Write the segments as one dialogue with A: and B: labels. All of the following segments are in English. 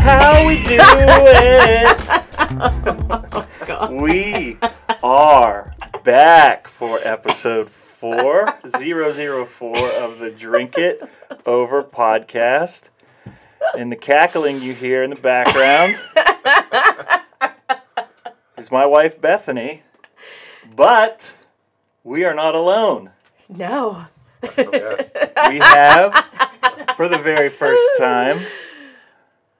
A: how we do it.
B: God.
A: We are back for episode 4004 of the Drink It Over podcast. And the cackling you hear in the background is my wife Bethany. But we are not alone.
B: No.
C: Oh, Yes.
A: We have, for the very first time,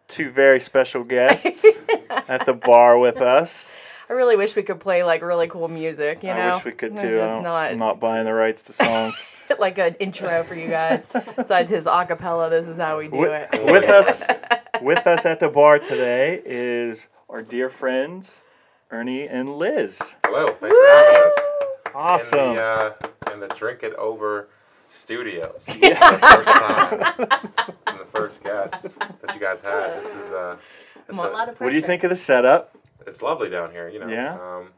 A: two very special guests at the bar with us.
B: I really wish we could play like really cool music, you know?
A: I wish we could
B: It's
A: too. I
B: just
A: don't-
B: not,
A: I'm not buying the rights to songs.
B: like an intro for you guys. Besides his acapella, this is how we do
A: with,
B: it.
A: with us, with us at the bar today is our dear friends Ernie and Liz.
C: Hello. Thanks for having us.
A: Awesome.
C: In the, uh, in the Drink It Over studios. Yeah. the first time. and the first guest that you guys had. This is uh, it's,
B: Well, a lot
A: what do you think of the setup?
C: it's lovely down here, you know.
A: Yeah.
C: Um,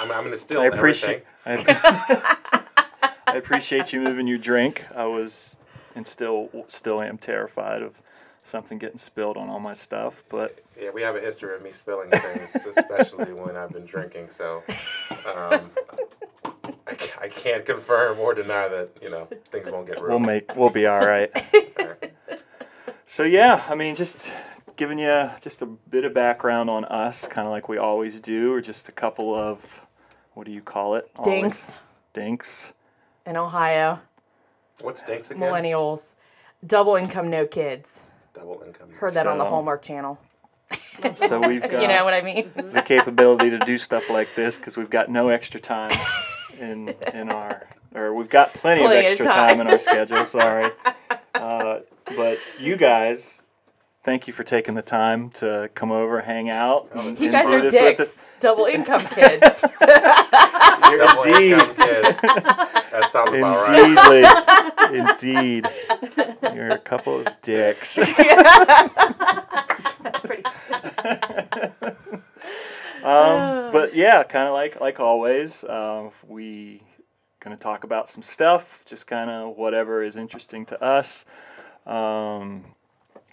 C: I'm, I'm going to steal
A: I
C: everything.
A: appreciate. I, I appreciate you moving your drink. I was and still still am terrified of something getting spilled on all my stuff, but
C: Yeah, we have a history of me spilling things, especially when I've been drinking. So um, I, ca- I can't confirm or deny that, you know, things won't get ruined.
A: we'll make we'll be all right. So yeah, I mean, just giving you just a bit of background on us, kind of like we always do, or just a couple of what do you call it? Always-
B: Dinks
A: Dinks.
B: in Ohio,
C: What stinks again?
B: millennials, double income, no kids.
C: Double income.
B: Heard that on the
A: So-
B: Hallmark Channel.
A: So we've got
B: You know what I mean?
A: the capability to do stuff like this because we've got no extra time in in our or we've got plenty,
B: Plenty
A: of
B: of
A: extra
B: time.
A: time in our schedule. Sorry, uh, but you guys. Thank you for taking the time to come over, hang out. and-
B: You
A: and
B: guys
A: do
B: are
A: this with us.
B: dicks. Double income kids.
C: Double
A: Indeed.
C: income kids. That sounds about right.
A: Indeed, Lee. Indeed. You're a couple of dicks.
D: That's pretty.
A: Um, but yeah, kind of like like always, um, we gonna talk about some stuff, just kind of whatever is interesting to us. Um,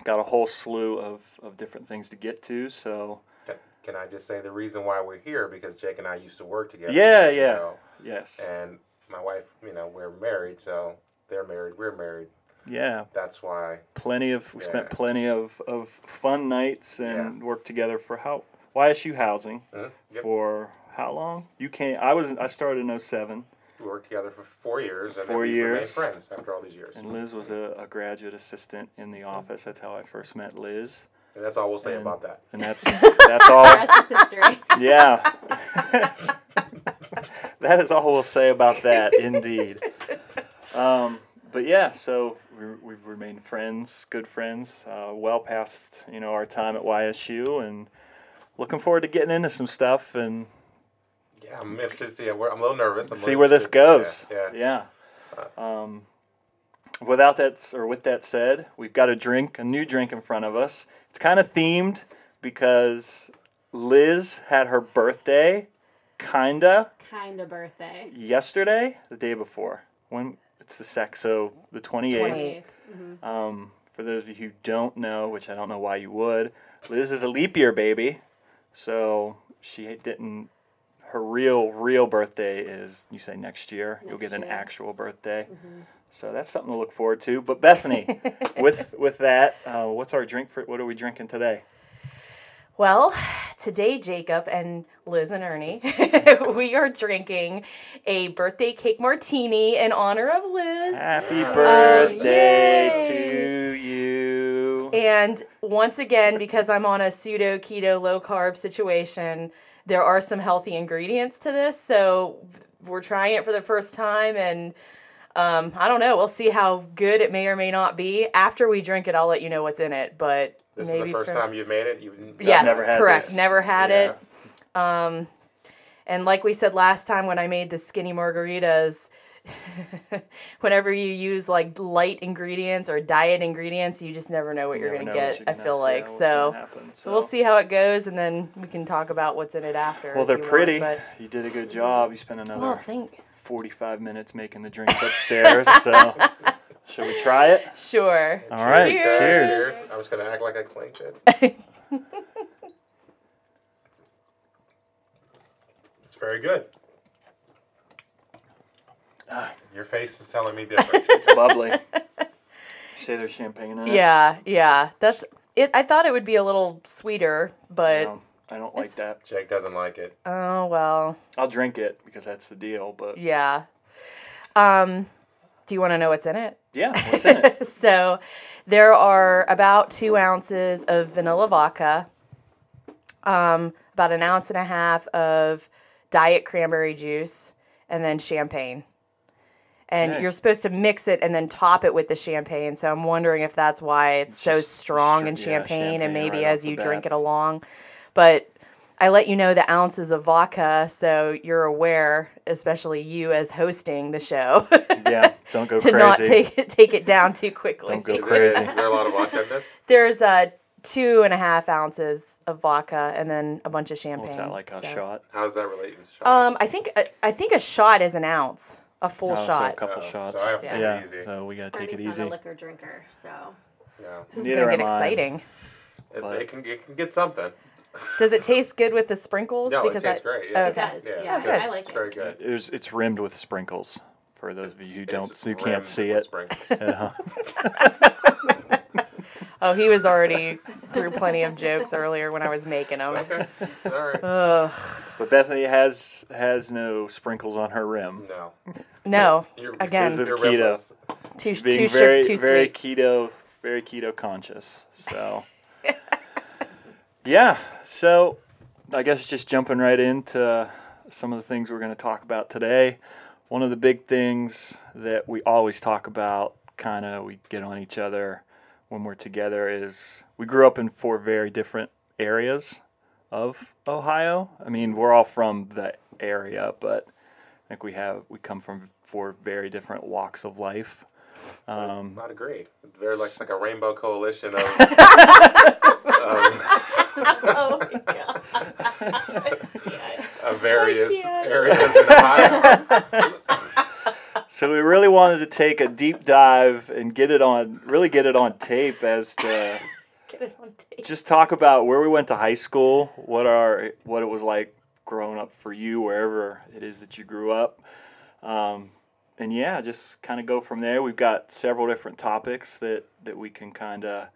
A: got a whole slew of, of different things to get to, so
C: Can- Can I just say the reason why we're here because Jake and I used to work together.
A: Yeah,
C: years
A: yeah.
C: ago,
A: yes,
C: and my wife, you know, we're married, so they're married, we're married.
A: yeah,
C: That's why.
A: plenty of we spent
C: Yeah.
A: plenty of, of fun nights and worked together for how YSU housing
C: Mhm. Yep.
A: for how long? You can't. I was I started in 07.
C: We worked together for four years. And
A: Four
C: we remained
A: years.
C: friends after all these years.
A: And Liz was a, a graduate assistant in
C: Oh.
A: the office. That's how I first met Liz.
C: And that's all we'll say
A: and-
C: about that.
A: And that's that's all.
D: That's his history.
A: Yeah. that is all we'll say about that, indeed. Um, but yeah, so we, we've remained friends, good friends, uh, well past you know our time at YSU, and looking forward to getting into some stuff and
C: Yeah, I'm interested to see. It. We're- I'm a little nervous. I'm a
A: see
C: little
A: where this goes.
C: interested. Yeah. Uh, yeah.
A: Um, without that, s- or with that said, we've got a drink, a new drink in front of us. It's kind of themed because Liz had her birthday, kinda
D: kind of birthday.
A: yesterday, the day before. When it's the sex, so the twenty eighth.
B: 28th.
A: Um, for those of you who don't know, which I don't know why you would, Liz is a leap year baby, so she didn't. Her real, real birthday is you say next year. you'll get
D: Next
A: an
D: year.
A: actual birthday,
B: Mm-hmm.
A: so that's something to look forward to. But Bethany, with with that, uh, what's our drink for? What are we drinking today?
B: Well, today, Jacob and Liz and Ernie, we are drinking a birthday cake martini in honor of Liz.
A: Happy birthday
B: yay.
A: to you!
B: And once again, because I'm on a pseudo keto, low carb situation, there are some healthy ingredients to this. So we're trying it for the first time. And um, I don't know, we'll see how good it may or may not be. After we drink it, I'll let you know what's in it. But
C: This
B: maybe
C: is the first
B: for-
C: time you've made it. You've n-
B: Yes,
A: never had
B: correct.
A: this.
B: Never had
C: Yeah.
B: it. Um, and like we said last time when I made the skinny margaritas, whenever you use like light ingredients or diet ingredients, you just never know what you're
A: Never
B: going to
A: know
B: get,
A: what you're
B: I
A: gonna-
B: feel
A: yeah,
B: like.
A: what's gonna
B: so,
A: happen,
B: so we'll see how it goes and then we can talk about what's in it after.
A: Well,
B: if
A: they're
B: you want,
A: pretty.
B: but-
A: you did a good job. Oh, You spent another
B: Well, thank
A: 45 minutes making the drinks upstairs. so Should we try it?
B: Sure.
A: All right.
B: Cheers.
A: Cheers.
C: Cheers. I'm just gonna act like I clinked it. It's very good.
A: Ah.
C: Your face is telling me different.
A: It's bubbly. you say there's champagne in it.
B: Yeah, yeah. That's it. I thought it would be a little sweeter,
A: I
B: but
A: don't, I don't like
B: It's-
A: that.
C: Jake doesn't like it.
B: oh well.
A: I'll drink it because that's the deal. But
B: Yeah. Um, do you want to know what's in it?
A: yeah, what's in it?
B: so there are about two ounces of vanilla vodka, um, about an ounce and a half of diet cranberry juice, and then champagne. And
A: Okay.
B: you're supposed to mix it and then top it with the champagne. So I'm wondering if that's why it's so
A: Just
B: strong
A: str-
B: in
A: yeah,
B: champagne,
A: champagne
B: and maybe
A: right off
B: as
A: the
B: you
A: bat.
B: drink it along. But I let you know the ounces of vodka so you're aware, especially you as hosting the show.
A: Yeah, don't go
B: to
A: crazy.
B: not take it take it down too quickly.
A: Don't go
C: Is, it, is
A: Crazy.
C: there a lot of vodka in this?
B: There's uh, two and a half ounces of vodka and then a bunch of champagne.
A: What's Oh, that like a
B: so-
A: shot?
C: How does that relate in shots?
B: Um, I think I, I think a shot is an ounce, a full
A: Oh, so a
B: shot.
A: couple-
C: Oh,
A: shots.
C: So I have to
B: Yeah.
C: take
A: yeah,
C: it easy.
A: so we gotta take it
D: Bernie's
A: easy.
D: not a liquor drinker, so
C: No.
B: this is
A: neither
B: gonna get
A: am I.
B: exciting.
C: It, it can, it can get something.
B: Does it taste good with the sprinkles?
C: No, it tastes
B: I- Oh,
C: great. Yeah.
B: okay.
D: it does.
C: Yeah,
D: Yeah,
C: it's
B: good.
D: I like
C: It's
D: it.
C: very good.
A: It's, it's rimmed with sprinkles. For those of you who don't,
C: It's
A: who
C: rimmed
A: can't see
C: with
A: it.
C: sprinkles.
A: at home.
B: Oh, he was already through plenty of jokes earlier when I was making them.
C: okay. It's all right.
B: Ugh,
A: But Bethany has has no sprinkles on her rim.
C: No.
B: no,
C: You're,
B: Again.
A: Because of
C: you're
A: keto.
C: rimless.
B: too
A: She's being
B: too
A: very
B: shit, too
A: very
B: sweet.
A: keto very keto conscious. So yeah, so I guess just jumping right into some of the things we're going to talk about today. One of the big things that we always talk about, kind of we get on each other when we're together, is we grew up in four very different areas of Ohio. I mean, we're all from the area, but I think we have we come from four very different walks of life. Um,
C: I'd agree. They're like, it's like a rainbow coalition of. um, of-
B: Oh my god!
C: of various
B: can't.
C: areas in Ohio.
A: so we really wanted to take a deep dive and get it on, really get it on tape as to
B: Get it on tape.
A: just talk about where we went to high school, what our what it was like growing up for you, wherever it is that you grew up, um, and yeah, just kind of go from there. We've got several different topics that that we can kind of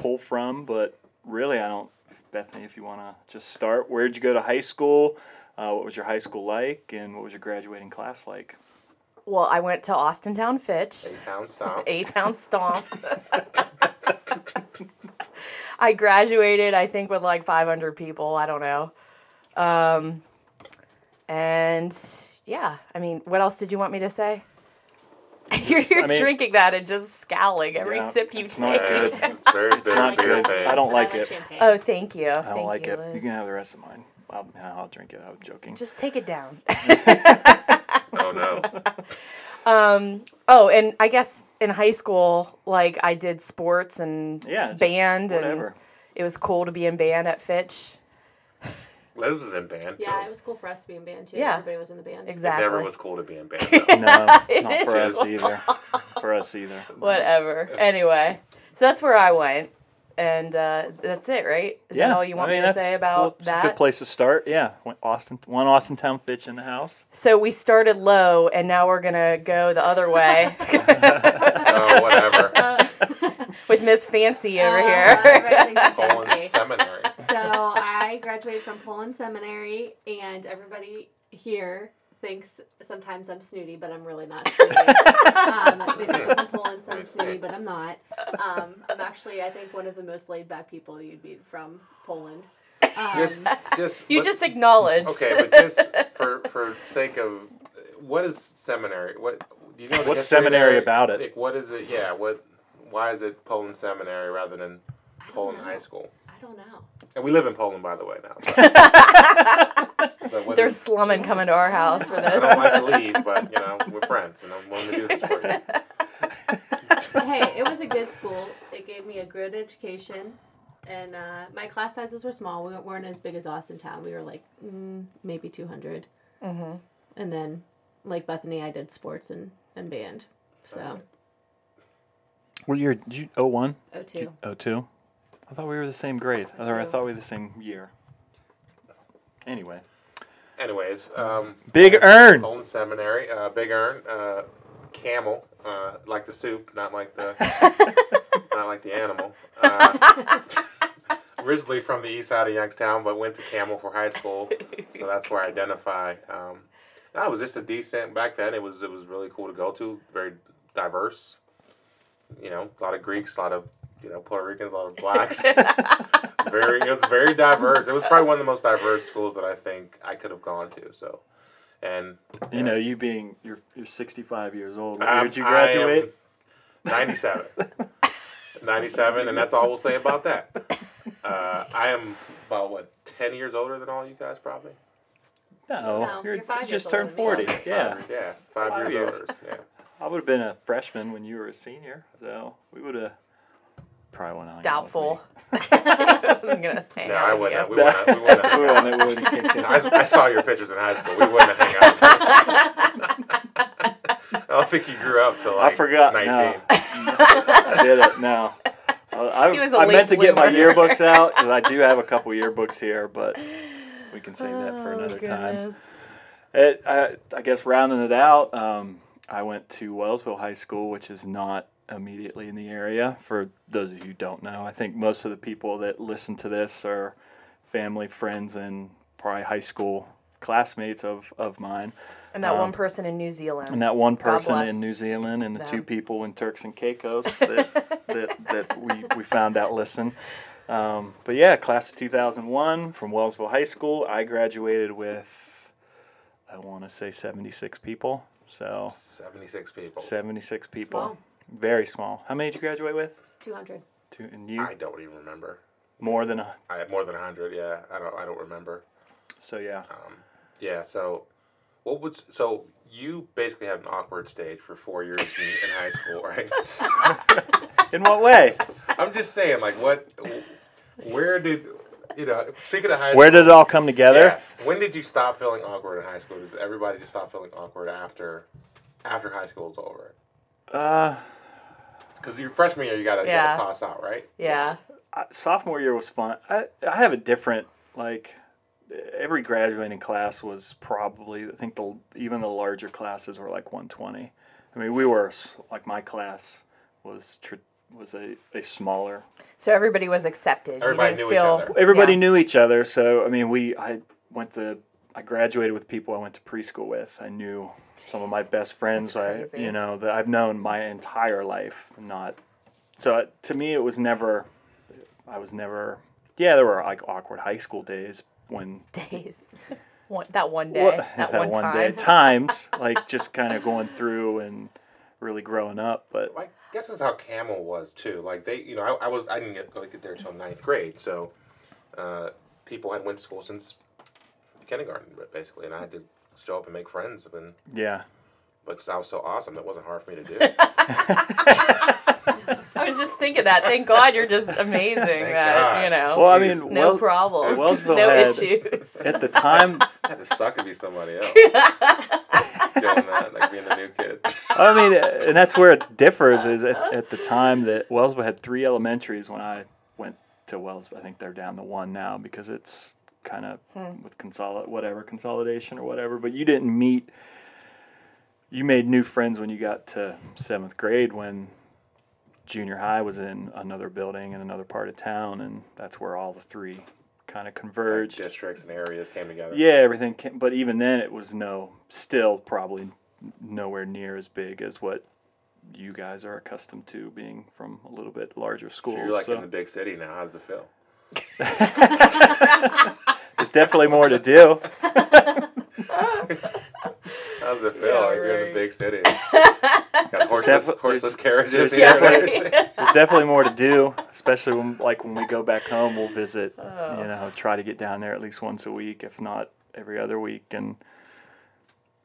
A: pull from, but really, I don't. Bethany, if you want to just start, where'd you go to high school? Uh, what was your high school like, and what was your graduating class like?
B: Well, I went to Austintown Fitch.
C: A town stomp.
B: A Town Stomp. I graduated, I think, with like 500 people. I don't know. Um, and yeah, I mean, what else did you want me to say? you're
A: Just-
B: you're
A: I mean-
B: drinking that and just scowling every
A: Yeah,
B: sip you
A: it's
B: take.
A: not
C: Yeah,
A: good.
C: It's, it's very big,
A: not
C: beer
A: good.
C: face.
A: I don't
D: I
A: like
D: like
A: it.
D: champagne.
B: Oh, thank you.
A: I don't
B: thank
A: like
B: you,
A: it. You
B: Liz.
A: can have the rest of mine. I'll, no, I'll drink it. I'm joking.
B: Just take it down.
C: Oh no.
B: um, oh, and I guess in high school, like I did sports and
A: yeah, just
B: band,
A: whatever.
B: and it was cool to be in band at Fitch.
C: Liz was in band. Too.
D: yeah, it was cool for us to be in band too.
B: Yeah.
D: everybody was in the band.
B: Exactly.
C: It never was cool to be in band. Though.
A: No, not for
C: is.
A: us either. For us either.
B: whatever. Anyway, so that's where I went, and uh, that's it, right? Is that all you want
A: I mean,
B: me to
A: that's-
B: say
A: well,
B: about
A: it's
B: that?
A: A good place to start. Yeah, Went Austin, one Austin Town Fitch in the house.
B: So we started low, and now we're gonna go the other way
C: Oh, whatever.
B: with Miss Fancy over
D: Uh,
B: here.
D: everything's
C: Poland
D: fancy.
C: Seminary.
D: So I graduated from Poland Seminary, and everybody here thinks sometimes I'm snooty, but I'm really not snooty. um, they think I'm from Poland, so I'm snooty, but I'm not. Um, I'm actually, I think, one of the most laid back people you'd meet from Poland. Um,
C: Just, just.
B: You
C: let-
B: just acknowledged.
C: Okay, but just for for sake of, what is seminary? What do you know? the
A: What's
C: history
A: seminary
C: there?
A: about it?
C: Like, what is it? Yeah. What? Why is it Poland Seminary rather than
D: I don't
C: Poland
D: know.
C: High School?
D: I don't know.
C: And we live in Poland, by the way, now. So. but what
B: They're
C: is-
B: slumming coming to our house for
C: I
B: this.
C: don't like to leave, but you know we're friends, and I'm willing to do this for you.
D: hey, it was a good school. It gave me a good education. And uh, my class sizes were small. We weren't as big as Austin Town. We were like mm, maybe 200.
B: Mm-hmm.
D: And then, like Bethany, I did sports and, and band. So,
A: What year? Did you, 01?
D: Oh, two.
A: 02? I thought we were the same grade. Or I
D: Two.
A: thought we were the same year. Anyway.
C: Anyways, um,
A: Big Earn.
C: Own seminary, uh, Big Earn, uh, camel, uh, like the soup, not like the not like the animal. Uh, originally from the east side of Youngstown, but went to Camel for high school, so that's where I identify. Um, no, it was just a decent back then. It was it was really cool to go to, very diverse. You know, a lot of Greeks, a lot of you know Puerto Ricans, a lot of blacks. very, it was very diverse. It was probably one of the most diverse schools that I think I could have gone to. So, and
A: You know, you being, you're, you're 65 years old. What year
C: um,
A: did you
C: I am
A: graduate?
C: 97. 97, and that's all we'll say about that. Uh, I am about, what, 10 years older than all you guys, probably?
A: No,
D: No,
A: you're,
D: you're five
A: you
D: years
A: just turned
D: older
A: 40.
D: than me.
A: Yeah.
C: Five, yeah, five,
A: Five
C: years,
A: years.
C: older. Yeah.
A: I would have been a freshman when you were a senior, so we would have probably went on.
B: Doubtful. I wasn't gonna hang
C: No,
B: out
C: I
B: with
C: wouldn't.
B: you.
C: have- We wouldn't. have- We wouldn't. have hung out. I, I saw your pictures in high school. We wouldn't hang out. I don't think you grew up till
A: I
C: like
A: forgot.
C: 19.
A: No. I did it. No. I, I,
B: He was a
A: I meant
B: late
A: to get my
B: bloomer.
A: yearbooks out because I do have a couple yearbooks here, but we can save that
B: Oh,
A: for another time. It, I, I guess rounding it out, um, I went to Wellsville High School, which is not immediately in the area. For those of you who don't know, I think most of the people that listen to this are family, friends, and probably high school classmates of, of mine.
B: And that one person in New Zealand.
A: Um, And that one person
B: bless
A: in New Zealand and the two
B: them.
A: people in Turks and Caicos that, that, that we, we found out listen. Um, but yeah, class of 2001 from Wellsville High School. I graduated with, I want to say 76 people. So
C: 76 people.
A: 76 people.
D: Small.
A: Very small. How many did you graduate with?
D: 200.
A: Two, and you?
C: I don't even remember.
A: More than a.
C: I had more than 100. Yeah, I don't. I don't remember.
A: So yeah.
C: Yeah. So, what would so you basically had an awkward stage for four years in, in high school, right?
A: In what way?
C: I'm just saying, like, what? Where did you know? Speaking of high
A: Where
C: school,
A: did it all come together?
C: yeah, when did you stop feeling awkward in high school? Does everybody just stop feeling awkward after after high school's over?
A: Uh,
C: Because your freshman year, you got to
B: Yeah.
C: toss out, right?
B: yeah.
A: I- sophomore year was fun. I, I have a different like every graduating class was probably I think the even the larger classes were like 120. I mean we were s- like my class was tr- was a, a smaller.
B: So everybody was accepted. You
C: Everybody
B: didn't
C: knew each
B: feel-
C: other.
A: Everybody
B: Yeah.
A: knew each other, so I mean we I went to I graduated with people I went to preschool with. I knew some of my best friends. I
B: crazy.
A: you know that I've known my entire life. Not so uh, to me it was never. I was never. Yeah, there were like awkward high school days when
B: days. One, that one day.
A: Well,
B: that, one, time.
A: day times like just kind of going through and really growing up. But
C: I guess that's how Camel was too. Like they, you know, I, I was I didn't get, go get there until ninth grade, so uh, people had went to school since kindergarten, but basically, and I had to show up and make friends. And
A: yeah,
C: but that was so awesome; it wasn't hard for me to do. Thank
B: I was just thinking that. Thank God you're just amazing. that
C: God.
B: you know.
A: well I mean
B: no
A: Well-
B: problem.
A: Wellsville
B: no
A: had-
B: issues.
A: at the time
C: It just sucked to be somebody else. Doing that, like being the new kid.
A: I mean, uh, and that's where it differs is at, at the time that Wellsville had three elementaries when I went to Wellsville. I think they're down to one now because it's kind of with consolid whatever consolidation or whatever. But you didn't meet. You made new friends when you got to seventh grade when junior high was in another building in another part of town, and that's where all the three kind of converged.
C: Districts and areas came together.
A: Yeah, everything. Came, but even then, it was no, still probably nowhere near as big as what you guys are accustomed to being from a little bit larger
C: So
A: schools.
C: you're like
A: so
C: in the big city now. How's it feel?
A: there's definitely more to do.
C: How's it feel?
B: Yeah,
C: like you're
B: right.
C: in the big city. Got horseless,
A: defi-
C: horseless carriages
A: there's
C: here. and
A: definitely-
C: everything.
A: There's definitely more to do, especially when like when we go back home, we'll visit.
B: Oh.
A: You know, try to get down there at least once a week, if not every other week, and.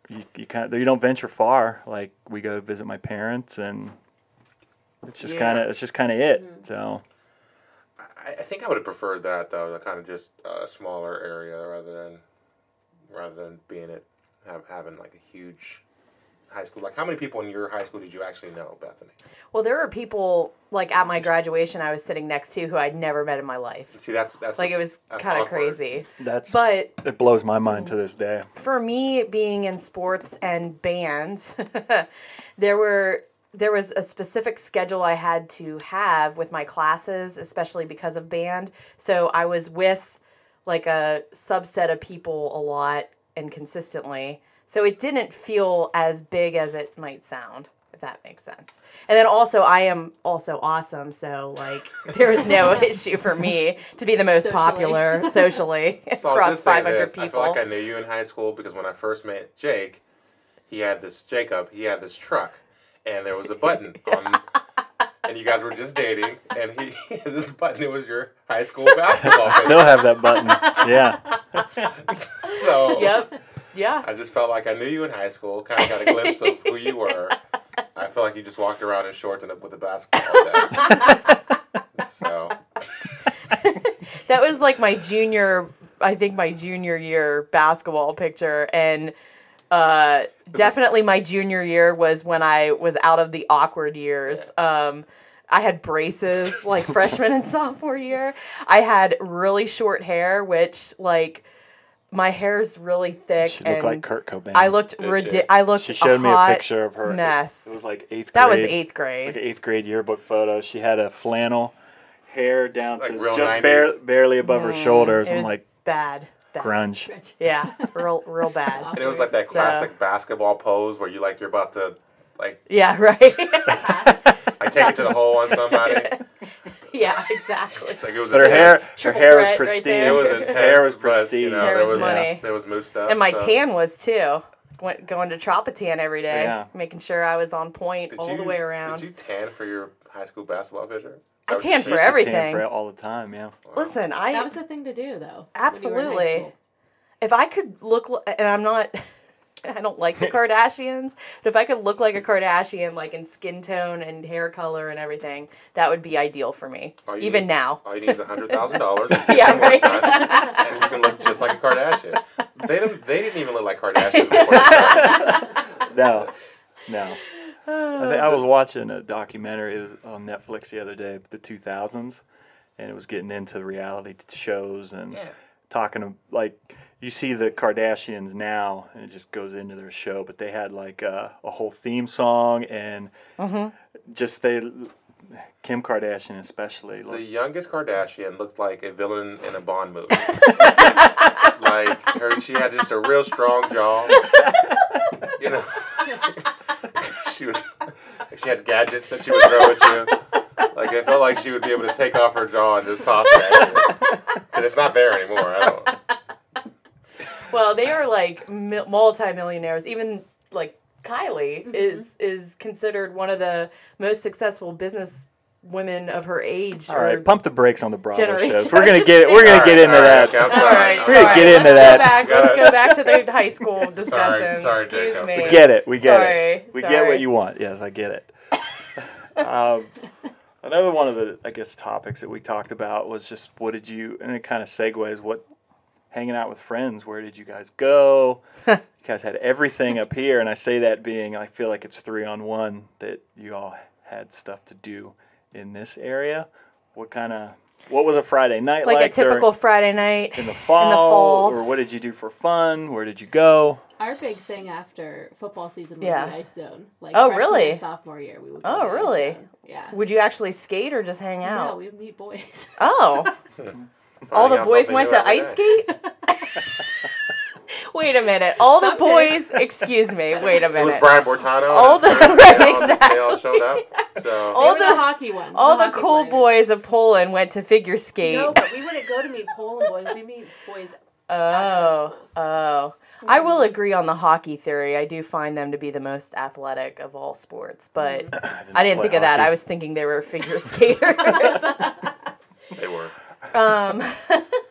A: You, you kind of, you don't venture far. Like we go visit my parents, and it's just
B: Yeah.
A: kind of it's just kind of it. So
C: I, I think I would have preferred that though, the kind of just a smaller area rather than rather than being it have, having like a huge high school? Like, how many people in your high school did you actually know, Bethany?
B: Well, there were people like at my graduation I was sitting next to who I'd never met in my life.
C: See, that's that's
B: Like it was
C: That's
B: kind of
C: awkward.
B: crazy.
A: That's
B: But
A: it blows my mind to this day.
B: for me being in sports and band there were there was a specific schedule i had to have with my classes especially because of band so i was with like a subset of people a lot and consistently so it didn't feel as big as it might sound if that makes sense and then also i am also awesome so like there was no issue for me to be the most
D: Socially.
B: popular socially
C: So I'll
B: across
C: just say
B: 500
C: this.
B: people
C: I feel like I knew you in high school because when I first met Jake, he had this Jacob. He had this truck, and there was a button on. And you guys were just dating, and he this button. It was your high school basketball.
A: Still have that button. Yeah.
C: picture. so
B: yep yeah
C: I just felt like I knew you in high school. Kind of got a glimpse of who you were. I felt like you just walked around in shorts and with a basketball. bag. so
B: That was like my junior, I think my junior year basketball picture. And uh, definitely my junior year was when I was out of the awkward years. Um, I had braces like freshman and sophomore year. I had really short hair, which like my hair's really thick.
A: She
B: and
A: looked like Kurt Cobain.
B: I looked
C: Did
B: ridi-
C: you?
B: I looked
A: She showed me a
B: hot.
A: picture of her. It-
B: mess.
A: It was like eighth grade.
B: That was eighth grade.
A: It's like an eighth grade yearbook photo. She had a flannel, hair down
C: Like
A: to
C: real
A: just
C: 90s.
A: bare, barely above her shoulders.
B: Mm. It
A: I'm
B: was
A: like
B: bad. bad.
A: grunge.
B: Yeah, real, real bad.
C: and it was like that
B: So-
C: classic basketball pose where you like you're about to like
B: Yeah, right.
C: I take it to the hole on somebody.
B: yeah, exactly.
C: Like it was
A: But her hair,
C: intense.
A: her
B: Triple
A: hair was
B: threat right
A: pristine.
B: there.
C: It was
A: Her
C: intense.
A: hair was
C: but, you
A: pristine.
C: know,
B: Hair
C: there
B: was money.
C: There was moose stuff.
B: And my
C: so-
B: tan was too. Went going to Tropicana every day,
A: Yeah.
B: making sure I was on point
C: Did
B: all the
C: you-
B: way around.
C: Did you tan for your high school basketball picture?
B: I tanned
A: She
B: for
A: used to tan
B: everything.
A: for all the time. Yeah.
B: Listen, I
D: That was the thing to do, though.
B: Absolutely. if I could look, li- and I'm not, I don't like the Kardashians, but if I could look like a Kardashian, like in skin tone and hair color and everything, that would be ideal for me,
C: Oh, you
B: even
C: need-
B: now.
C: All you need is hundred thousand dollars.
B: Yeah, right.
C: And you can look just like a Kardashian. They didn't. They didn't even look like Kardashians. Before they started.
A: No, no. I,
B: Uh,
A: think I was watching a documentary on Netflix the other day, the 2000s, and it was getting into reality t- shows and
C: Yeah.
A: talking to, like, you see the Kardashians now, and it just goes into their show, but they had, like, uh, a whole theme song, and
B: Mm-hmm.
A: just they, Kim Kardashian especially,
C: the
A: like,
C: youngest Kardashian looked like a villain in a Bond movie. like her, she had just a real strong jaw. You know, she was. She had gadgets that she would throw at you. Like it felt like she would be able to take off her jaw and just toss it. at you. And it's not there anymore. I don't.
B: Well, they are like mil- multi-millionaires. Even like Kylie
D: Mm-hmm.
B: is is considered one of the most successful business women of her age.
A: all
B: or-
A: right, pump the brakes on the Bravo
B: Generation.
A: shows. We're gonna
B: Just
A: get it. We're gonna
C: All
A: get
C: right,
A: into
C: all
A: that.
C: right, okay, I'm
B: All
C: sorry,
B: right,
C: I'm
A: We're gonna
B: sorry.
A: get
B: Let's
A: into
B: go
A: that.
B: back- Let's
C: Got
B: go back to the high school discussion.
C: sorry,
B: Excuse
C: Jacob.
B: me.
C: We
A: We get it. We get
B: Sorry,
A: it. We
B: sorry.
A: get what you want. Yes, I get it. um, another one of the, I guess, topics that we talked about was just what did you, and it kind of segues what hanging out with friends, where did you guys go? you guys had everything up here. And I say that being, I feel like it's three on one that you all had stuff to do in this area. What kind of, what was a Friday night like?
B: Like a
A: during-
B: typical Friday night
A: in the fall,
B: fall.
A: or what did you do for fun? Where did you go?
D: Our big thing after football season was
B: Yeah.
D: the ice zone. Like
B: Oh,
D: freshman
B: really?
D: and sophomore year, we would. Go
B: Oh,
D: to the ice
B: really?
D: zone. Yeah.
B: Would you actually skate or just hang
D: yeah,
B: out?
D: we would meet boys.
B: Oh, all the boys went to ice skate? Wait a minute. All the
D: Someday.
B: boys, excuse me, wait a
C: It was
B: minute.
C: Brian Bortano.
B: All
C: and
B: the-
C: Fernando
B: right,
C: Torres, They all showed up. So
B: All
D: all
B: the-
D: the, hockey ones.
B: All the
D: hockey
B: cool
D: players.
B: boys of Poland went to figure skate.
D: No, but we wouldn't go to meet Poland boys. We meet boys.
B: Oh,
D: schools.
B: oh. I will agree on the hockey theory. I do find them to be the most athletic of all sports, but I didn't
A: play
B: think of that.
A: hockey.
B: I was thinking they were figure skaters.
C: they were.
B: um,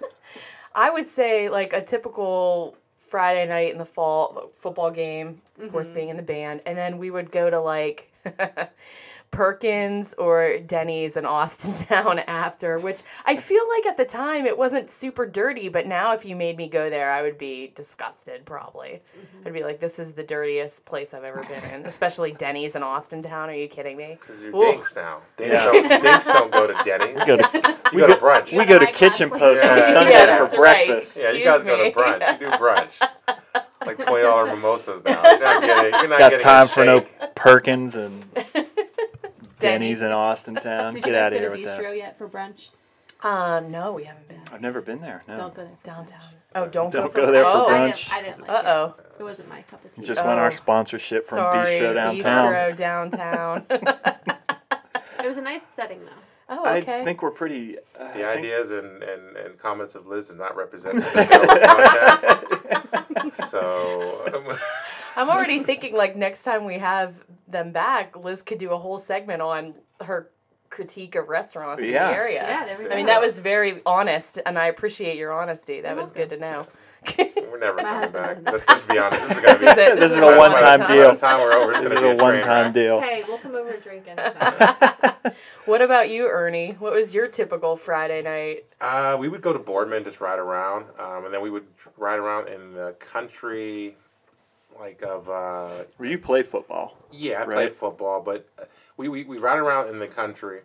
B: I would say like a typical uh, Friday night in the fall football game, of course being in the band, and then we would go to like Perkins or Denny's in Austintown after, which I feel like at the time it wasn't super dirty, but now if you made me go there, I would be disgusted probably. I'd be like, this is the dirtiest place I've ever been in, especially Denny's in Austintown. Are you kidding me?
C: Because you're
B: Ooh.
C: dinks now. Dinks,
A: Yeah.
C: don't, dinks don't go to Denny's.
A: We go to,
C: you go to brunch.
A: we go to
D: Yeah,
A: Kitchen
D: my
A: Post on
C: class.
A: Sundays
C: Yeah,
A: for
B: that's right.
A: breakfast.
C: yeah, you
B: Excuse
C: guys go
B: me.
C: to brunch. You do brunch. It's like twenty dollar mimosas now. You're not getting. You're not
A: Got
C: getting
A: time
C: a
A: for no
C: shake.
A: Perkins and Denny's
B: Denny's.
A: in Austintown.
D: Did
A: Get
D: you guys
A: out of
D: go
A: here
D: to
A: with
D: Bistro
A: that.
D: yet for brunch?
B: Um, no, we haven't been
A: I've never been there. No.
D: Don't go there. For
B: downtown. Oh, don't,
A: Don't
B: go,
A: go there for
B: oh,
A: brunch.
D: I didn't, I didn't
B: Uh
D: like
B: oh.
D: it. It wasn't my cup of tea.
A: Just want
B: Oh.
A: our sponsorship from
B: Sorry,
A: Bistro Downtown.
B: Bistro downtown.
D: it was a nice setting though.
B: oh, okay.
A: I think we're pretty. Uh, I
C: The
A: think-
C: ideas and, and, and comments of Liz is not represented in the podcast. So, um,
B: I'm already thinking like next time we have them back, Liz could do a whole segment on her critique of restaurants in
A: Yeah.
B: the area.
D: Yeah, there we go.
B: I mean, that was very honest, and I appreciate your honesty. That was good to know.
C: we're never coming
D: husband
C: back.
D: doesn't-
C: Let's just be honest. This is going to be
B: This is it.
A: This is
B: By
A: a
B: the
A: one-time
B: time-
C: By
A: deal.
C: the time we're over, it's
A: This is
C: gonna be
A: a
C: a train
A: one-time
C: wreck.
A: deal.
D: Hey, we'll come over and drink anytime.
B: What about you, Ernie? What was your typical Friday night?
C: Uh, we would go to Boardman, just ride around, um, and then we would ride around in the country, like of uh,
A: Well, you play football.
C: Yeah, I
A: Right.
C: played football, but uh, we, we we ride around in the country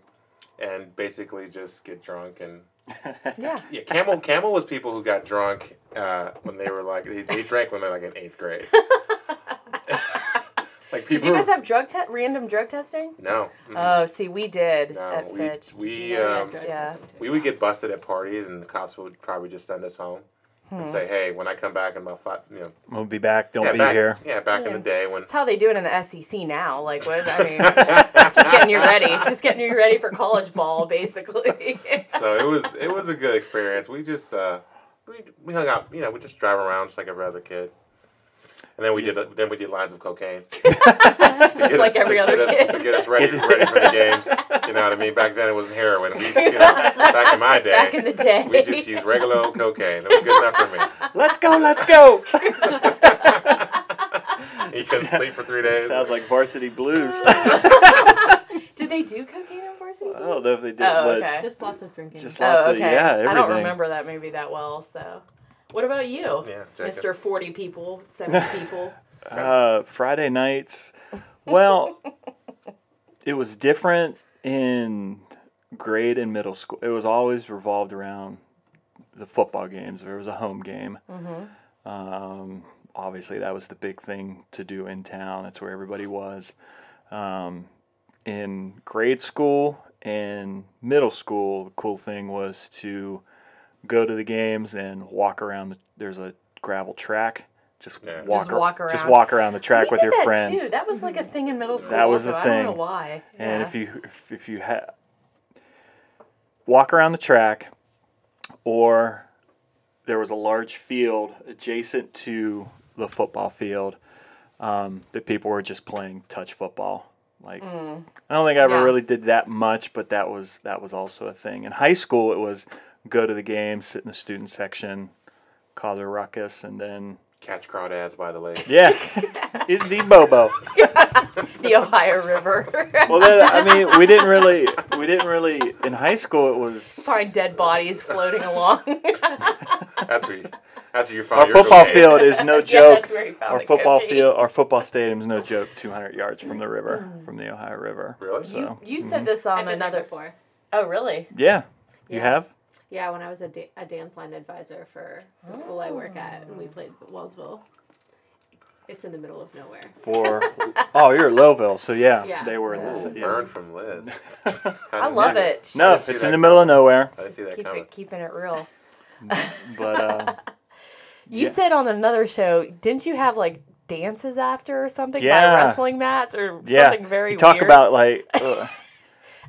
C: and basically just get drunk and
B: Yeah.
C: yeah. Camel Camel was people who got drunk uh, when they were like they, they drank when they're like in eighth grade. like people.
B: Did you guys have drug te- random drug testing?
C: no. mm,
B: Oh, see, we did
C: No,
B: at
C: we-
B: Fitch. Did
C: we,
B: you guys-
C: um,
B: yeah.
C: We would get busted at parties, and the cops would probably just send us home
B: Hmm.
C: and say, "Hey, when I come back in about five, you know,
A: We'll be back. Don't
C: yeah,
A: be
C: back,
A: here.
C: Yeah, back in
B: Yeah.
C: the day when
B: That's how they do it in the SEC now. Like, what? I mean, just getting you ready, just getting you ready for college ball, basically.
C: so it was it was a good experience. We just uh, we, we hung out, you know, we just drive around just like every other kid. And then we did then we did lines of cocaine.
B: just like every other
C: to
B: kid.
C: get us ready, ready for the games. You know what I mean? Back then it wasn't heroin. We, you know, back in my day,
B: Back in the day.
C: we just used regular old cocaine. It was good enough for me.
A: Let's go. Let's go.
C: You couldn't sleep for three days.
A: Sounds like Varsity Blues.
B: Did they do cocaine in varsity?
A: I don't know if they did,
B: Oh,
A: but
B: okay.
D: Just lots of drinking.
A: just lots
B: Oh,
A: of
B: okay.
A: yeah. Everything.
B: I don't remember that movie that well. So, what about you,
C: Yeah, Jacob.
B: Mister Forty People, Seventy People?
A: Uh, Friday nights. Well, it was different in grade and middle school. It was always revolved around the football games. There was a home game.
B: Mm-hmm.
A: Um, obviously, that was the big thing to do in town. That's where everybody was. Um, in grade school and middle school, the cool thing was to go to the games and walk around. The, there's a gravel track. Just
C: Yeah.
A: walk,
B: Just walk
A: Just
B: around.
A: walk around the track
B: we
A: with
B: did
A: your
B: that
A: friends.
B: too. That was like a thing in middle school.
A: That was
B: also.
A: the
B: I don't know
A: thing.
B: why.
A: And
B: Yeah.
A: if you if, if you ha- walk around the track, or there was a large field adjacent to the football field um, that people were just playing touch football. Like I don't think I ever
B: Mm. Yeah.
A: really did that much, but that was that was also a thing. In high school, it was go to the game, sit in the student section, cause a ruckus, and then
C: Catch crowd ads by the lake.
A: yeah, is the bobo.
B: the Ohio River,
A: Well, then, I mean, we didn't really, we didn't really in high school. It was
B: find dead bodies floating along.
C: That's where you, that's where you find
A: our
C: your
A: football
C: cocaine.
A: field is no
B: yeah,
A: joke.
B: that's where he found
A: our
B: the
A: football
B: cookie.
A: field, our football stadium is no joke. Two hundred yards from the river,
B: Mm.
A: from the Ohio River.
C: Really?
A: So mm-hmm.
B: You you said this
D: I've
B: on
D: been there
B: another.
D: before.
B: Oh, really?
A: yeah, you
D: Yeah.
A: have.
D: Yeah, when I was a, da- a dance line advisor for the school I work at, and we played
B: Oh.
D: Wellsville. It's in the middle of nowhere.
A: For oh, you're at Lowville, so yeah,
D: Yeah.
A: they were in this.
C: Ooh,
A: yeah.
C: burn from Liz.
B: I love it. She's
A: No,
C: I didn't see
A: it's
C: that
A: in the middle of nowhere.
C: I didn't see
B: just
C: that
B: keep
C: coming.
B: it, keeping it real.
A: But uh,
B: You
A: Yeah.
B: said on another show, didn't you have like dances after or something by
A: Yeah.
B: wrestling mats or
A: yeah,
B: something very
A: you talk
B: weird?
A: about like. ugh.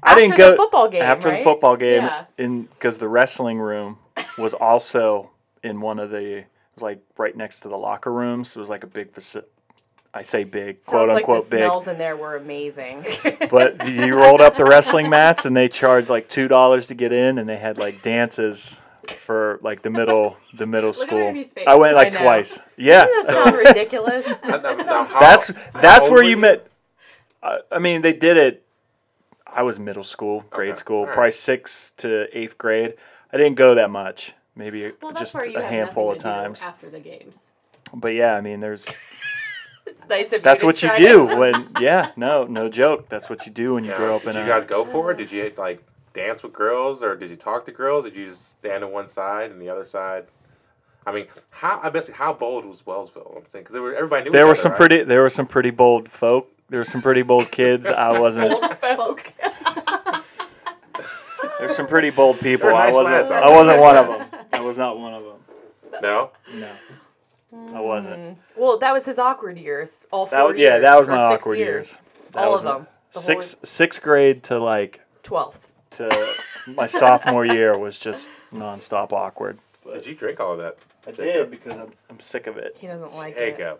A: I
B: After
A: didn't
B: the
A: go
B: football game,
A: after
B: right?
A: the football game
B: Yeah.
A: in because the wrestling room was also in one of the it was like right next to the locker rooms. it was like a big faci- I say big,
B: Sounds
A: quote
B: like
A: unquote
B: the
A: big.
B: smells in there were amazing.
A: But you rolled up the wrestling mats and they charged like two dollars to get in, and they had like dances for like the middle the middle
D: at
A: school.
D: Ernie's face.
A: I went
B: I
A: like
B: know.
A: twice. Yeah,
B: Doesn't that sound ridiculous?
C: Now- now how-
A: that's
C: how
A: that's
C: old
A: where
C: were
A: you met. I, I mean, they did it. I was middle school, grade
C: Okay.
A: school,
C: All right.
A: probably sixth to eighth grade. I didn't go that much, maybe a-
D: Well, that's
A: just
D: where you
A: a
D: have
A: handful of
D: nothing to do
A: times.
D: after the games.
A: But yeah, I mean, there's
B: It's nice if
A: that's
B: you
A: what you
B: try
A: do
B: to-
A: when yeah, no, no joke. That's what you do when you
C: Yeah.
A: grow up
C: did
A: in
C: you
A: a
C: guys go for it? Did you like dance with girls, or did you talk to girls? Did you just stand on one side and the other side? I mean, how I basically how bold was Wellsville? I'm saying because everybody knew.
A: There
C: each
A: were
C: other,
A: some
C: right?
A: pretty there were some pretty bold folk. There were some pretty bold kids. I wasn't.
B: old folk.
A: There's some pretty bold people.
C: They're nice
A: I wasn't.
C: lads, aren't
A: I
C: they?
A: wasn't
C: Nice
A: one of
C: lads.
A: them. I was not one of them.
C: No,
A: No, I wasn't.
B: Well, that was his awkward years. All four
A: That was
B: years.
A: yeah. That was
B: or
A: my
B: six
A: awkward years. That
B: All
A: was
B: of
A: my-
B: them. The whole-
A: Six sixth grade to like
B: Twelfth.
A: to my sophomore year was just nonstop awkward.
C: did you drink all of that?
A: I did because I'm, I'm sick of it.
B: He doesn't like
C: Hey,
B: it.
C: go.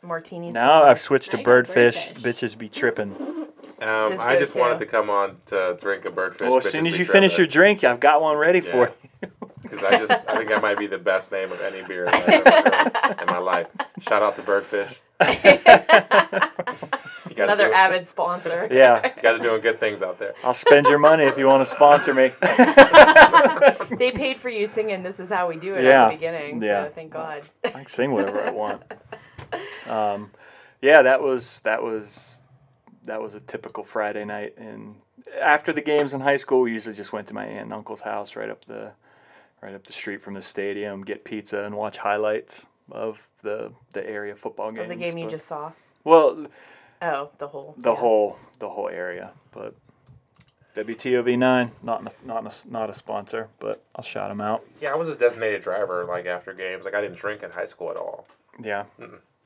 B: Martinis.
A: Now I've switched to
D: Now you got
A: birdfish.
D: Birdfish.
A: Bitches be tripping.
C: Um,
B: Just
C: I
B: go
C: just
B: to-
C: wanted to come on to drink a birdfish.
A: Well, as soon as you finish your drink, I've got one ready for you.
C: because I just I think that might be the best name of any beer I've ever drunk in my life. Shout out to Birdfish. you guys, are
B: Another
C: doing,
B: avid sponsor.
A: Yeah,
C: you guys are doing good things out there.
A: I'll spend your money if you want to sponsor me.
B: They paid for you singing "This Is How We Do It"
A: Yeah.
B: at the beginning.
A: Yeah.
B: So thank God.
A: I can sing whatever I want. Um, yeah, that was that was that was a typical Friday night. And after the games in high school, we usually just went to my aunt and uncle's house right up the right up the street from the stadium, get pizza, and watch highlights of the the area football games.
B: Of the game you
A: But-
B: just saw.
A: well
B: Oh, the whole.
A: the
B: yeah.
A: whole the whole area, but. WTOV nine, not in a, not in a, not a sponsor, but I'll shout them out.
C: Yeah, I was a designated driver like after games. Like I didn't drink in high school at all.
A: Yeah,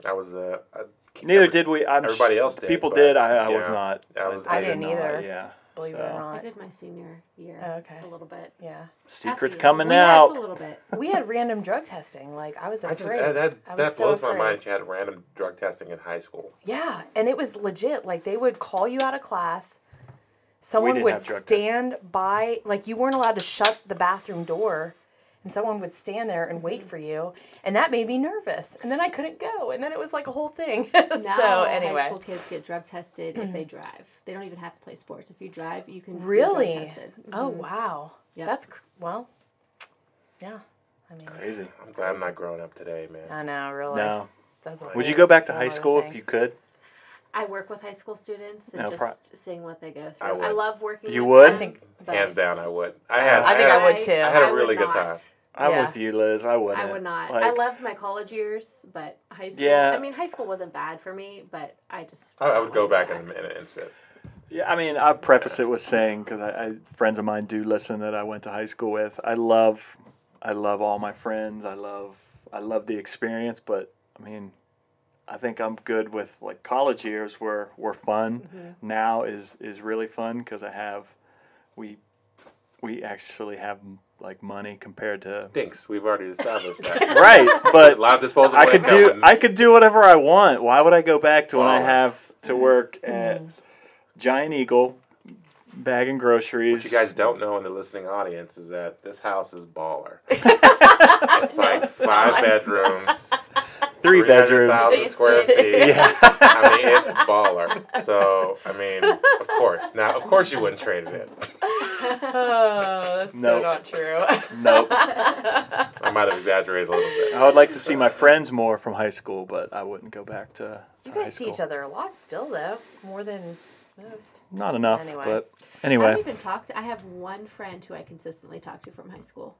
C: I was uh, I,
A: neither did we. I'm sh-
C: Mm, everybody else did,
A: People
C: but,
A: did. I, I
C: yeah,
A: was not.
C: I was
B: I
A: did
B: didn't
A: not,
B: either.
A: Yeah.
B: Believe it
A: so.
B: or
D: I
B: not.
D: did my senior year.
B: Oh, okay.
D: A little bit.
B: Yeah.
A: Secrets
D: After-
A: coming
D: well, yes,
A: out.
D: a little bit.
B: We had random drug testing. Like I was
C: I just
B: afraid.
C: that that,
B: I was
C: that
B: so
C: blows my
B: afraid.
C: mind. You had random drug testing in high school.
B: Yeah, and it was legit. Like they would call you out of class. Someone
A: didn't
B: would
A: have drug
B: stand by, like you weren't allowed to shut the bathroom door, and someone would stand there and wait for you, and that made me nervous. And then I couldn't go, and then it was like a whole thing.
D: Now,
B: so
D: high
B: anyway,
D: school kids get drug tested if they drive. They don't even have to play sports. If you drive, you can be drug
B: really?
D: tested. Mm-hmm.
B: Oh wow,
D: Yep.
B: that's cr- well, yeah. I mean,
A: Crazy.
C: I'm glad I'm not growing up today, man.
B: I know, really.
A: No.
B: That's a
A: Would you
B: whole-
A: go back to
B: whole
A: high
B: other
A: school if
B: thing.
A: you could?
D: I work with high school students and
A: No,
D: just
A: pro-
D: seeing what they go
C: I
D: through.
C: would.
D: I, love working.
A: You
D: with
A: would?
D: them,
A: I
B: think-
D: but
C: Hands down, I would. I had.
B: I think I
C: had-
B: would too.
C: I had a
D: would
C: really good
D: not.
C: time.
A: I'm
B: Yeah.
A: with you, Liz. I wouldn't.
D: I would not. I
A: Like,
D: loved my college years, but high school.
A: Yeah.
D: I mean, high school wasn't bad for me, but I just.
C: I, I would go back in a
D: and.
C: minute and sit.
A: Yeah, I mean, I preface it with saying because I, I friends of mine do listen that I went to high school with. I love, I love all my friends. I love, I love the experience. But I mean, I think I'm good with like college years were were fun. Now is is really fun because I have, we, we actually have like money compared to
C: Dinks. We've already established that.
A: right,
C: a
A: but
C: lot of disposable
A: I could
C: income.
A: do
C: and-
A: I could do whatever I want. Why would I go back to when I
C: Wow.
A: have to
B: Mm-hmm.
A: work at Giant Eagle bagging groceries?
C: What you guys don't know in the listening audience is that this house is baller. it's like five bedrooms,
A: three bedrooms.
C: 300,000 square
D: Basement.
C: feet.
A: Yeah.
C: I mean, it's baller. So, I mean, of course. Now, of course, you wouldn't trade it in.
B: Oh, that's
A: No.
B: so not true.
A: nope.
C: I might have exaggerated a little bit.
A: I would like to see my friends more from high school, but I wouldn't go back to, to
B: you
A: high
B: guys see
A: school.
B: each other a lot still, though, more than most.
A: Not enough,
B: Anyway.
A: but
D: I
A: anyway.
D: don't even talk to. I have one friend who I consistently talk to from high school.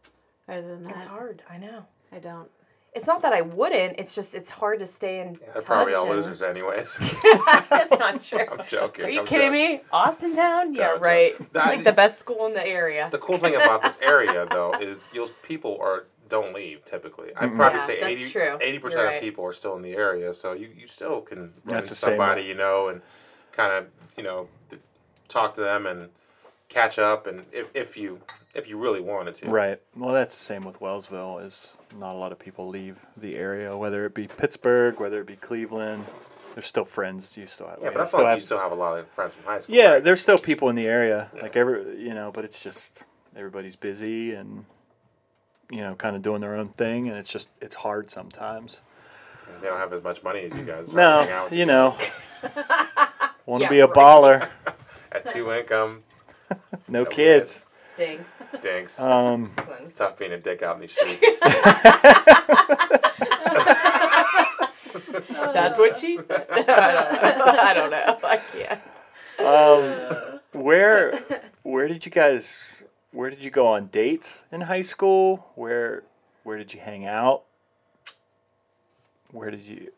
D: Other than that,
B: It's hard. I know.
D: I don't.
B: It's not that I wouldn't. It's just it's hard to stay in
C: They're
B: touch.
C: probably all
B: and-
C: losers, anyways.
B: That's not true.
C: I'm joking.
B: Are you
C: I'm
B: kidding
C: joking.
B: me? Austin Town? Yeah,
C: I'm
B: right.
C: joking.
B: It's like the best school in the area.
C: The cool thing about this area, though, is you'll, people are don't leave typically.
A: Mm-hmm.
C: I'd probably
B: Yeah,
C: say
B: that's
C: 80,
B: true.
C: 80%
B: You're right.
C: of people are still in the area, so you, you still can run
A: That's the
C: into
A: same
C: somebody
A: way.
C: you know and kind of you know th- talk to them and catch up and if, if you if you really wanted to.
A: Right. Well, that's the same with Wellsville. Is not a lot of people leave the area, whether it be Pittsburgh, whether it be Cleveland. There's still friends. You still have.
C: Yeah,
A: you
C: but I
A: still
C: thought you
A: have-
C: still have a lot of friends from high school.
A: Yeah,
C: right?
A: there's still people in the area, like every you know, but it's just everybody's busy and you know, kind of doing their own thing, and it's just it's hard sometimes.
C: they don't have as much money as you guys. so I hang
A: No,
C: out with
A: you know, Want to
B: Yeah,
A: be a
B: right.
A: baller?
C: At two income,
A: No
C: That
A: kids.
B: Thanks.
C: dinks.
A: Um,
C: it's tough being a dick out in these streets.
B: That's what she said. I don't know. I can't.
A: um, where where did you guys where did you go on dates in high school? Where where did you hang out? Where did you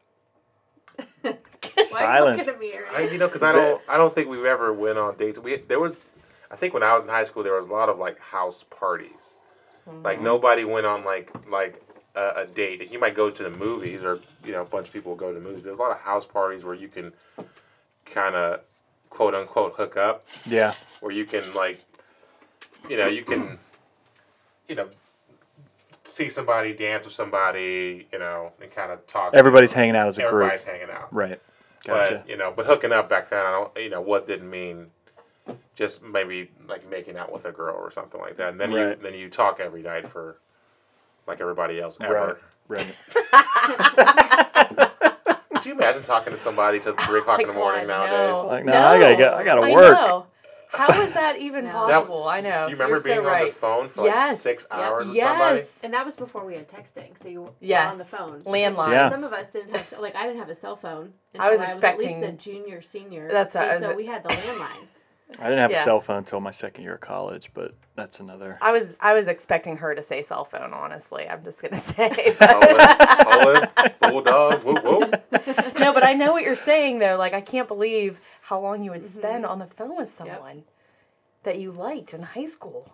A: silence?
D: Why are you looking at me?
C: I, you know, because I don't, I don't think we ever went on dates. We there was, I think when I was in high school, there was a lot of like house parties. Like nobody went on like like a, a date. You might go to the movies, or you know, a bunch of people go to the movies. There's a lot of house parties where you can kind of quote unquote hook up,
A: Yeah,
C: where you can like, you know, you can, you know. See somebody dance with somebody, you know, and kind of talk.
A: everybody's hanging out as a group,
C: Everybody's hanging out,
A: right? Gotcha.
C: but you know, but hooking up back then, I don't, you know, what didn't mean just maybe like making out with a girl or something like that. And then
A: Right.
C: you then you talk every night for like everybody else ever.
A: right, right.
C: Could you imagine talking to somebody till three o'clock in the morning
B: Oh God,
C: nowadays?
B: no.
A: Like, nah, I gotta get- I gotta
B: I
A: work.
B: know. How is that even
D: No.
B: possible? I know.
C: Do you remember
B: You're
C: being
B: so
C: on
B: right.
C: the phone for like
B: Yes.
C: six
D: Yeah.
C: hours with somebody?
B: Yes.
D: And that was before we had texting, so you were
B: Yes.
D: on the phone.
B: Landline.
A: Yeah.
D: Some of us didn't have, like, I didn't have a cell phone. Until
B: was
D: I was at
B: expecting-
D: least a junior, senior.
B: That's what I
D: and
B: was-
D: So we had the landline.
A: I didn't have
B: Yeah.
A: a cell phone until my second year of college, but that's another.
B: I was I was expecting her to say cell phone. Honestly, I'm just gonna say.
C: Colin, Colin, bulldog, whoop whoop.
B: no, but I know what you're saying though. Like I can't believe how long you would spend on the phone with someone that you liked in high school.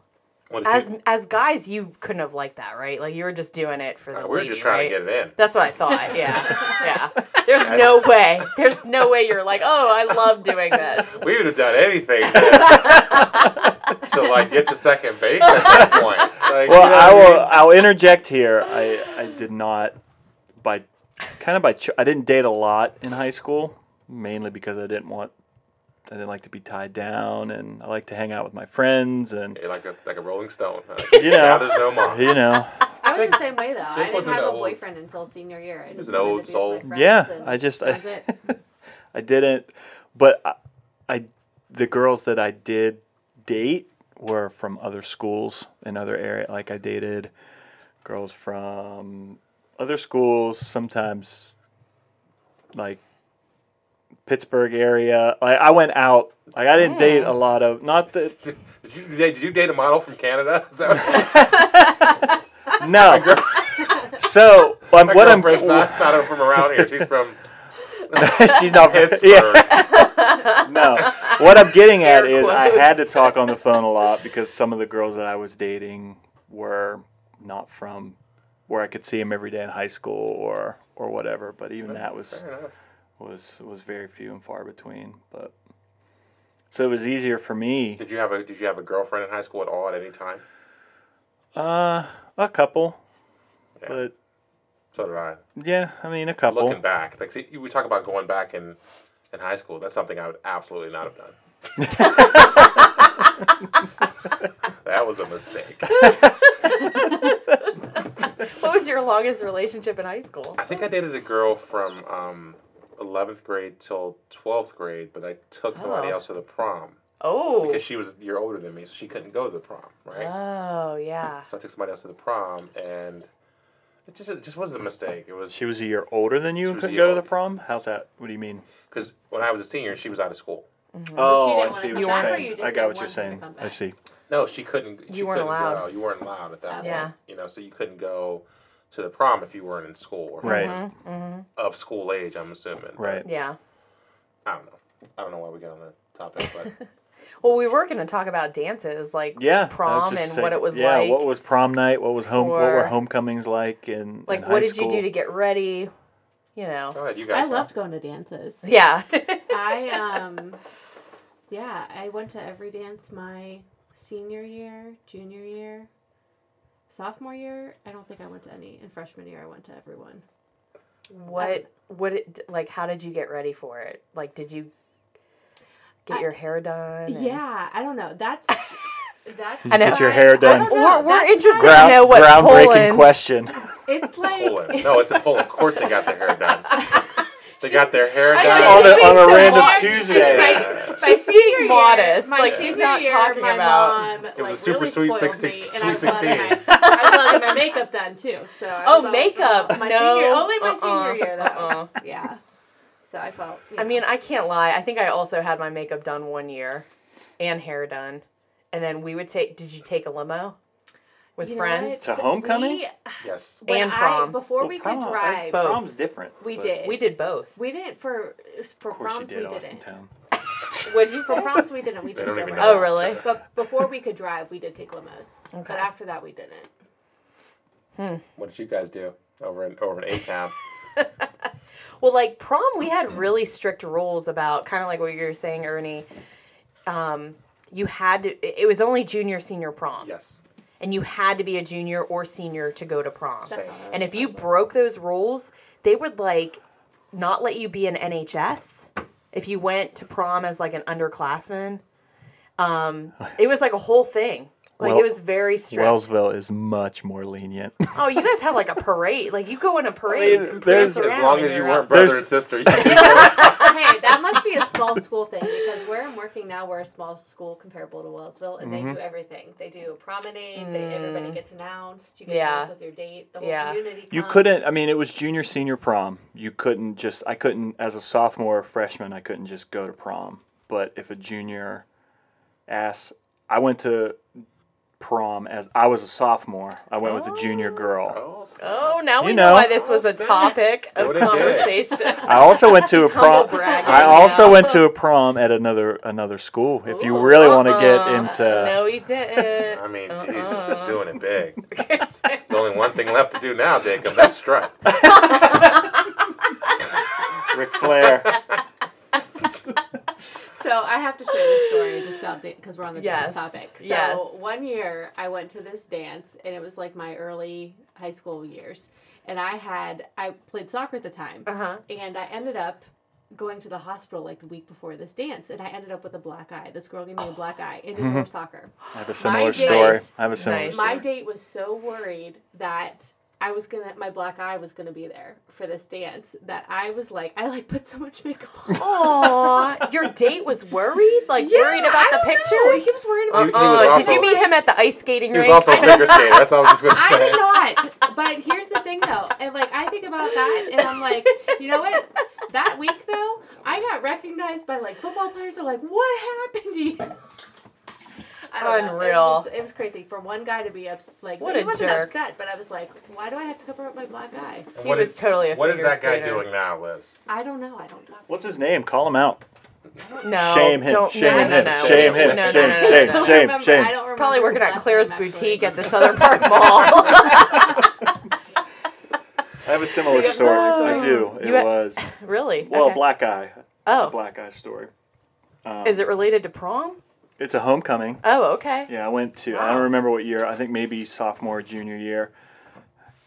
C: What did
B: As
C: you-
B: as guys, you couldn't have liked that, right? Like you were just doing it for the.
C: Uh, we were
B: lady,
C: just trying
B: right?
C: to get it in.
B: That's what I thought. Yeah, yeah. There's no way. There's no way you're like, oh, I love doing this.
C: We would have done anything to, to, like get to second base at that point. Like,
A: Well,
C: you know
A: I
C: what
A: will.
C: mean?
A: I'll interject here. I I did not by kind of by cho- I didn't date a lot in high school, mainly because I didn't want I didn't like to be tied down, and I like to hang out with my friends, and
C: You're like a like a Rolling Stone. Like,
A: You know.
C: now there's no mom.
A: you know,
D: I was the same way, though. I didn't
C: wasn't
D: have a
C: that old.
D: boyfriend until senior year. I just
C: an old
D: wanted to be
C: soul.
D: with my friends
A: yeah.
D: and
A: I just
D: that was
A: I,
D: it.
A: I didn't, but I, I the girls that I did date were from other schools and other area. Like I dated girls from other schools, sometimes like Pittsburgh area. Like I went out. Like I didn't date a
C: Mm.
A: lot of not that
C: Did you, did you date a model from Canada? Is that what
A: no. so um,
C: my
A: what I'm
C: girlfriend's not, not from around here. She's from
A: she's not
C: Pittsburgh.
A: Yeah. no. What I'm getting at
B: Air
A: is I
B: quotes.
A: had to talk on the phone a lot because some of the girls that I was dating were not from where I could see them every day in high school or or whatever. But even that was
C: Fair enough.
A: was was very few and far between. But so it was easier for me.
C: Did you have a Did you have a girlfriend in high school at all at any time?
A: Uh, a couple,
C: Yeah.
A: but
C: So did I.
A: yeah, I mean a couple.
C: Looking back, like see, we talk about going back in in high school. That's something I would absolutely not have done. that was a mistake.
B: What was your longest relationship in high school?
C: I think I dated a girl from um, 11th grade till 12th grade, but I took somebody
B: Oh.
C: else to the prom.
B: Oh.
C: because she was a year older than me, so she couldn't go to the prom, right?
B: Oh yeah.
C: So I took somebody else to the prom, and it just it just was a mistake. It was
A: She was a year older than you
C: She
A: and
C: was a
A: couldn't
C: year
A: go to the
C: older.
A: prom. How's that? What do you mean?
C: because when I was a senior, she was out of school.
A: Oh, I see
D: didn't wanna
A: what
D: come
A: you're
D: back, or
A: saying.
D: you just
A: I got
D: didn't
A: what you're
D: want her to
A: saying.
D: come
A: I
D: back?
A: see.
C: No, she couldn't. She
B: You weren't
C: couldn't
B: allowed.
C: Go. You weren't allowed at that
B: Yeah.
C: point. You know, so you couldn't go to the prom if you weren't in school or if you
A: Right.
C: weren't
D: Mm-hmm.
C: of school age. I'm assuming. but
A: Right.
B: Yeah.
C: I don't know. I don't know why we got on the topic, but
B: Well, we were going to talk about dances, like
A: yeah I was
B: prom and
A: just
B: what
A: saying-
B: it was
A: yeah
B: like.
A: what was prom night what was home what were
B: for-
A: homecomings like and
B: like, what did you do to get ready? You know.
C: all right, you guys.
D: I
C: go.
D: loved going to dances.
B: Yeah.
D: I um yeah, I went to every dance my senior year, junior year, sophomore year. I don't think I went to any. And freshman year I went to everyone. Um,
B: what? What? It, like, how did you get ready for it? Like, did you get
D: I-
B: your hair done? and-
D: Yeah, I don't know. That's that's
A: you
B: know.
A: get your hair
D: I
A: done
D: don't know.
B: We're, we're
D: That's
B: interested
A: Ground-
B: to know what
A: groundbreaking
B: Poland-
A: question
D: It's like
C: Poland. No, it's in Poland. Of course, they got their hair done. They got their hair
B: I
C: done.
B: know,
A: On
B: she's
A: a- on
B: being
A: a random
B: hard.
A: Tuesday.
B: She's, by, by
D: She's
B: being modest, like she's not talking
D: my
B: about.
D: Mom, like,
C: It was a super
D: really
C: sweet
D: spoiled
C: six-
D: me,
C: six-
D: and I was
C: sweet
D: allowed to get
C: 16.
D: My, I was allowed to get my makeup done too. So I
B: Oh,
D: was all-
B: makeup.
D: My
B: no,
D: senior, only my
B: uh-uh,
D: senior year though.
B: uh-uh.
D: Yeah. So I felt. you
B: I
D: know.
B: mean, I can't lie. I think I also had my makeup done one year, and hair done, and then we would take. Did you take a limo with
D: You know
B: friends?
A: To
D: what?
A: homecoming?
D: We,
C: Yes.
D: when
B: And
D: I-
B: prom.
D: before
A: Well,
D: we could
A: prom, I-
D: drive,
B: Both.
A: Prom's different.
D: We
A: but
D: did.
B: We did both.
D: we didn't for for
A: Of course,
D: proms.
A: you did,
D: we
A: Austin
D: didn't.
A: Town.
B: What'd you
D: For
B: say?
D: proms, we didn't. We
C: They
D: just
C: don't
D: drove.
C: even
D: our
C: know.
B: Oh,
D: own.
B: really?
D: But before we could drive, we did take limos.
B: Okay.
D: But after that, we didn't.
C: What did you guys do over in over in A town?
B: Well, like prom, we had really strict rules about kind of like what you were saying, Ernie. Um, you had to. it- It was only junior senior prom,
C: yes.
B: and you had to be a junior or senior to go to prom.
D: That's
C: Same.
D: all.
B: and if you broke those rules, they would like not let you be an NHS if you went to prom as like an underclassman. Um, it was like a whole thing. Like
A: Well-
B: it was very strict.
A: Wellsville is much more lenient.
B: oh, you guys had like a parade. Like you go in a parade.
A: I mean,
B: and
A: there's-
B: prance
A: As
C: As
B: around
C: long
B: and
C: as you
B: you're
C: weren't
B: out.
C: brother
A: There's-
C: and sister, you could-
D: hey, that must be a small school thing because where I'm working now, we're a small school comparable to Wellsville, and
B: Mm-hmm.
D: they do everything. They do promenade. They, everybody gets announced. You get
B: Mm. Yeah.
D: announced with your date. The whole
B: Yeah.
D: community. Comes.
A: You couldn't. I mean, it was junior senior prom. You couldn't just. I couldn't as a sophomore or freshman. I couldn't just go to prom. But if a junior asks, I went to prom as I was a sophomore. I went with a junior girl.
C: Oh, snap.
B: Oh, now we
A: You
B: know.
A: know.
B: why this was a
C: Snap.
B: topic
C: Do
B: of
C: it again.
B: conversation.
A: I also went to a prom.
B: humble bragging
A: I also
B: now.
A: went to a prom at another another school. If you
D: Ooh,
A: really want to get
B: Uh-uh.
A: into,
B: No, he didn't.
C: I mean, Jesus,
B: Uh-uh.
C: doing it big. There's only one thing left to do now, Jacob. That's strut.
A: Ric Flair,
D: So I have to share this story just about because we're on the
B: Yes.
D: dance topic. So
B: Yes.
D: one year I went to this dance and it was like my early high school years, and I had I played soccer at the time,
B: Uh-huh.
D: and I ended up going to the hospital like the week before this dance, and I ended up with a black eye. This girl
B: Oh.
D: gave me a black eye and didn't know soccer.
A: I have a similar
D: days.
A: story. I have a similar.
B: Nice.
A: Story.
D: My date was so worried that I was gonna my black eye was gonna be there for this dance that I was like I like put so much makeup on.
B: Aw, your date was worried? Like, worried about
D: I
B: the
D: don't know.
B: pictures?
D: He was worried
B: Uh,
D: about
C: He- he
D: the
C: was
B: uh,
C: also-
B: did you meet him at the ice skating
C: He was
B: rink?
C: also a
B: I
C: figure skater. That's all I was just going to
D: I
C: say.
D: did not. But here's the thing, though, and like I think about that, and I'm like, you know what? That week, though, I got recognized by like football players. Are like, what happened to you? I don't know. It
B: Unreal.
D: was, just, it was crazy for one guy to be ups- like.
B: What
D: he
B: a
D: wasn't
B: jerk.
D: upset, but I was like, why do I have to cover up my black eye?
C: And
B: He
C: what
B: was
C: is-
B: totally a
C: What is
B: figure
C: that guy
B: skater.
C: doing now, Liz?
D: I don't know. I don't know.
A: What's his name? Call him out.
B: No,
A: Shame him,
B: Don't,
A: shame
B: no, no,
D: him,
B: no, no.
C: shame him,
B: No, no,
C: shame,
B: no, no,
A: shame,
B: no, no.
D: I don't
A: shame,
D: remember.
A: shame.
D: I don't remember
B: He's probably
D: his
B: working at
D: last
B: Claire's
D: name, actually.
B: boutique at the Southern Park Mall.
A: I have a similar
D: So you
A: story.
D: have a similar
A: I do.
B: story.
A: It
B: You ha-
A: was
B: really?
A: well,
B: Okay.
A: black eye. It's
B: Oh.
A: a black eye story.
B: Is it related to prom?
A: It's a homecoming.
B: Oh, okay.
A: Yeah, I went to. I don't remember what year. I think maybe sophomore, junior year.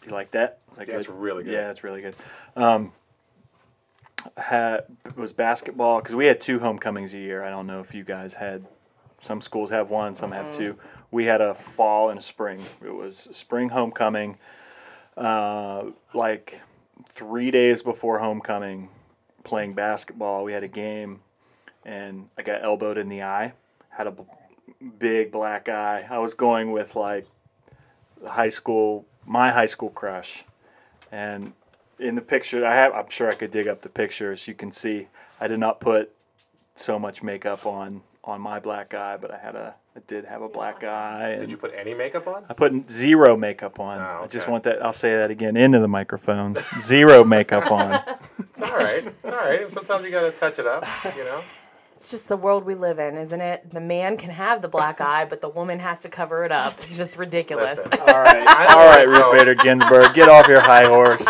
A: You like that? Like
C: Yeah, it's really good.
A: Yeah, it's really good. Um, had was basketball because we had two homecomings a year. I don't know if you guys had. Some schools have one, some have two. We had a fall and a spring. It was spring homecoming. Uh, like three days before homecoming, playing basketball, we had a game, and I got elbowed in the eye. Had a b- big black eye. I was going with like the high school, my high school crush, and in the picture I have, I'm sure I could dig up the pictures. You can see I did not put so much makeup on on my black eye, but I had a, I did have a black eye.
C: Did
A: and
C: you put any makeup on?
A: I put zero makeup on.
C: Oh,
A: I just
C: okay.
A: want that. I'll say that again into the microphone. zero makeup on.
C: It's all right. It's all right. Sometimes you got to touch it up, you know?
B: It's just the world we live in, isn't it? The man can have the black eye, but the woman has to cover it up. It's just ridiculous.
C: Listen,
A: All right,
C: I
A: all right,
C: don't know.
A: Ruth Bader Ginsburg, get off your high horse.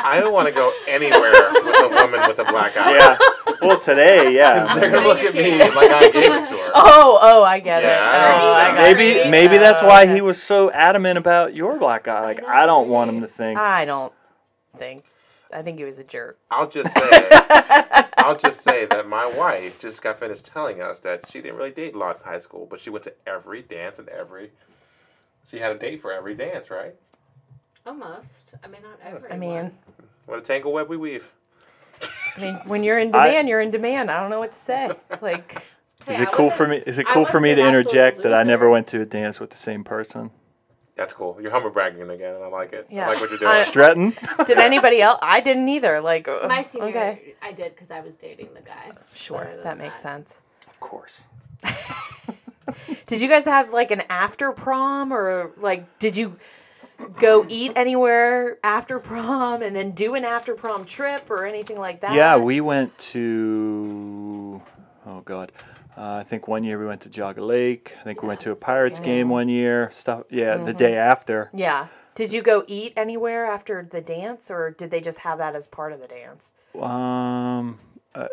C: I don't want to go anywhere with a woman with a black eye.
A: Yeah. Well, today, yeah.
C: They're going to
D: No,
C: look
D: you
C: at me
D: can't.
C: like I gave it to her.
B: Oh, oh, I get it.
C: Yeah, I
B: Oh,
C: don't
B: I
C: know.
B: got
A: maybe
B: you.
A: maybe that's
B: Oh,
A: why
B: okay.
A: he was so adamant about your black eye. Like
D: know,
A: I, don't want
D: right?
A: him to think.
D: Uh,
B: I don't think. I think he was a jerk.
C: I'll just say, I'll just say that my wife just got finished telling us that she didn't really date a lot in high school, but she went to every dance and every. She had a date for every dance, right?
D: Almost. I mean, not everyone.
B: I mean,
C: What a tangle web we weave.
B: I mean, when you're in
A: I-
B: demand, you're in demand. I don't know what to say. Like,
A: Is
D: Hey,
A: it
D: I
A: cool for
D: wasn't-
A: me? Is it
D: I
A: cool for me
D: wasn't
A: to
D: an absolute
A: interject that I never
D: loser.
A: went to a dance with the same person?
C: That's cool. You're humble bragging again, and I like it.
B: Yeah.
C: I like what you're doing.
B: I-
A: Stretton.
B: did anybody else? I didn't either. Like, uh,
D: My senior,
B: okay,
D: year, I did because I was dating the guy.
B: sure,
D: Other than
B: that makes sense.
A: Of course.
B: Did you guys have like an after prom or like did you go eat anywhere after prom and then do an after prom trip or anything like that?
D: Uh,
A: Yeah, we went to. Oh God, uh, I think one year we went to Jogga Lake. I think we went to a Pirates game one year. Stuff. Yeah,
D: Mm-hmm.
A: the day after.
B: Yeah. Did you go eat anywhere after the dance or did they just have that as part of the dance?
A: Um, uh,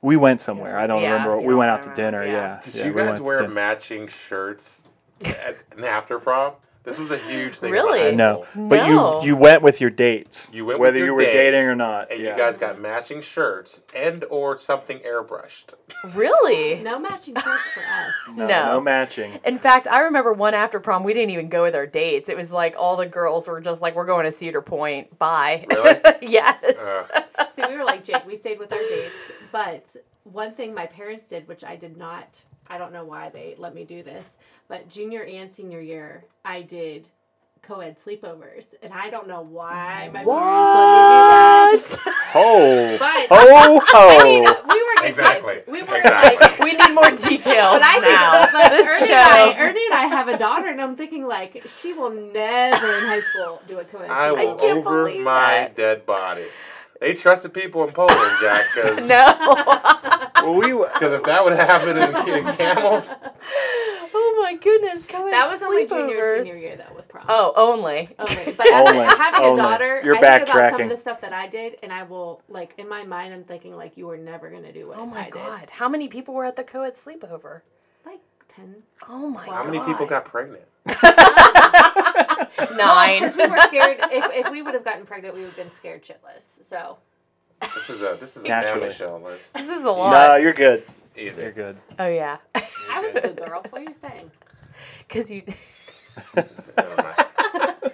A: we went somewhere. I don't
B: Yeah,
A: remember.
B: you
A: We
B: don't
A: went out to
B: remember,
A: dinner.
B: yeah.
A: Yeah.
C: Did
A: yeah,
C: you
A: we
C: guys
A: went to
C: wear
A: dinner.
C: matching shirts at an after prom? This was a huge thing. about
B: Really?
C: high
A: No,
C: school.
A: but
B: No.
A: you you went with your dates.
C: You went with
A: whether
C: your
A: you were
C: dates,
A: dating or not.
C: And
A: yeah.
C: you guys got matching shirts and or something airbrushed.
B: Really?
D: No matching shirts for us.
A: no,
B: No.
A: no matching.
B: Oh, In fact, I remember one after prom, we didn't even go with our dates. It was like all the girls were just like, we're going to Cedar Point. Bye.
C: Really?
B: yes.
C: Uh,
D: so we were like Jake. We stayed with our dates, but one thing my parents did, which I did not. I don't know why they let me do this, but junior and senior year, I did co-ed sleepovers, and I don't know why my parents
B: what?
A: Ho,
D: let me do that. But
A: ho, ho.
D: we were
C: Exactly.
D: kids. We were
C: Exactly.
D: like.
B: we need more details
D: But I think,
B: now.
D: but
B: This
D: Ernie,
B: show.
D: and I, Ernie and I have a daughter, and I'm thinking like she will never in high school do a co-ed.
C: I
D: sleepover.
C: will
B: can't
C: over
B: believe
C: my
B: that.
C: dead body. They trusted people in Poland, Jack. Because
B: No.
A: Well, we w-
C: if that would happen in, in Camel,
B: oh my goodness. Come
D: That
B: in
D: was only junior
B: sleepovers.
D: and senior year though with prom.
B: Oh, only.
D: Only. But as
A: Only.
D: a, having
A: Only.
D: a daughter,
A: You're
D: I think about some
A: backtracking.
D: of the stuff that I did, and I will like in my mind, I'm thinking like you were never gonna do what
B: Oh
D: I
B: my
D: did.
B: god. How many people were at the co ed sleepover?
D: Like ten.
B: Oh my god.
C: how many people got pregnant?
B: nine?
D: Because Oh, we were scared. If, if we would have gotten pregnant, we would have been scared shitless. So
C: This is a this is a
A: Naturally.
C: family show, Liz.
B: This is a
A: no,
B: lot.
A: you're good. You're
C: Easy.
A: good.
B: Oh yeah.
D: I was a good girl. What are you saying?
B: Because you,
C: Never mind.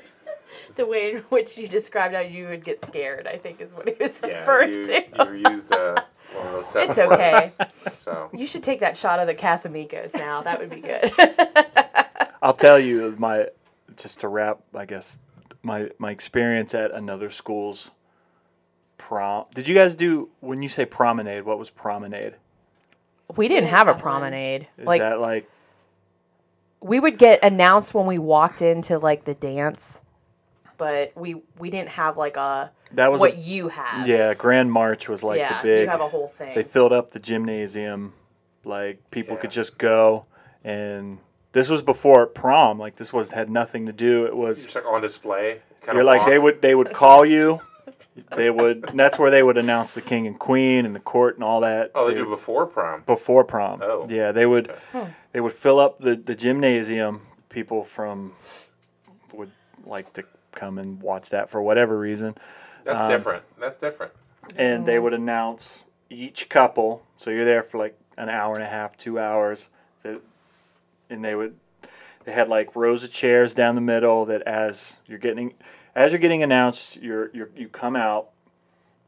B: the way in which you described how you would get scared, I think is what he was
C: Yeah,
B: referring
C: you,
B: to.
C: you used uh, one of those seven
B: It's okay.
C: words, so
B: You should take that shot of the Casamigos now. That would be good.
A: I'll tell you my just to wrap. I guess my my experience at another school's prom. Did you guys do when you say promenade? What was promenade?
B: we didn't have a promenade.
A: Is
B: Like
A: that like
B: we would get announced when we walked into like the dance, but we we didn't have like a
A: that was
B: what
A: a,
B: you have.
A: yeah? Grand march was like
B: yeah.
A: the big.
B: you have a whole thing.
A: they filled up the gymnasium like people
C: Yeah.
A: could just go and this was before prom like this was had nothing to do it was
C: you're just like on display. Kind
A: you're like they would they would call you they would and that's where they would announce the king and queen and the court and all that
C: Oh, they
A: They-
C: do before prom.
A: before prom
C: Oh.
A: yeah they would
B: Hmm.
A: they would fill up the the gymnasium people from would like to come and watch that for whatever reason
C: That's
A: Um,
C: different. That's different.
A: and they would
B: Oh.
A: announce each couple. So you're there for like an hour and a half, two hours. That, and they would they had like rows of chairs down the middle. That as you're getting as you're getting announced, you're, you're you come out.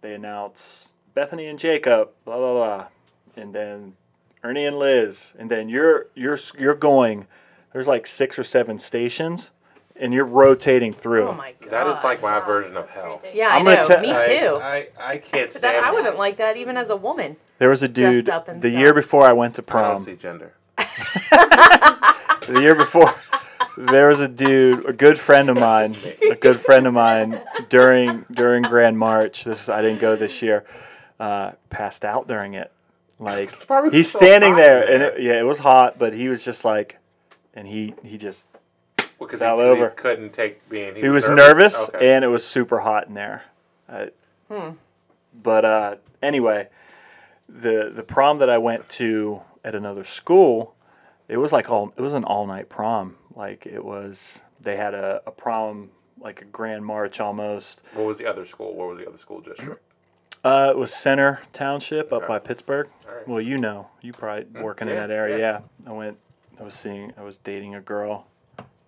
A: They announce Bethany and Jacob, blah blah blah, and then Ernie and Liz, and then you're you're you're going. There's like six or seven stations, and you're rotating through.
B: oh my god.
C: That is like my version of hell.
B: Yeah, i
A: I'm gonna
B: know.
A: tell-
B: Me
C: I,
B: too.
C: I, I can't
B: But that,
C: stand.
B: I wouldn't like that even as a woman.
A: There was a dude
B: up and
A: the year
B: stuff.
A: before I went to
C: I don't
A: prom.
C: see gender.
A: the year before there was a dude a good friend of mine a good friend of mine during during grand march this is, i didn't go this year uh, passed out during it like
C: Probably
A: he's
C: so
A: standing
C: hot
A: there,
C: there.
A: and it, yeah it was hot but he was just like and he he just
C: Because
A: Fell
C: he, 'cause he
A: over.
C: couldn't take being. He,
A: he was nervous,
C: nervous, Okay.
A: and it was super hot in there I,
B: Hmm.
A: but uh, anyway the the prom that i went to at another school it was like all it was an all night prom like it was they had a, a prom like a grand march almost
C: What was the other school? What was the other school district?
A: uh, it was center township up by pittsburgh
C: Alright.
A: well you know you probably working in
C: Mm, yeah,
A: that area
C: yeah.
A: yeah i went i was seeing i was dating a girl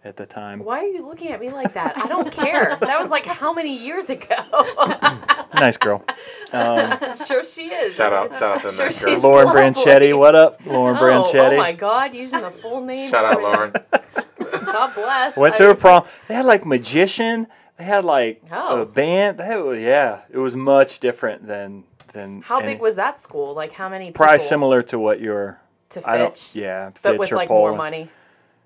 A: at the time.
B: Why are you looking at me like that? I don't care. That was like how many years ago?
A: Nice girl. Um,
B: sure she is.
C: Shout out, shout out to the
B: Sure
C: nice
B: she's-
C: girl.
A: Lauren
B: Lovely.
A: Branchetti, what up, Lauren
B: Oh,
A: Branchetti?
B: Oh my God, using the full name.
C: Shout out, Lauren.
B: God bless.
A: Went
B: I
A: to her
B: mean,
A: prom. They had like magician. They had like
B: Oh.
A: a band. They had, yeah, it was much different than than.
B: How
A: any-
B: big was that school? Like how many? People
A: Probably similar to what your.
B: to
A: I don't-
B: Fitch.
A: yeah,
B: but
A: Fitch
B: with
A: or
B: like
A: Poland.
B: more money.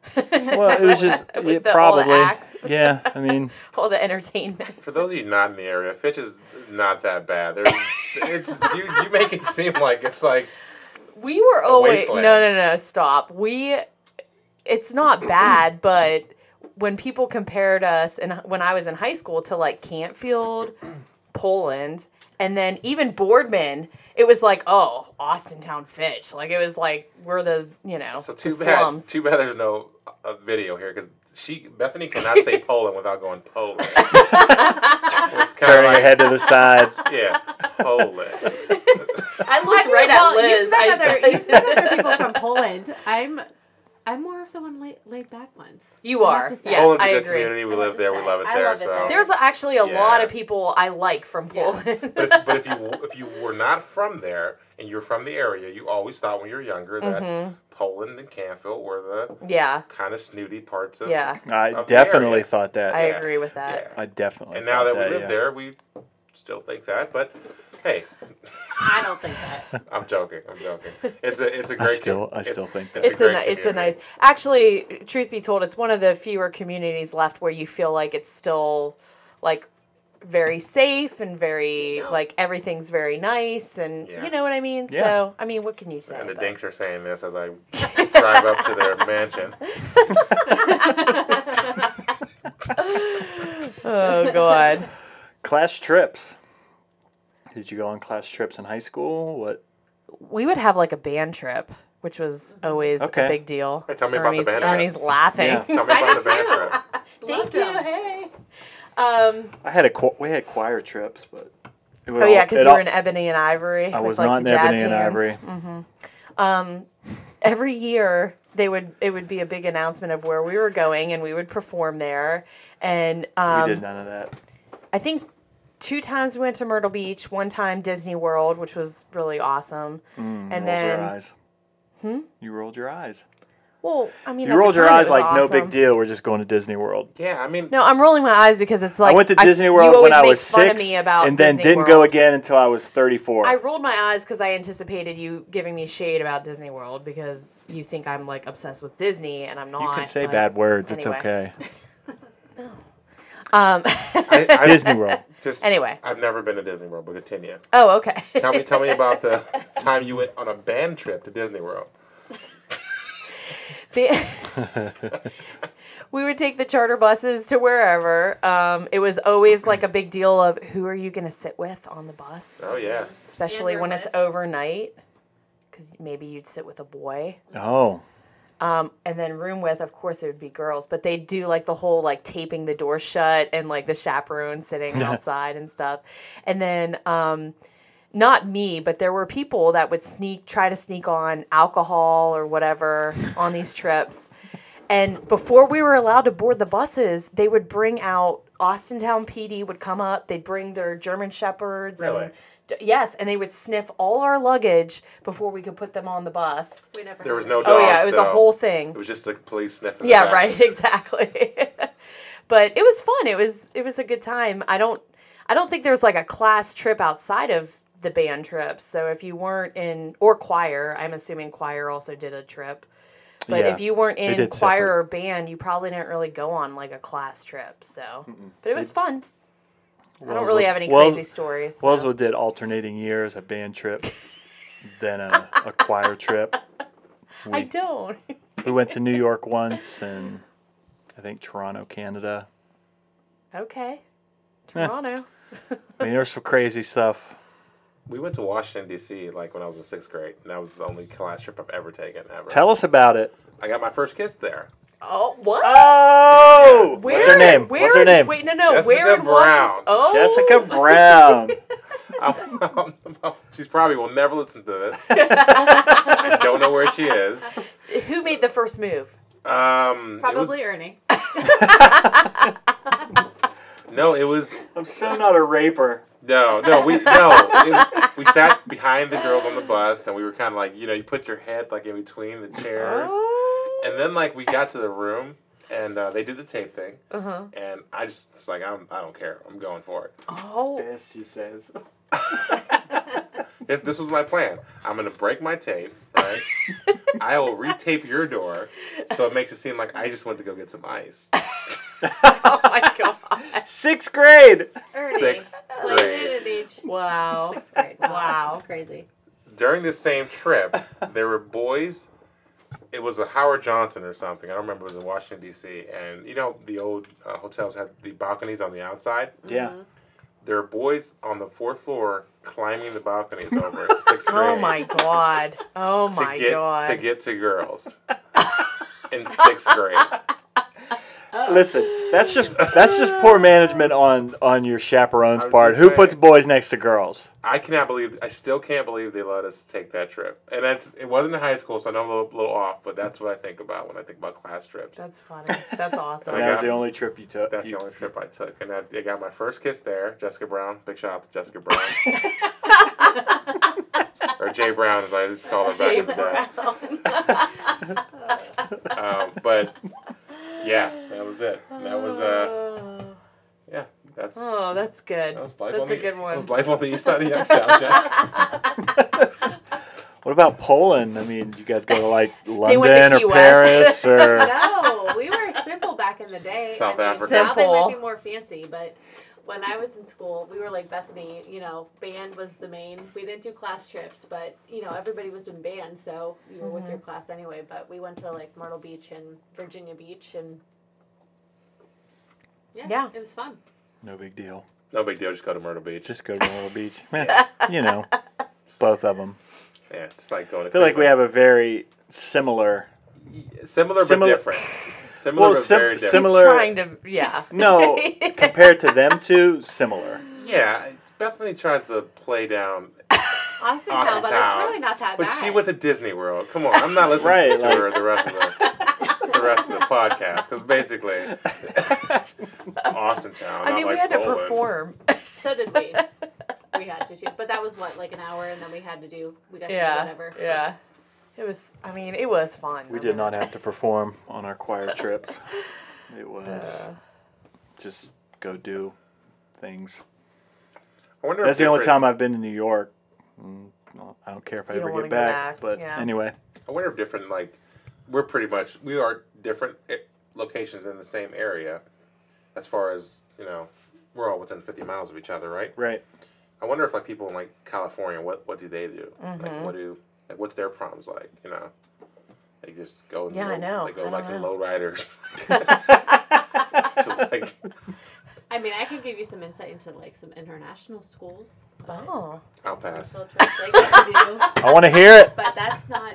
A: Well, it was just
B: With
A: yeah,
B: the- all the
A: probably.
B: acts.
A: Yeah, I mean,
B: All the entertainment.
C: For those of you not in the area, Fitch is not that bad. There's, it's you, you make it seem like it's like
B: We were always no
C: wasteland.
B: no no stop. We it's not bad, but when people compared us and when I was in high school to like Campfield, Poland, and then even Boardman, it was like, oh, Austintown Fish. Like it was like we're the you know
C: so
B: the
C: too bad.
B: slums.
C: Too bad there's no uh, video here because she Bethany cannot say Poland without going Poland. It's kinda
A: turning
C: like,
A: your head to the side.
C: Yeah, Poland.
B: I looked
D: feel-
B: right
D: well,
B: at Liz.
D: You've met,
B: I-
D: other, you've met other people from Poland. I'm, I'm more of the one laid, laid back ones.
B: You
D: I have
B: are,
D: to say.
B: yes.
C: Poland's a
B: I
C: good
B: agree.
C: community. We
D: I
C: live
D: love
C: there. We
D: it
C: love it
D: there. I
C: there.
D: love it
C: so.
D: there.
B: there's actually a
C: Yeah.
B: lot of people I like from
D: Yeah.
B: Poland.
C: But if, but if you if you were not from there and you were from the area, you always thought when you were younger that
B: Mm-hmm.
C: Poland and Canfield were the
B: yeah,
C: kind of snooty parts of
B: yeah,
A: I
C: Of the
A: definitely
C: area.
A: thought that.
B: I
A: I,
C: Yeah.
B: agree with that.
C: Yeah.
A: definitely.
C: And now
A: thought
C: that we live
A: yeah.
C: there, we still think that. But hey,
D: I don't think that.
C: I'm joking. I'm joking. It's a it's a
A: I
C: great.
A: still, I
C: it's-
A: still think that.
B: it's a,
C: great
B: ni- it's a nice
C: community.
B: actually truth be told it's one of the fewer communities left where you feel like it's still like very safe and very like everything's very nice and
C: Yeah.
B: you know what i mean
A: Yeah.
B: so i mean what can you say
C: And the
B: but-
C: dinks are saying this as I drive up to their mansion.
B: oh god
A: Class trips. Did you go on class trips in high school? What?
B: we would have like a band trip which was always
A: Okay.
B: a big deal
C: Hey, tell me about the
B: Ernie's-
C: band trip.
B: Ernie's laughing
A: Yeah.
C: Tell me
D: I
C: about
D: did
C: the band
D: too.
C: trip.
B: thank
D: Loved
B: you
D: them.
B: hey um,
A: I had a qu- we had choir trips, but it would
B: oh yeah
A: all-
B: because
A: it
B: you
A: all-
B: were in ebony and ivory
A: I
B: with,
A: was
B: like,
A: not
B: the
A: in
B: jazz
A: ebony and
B: hands.
A: ivory.
B: every year they would it would be a big announcement of where we were going and we would perform there and um,
A: we did none of that.
B: i think two times we went to myrtle beach one time disney world which was really awesome and
A: Mm, Rolls your
B: then
A: eyes. Hmm? You rolled your eyes.
B: well i mean
A: You
B: at the
A: rolled your
B: time it
A: eyes
B: was
A: like no big
B: awesome.
A: deal. We're just going to Disney World.
C: Yeah, I mean,
B: no i'm rolling my eyes because it's like
A: I went to Disney
B: you
A: World when
B: always
A: I
B: make
A: was
B: fun of
A: six,
B: me about
A: and then
B: Disney
A: didn't
B: World.
A: go again until I was thirty-four.
B: I rolled my eyes because I anticipated you giving me shade about Disney World because you think I'm like obsessed with Disney and I'm not.
A: you can say
B: but-
A: bad words. It's okay.
B: anyway. Um,
C: I, I
A: Disney World.
C: Just
B: anyway.
C: I've never been to Disney World, but continue.
B: Oh, okay.
C: Tell me, tell me about the time you went on a band trip to Disney World.
B: Ba- we would take the charter buses to wherever. Um, it was always like a big deal of who are you going to sit with on the bus,
C: Oh yeah,
B: especially
D: And
B: when
D: your
B: it's
D: wife.
B: overnight, because maybe you'd sit with a boy.
A: Oh,
B: Um, and then room with, of course, it would be girls, but they do like the whole like taping the door shut and like the chaperone sitting outside and stuff. And then um, not me, but there were people that would sneak, try to sneak on alcohol or whatever on these trips. And before we were allowed to board the buses, they would bring out Austintown PD would come up. They'd bring their German shepherds.
C: Really?
B: And, d- yes, and they would sniff all our luggage before we could put them on the bus.
D: We never
C: there was
D: had
C: no
D: it.
C: dogs.
B: Oh yeah, it was
C: though.
B: a whole thing.
C: It was just the police sniffing. the
B: Yeah,
C: back.
B: right, exactly. but it was fun. It was it was a good time. I don't I don't think there's like a class trip outside of the band trips. So if you weren't in or choir, I'm assuming choir also did a trip. But
A: Yeah,
B: if you weren't in choir
A: did separate.
B: or band, you probably didn't really go on like a class trip. So, but it was fun. I don't really
A: Wellswood-
B: have any
A: Wells-
B: crazy stories. so.
A: Wellsville did alternating years: a band trip, then a, a choir trip.
B: I don't.
A: We went to New York once, and I think Toronto, Canada. Eh.
B: okay. Toronto.
A: I mean, there's some crazy stuff.
C: We went to Washington D.C. like when I was in sixth grade, and that was the only class trip I've ever taken ever.
A: Tell us about it.
C: I got my first kiss there.
B: Oh, what?
A: Oh,
B: Where,
A: what's her name?
B: Where
A: what's her
B: in-
A: name?
B: Wait, no, no.
C: Jessica
B: where in
C: Brown.
B: Washington? Oh,
A: Jessica Brown.
C: Um, She's probably will never listen to this. I don't know where she is.
B: Who made the first move?
C: Um, it was-
D: Probably Ernie.
C: no, it was
A: I'm so not a raper.
C: No, no, we no. It- we sat behind the girls on the bus, and we were kind of like, you know, you put your head like in between the chairs,
B: Oh.
C: and then like we got to the room, and uh, they did the tape thing,
B: Uh-huh.
C: and I just was like, I'm, I don't care, I'm going for it.
B: Oh.
A: This, she says.
C: This, this was my plan. I'm gonna break my tape, right? I will retape your door, so it makes it seem like I just went to go get some ice.
B: oh my god.
A: Sixth grade.
D: Ernie.
C: Sixth
D: Played
C: grade.
D: it at age
B: Wow.
D: sixth grade. Wow.
B: Wow.
D: That's crazy.
C: During this same trip, there were boys. It was a Howard Johnson or something. I don't remember. It was in Washington D.C. And you know the old uh, hotels had the balconies on the outside.
A: Yeah.
B: Mm-hmm.
C: There were boys on the fourth floor climbing the balconies over at sixth grade
B: Oh my god. Oh
C: to
B: my
C: get
B: god.
C: to get to girls in sixth grade.
A: Listen, that's just that's just poor management on on your chaperone's
C: I'm
A: part.
C: just
A: Who
C: saying.
A: puts boys next to girls?
C: I cannot believe. I still can't believe they let us take that trip. And that's it wasn't in high school, so I know I'm a little, little off. But that's what I think about when I think about class trips.
B: That's funny. That's awesome.
C: I
A: And that was
C: got-
A: the only trip you took.
C: That's
A: you-
C: the only trip I took, and I, I got my first kiss there. Jessica Brown, big shout out to Jessica Brown, or Jay Brown, as I just call her back in the day. Um, but yeah, that was it. That was uh,
B: Oh.
C: yeah, that's that
B: Oh, that's good.
C: was life.
B: That's
C: on
B: a
C: the,
B: good
C: That
B: one.
C: was life on the east side of Youngstown, Jack.
A: What about Poland? I mean, you guys go to like
B: They went to
A: London
B: Key
A: or
B: West.
A: Paris or
D: No, we were simple back in the day.
C: South Africa.
D: Now they might be
B: Simple.
D: more fancy, but when I was in school, we were like Bethany. You know, band was the main. We didn't do class trips, but you know, everybody was in band, so you were with your class anyway. But we went to like Myrtle Beach and Virginia Beach, and yeah,
B: Yeah.
D: it was fun.
A: no big deal.
C: No big deal. Just go to Myrtle Beach.
A: Just go to Myrtle Beach. Man, you know, both of them.
C: yeah, just like going. To
A: I feel like we have a very similar.
C: similar,
A: similar-
C: but different. Similar
A: Well,
C: but
A: sim-
C: very different.
B: He's
A: similar-
B: trying to, yeah.
A: No, compared to them two, similar.
C: Yeah, Bethany tries to play down, Austin
D: Austin, Town, but it's
C: Town.
D: really not that
C: but
D: bad.
C: she went to Disney World. Come on, I'm not listening
A: Right,
C: to
A: like-
C: her the rest of the, the rest of the podcast because basically, Austin Town.
B: I mean, we
C: like
B: had to
C: Poland.
B: perform.
D: So did we. we had to too, but that was what like an hour, and then we had to do. We got to do
B: Yeah.
D: whatever.
B: Yeah. It was, I mean, it was fun.
A: We did not have to perform on our choir trips. It was just go do things.
C: I wonder if
A: That's the only
C: different-
A: time I've been to New York. Mm, well, I don't care if I
B: You don't
A: ever
B: wanna
A: get
B: go
A: back,
B: back,
A: But
B: yeah.
A: anyway,
C: I wonder if different like we're pretty much we are different i- locations in the same area, as far as you know, we're all within fifty miles of each other, right?
A: right.
C: I wonder if like people in like California, what what do they do?
B: Mm-hmm.
C: Like what do like what's their problems like? You know, they just go. in
B: Yeah, I
C: low-
B: know.
C: They
B: I
C: go
B: don't
C: like in
B: know.
C: low riders. to like
D: I mean, I could give you some insight into like some international schools. But
B: Oh.
C: I'll pass.
D: field trips like that do,
A: I want to hear it.
D: but that's not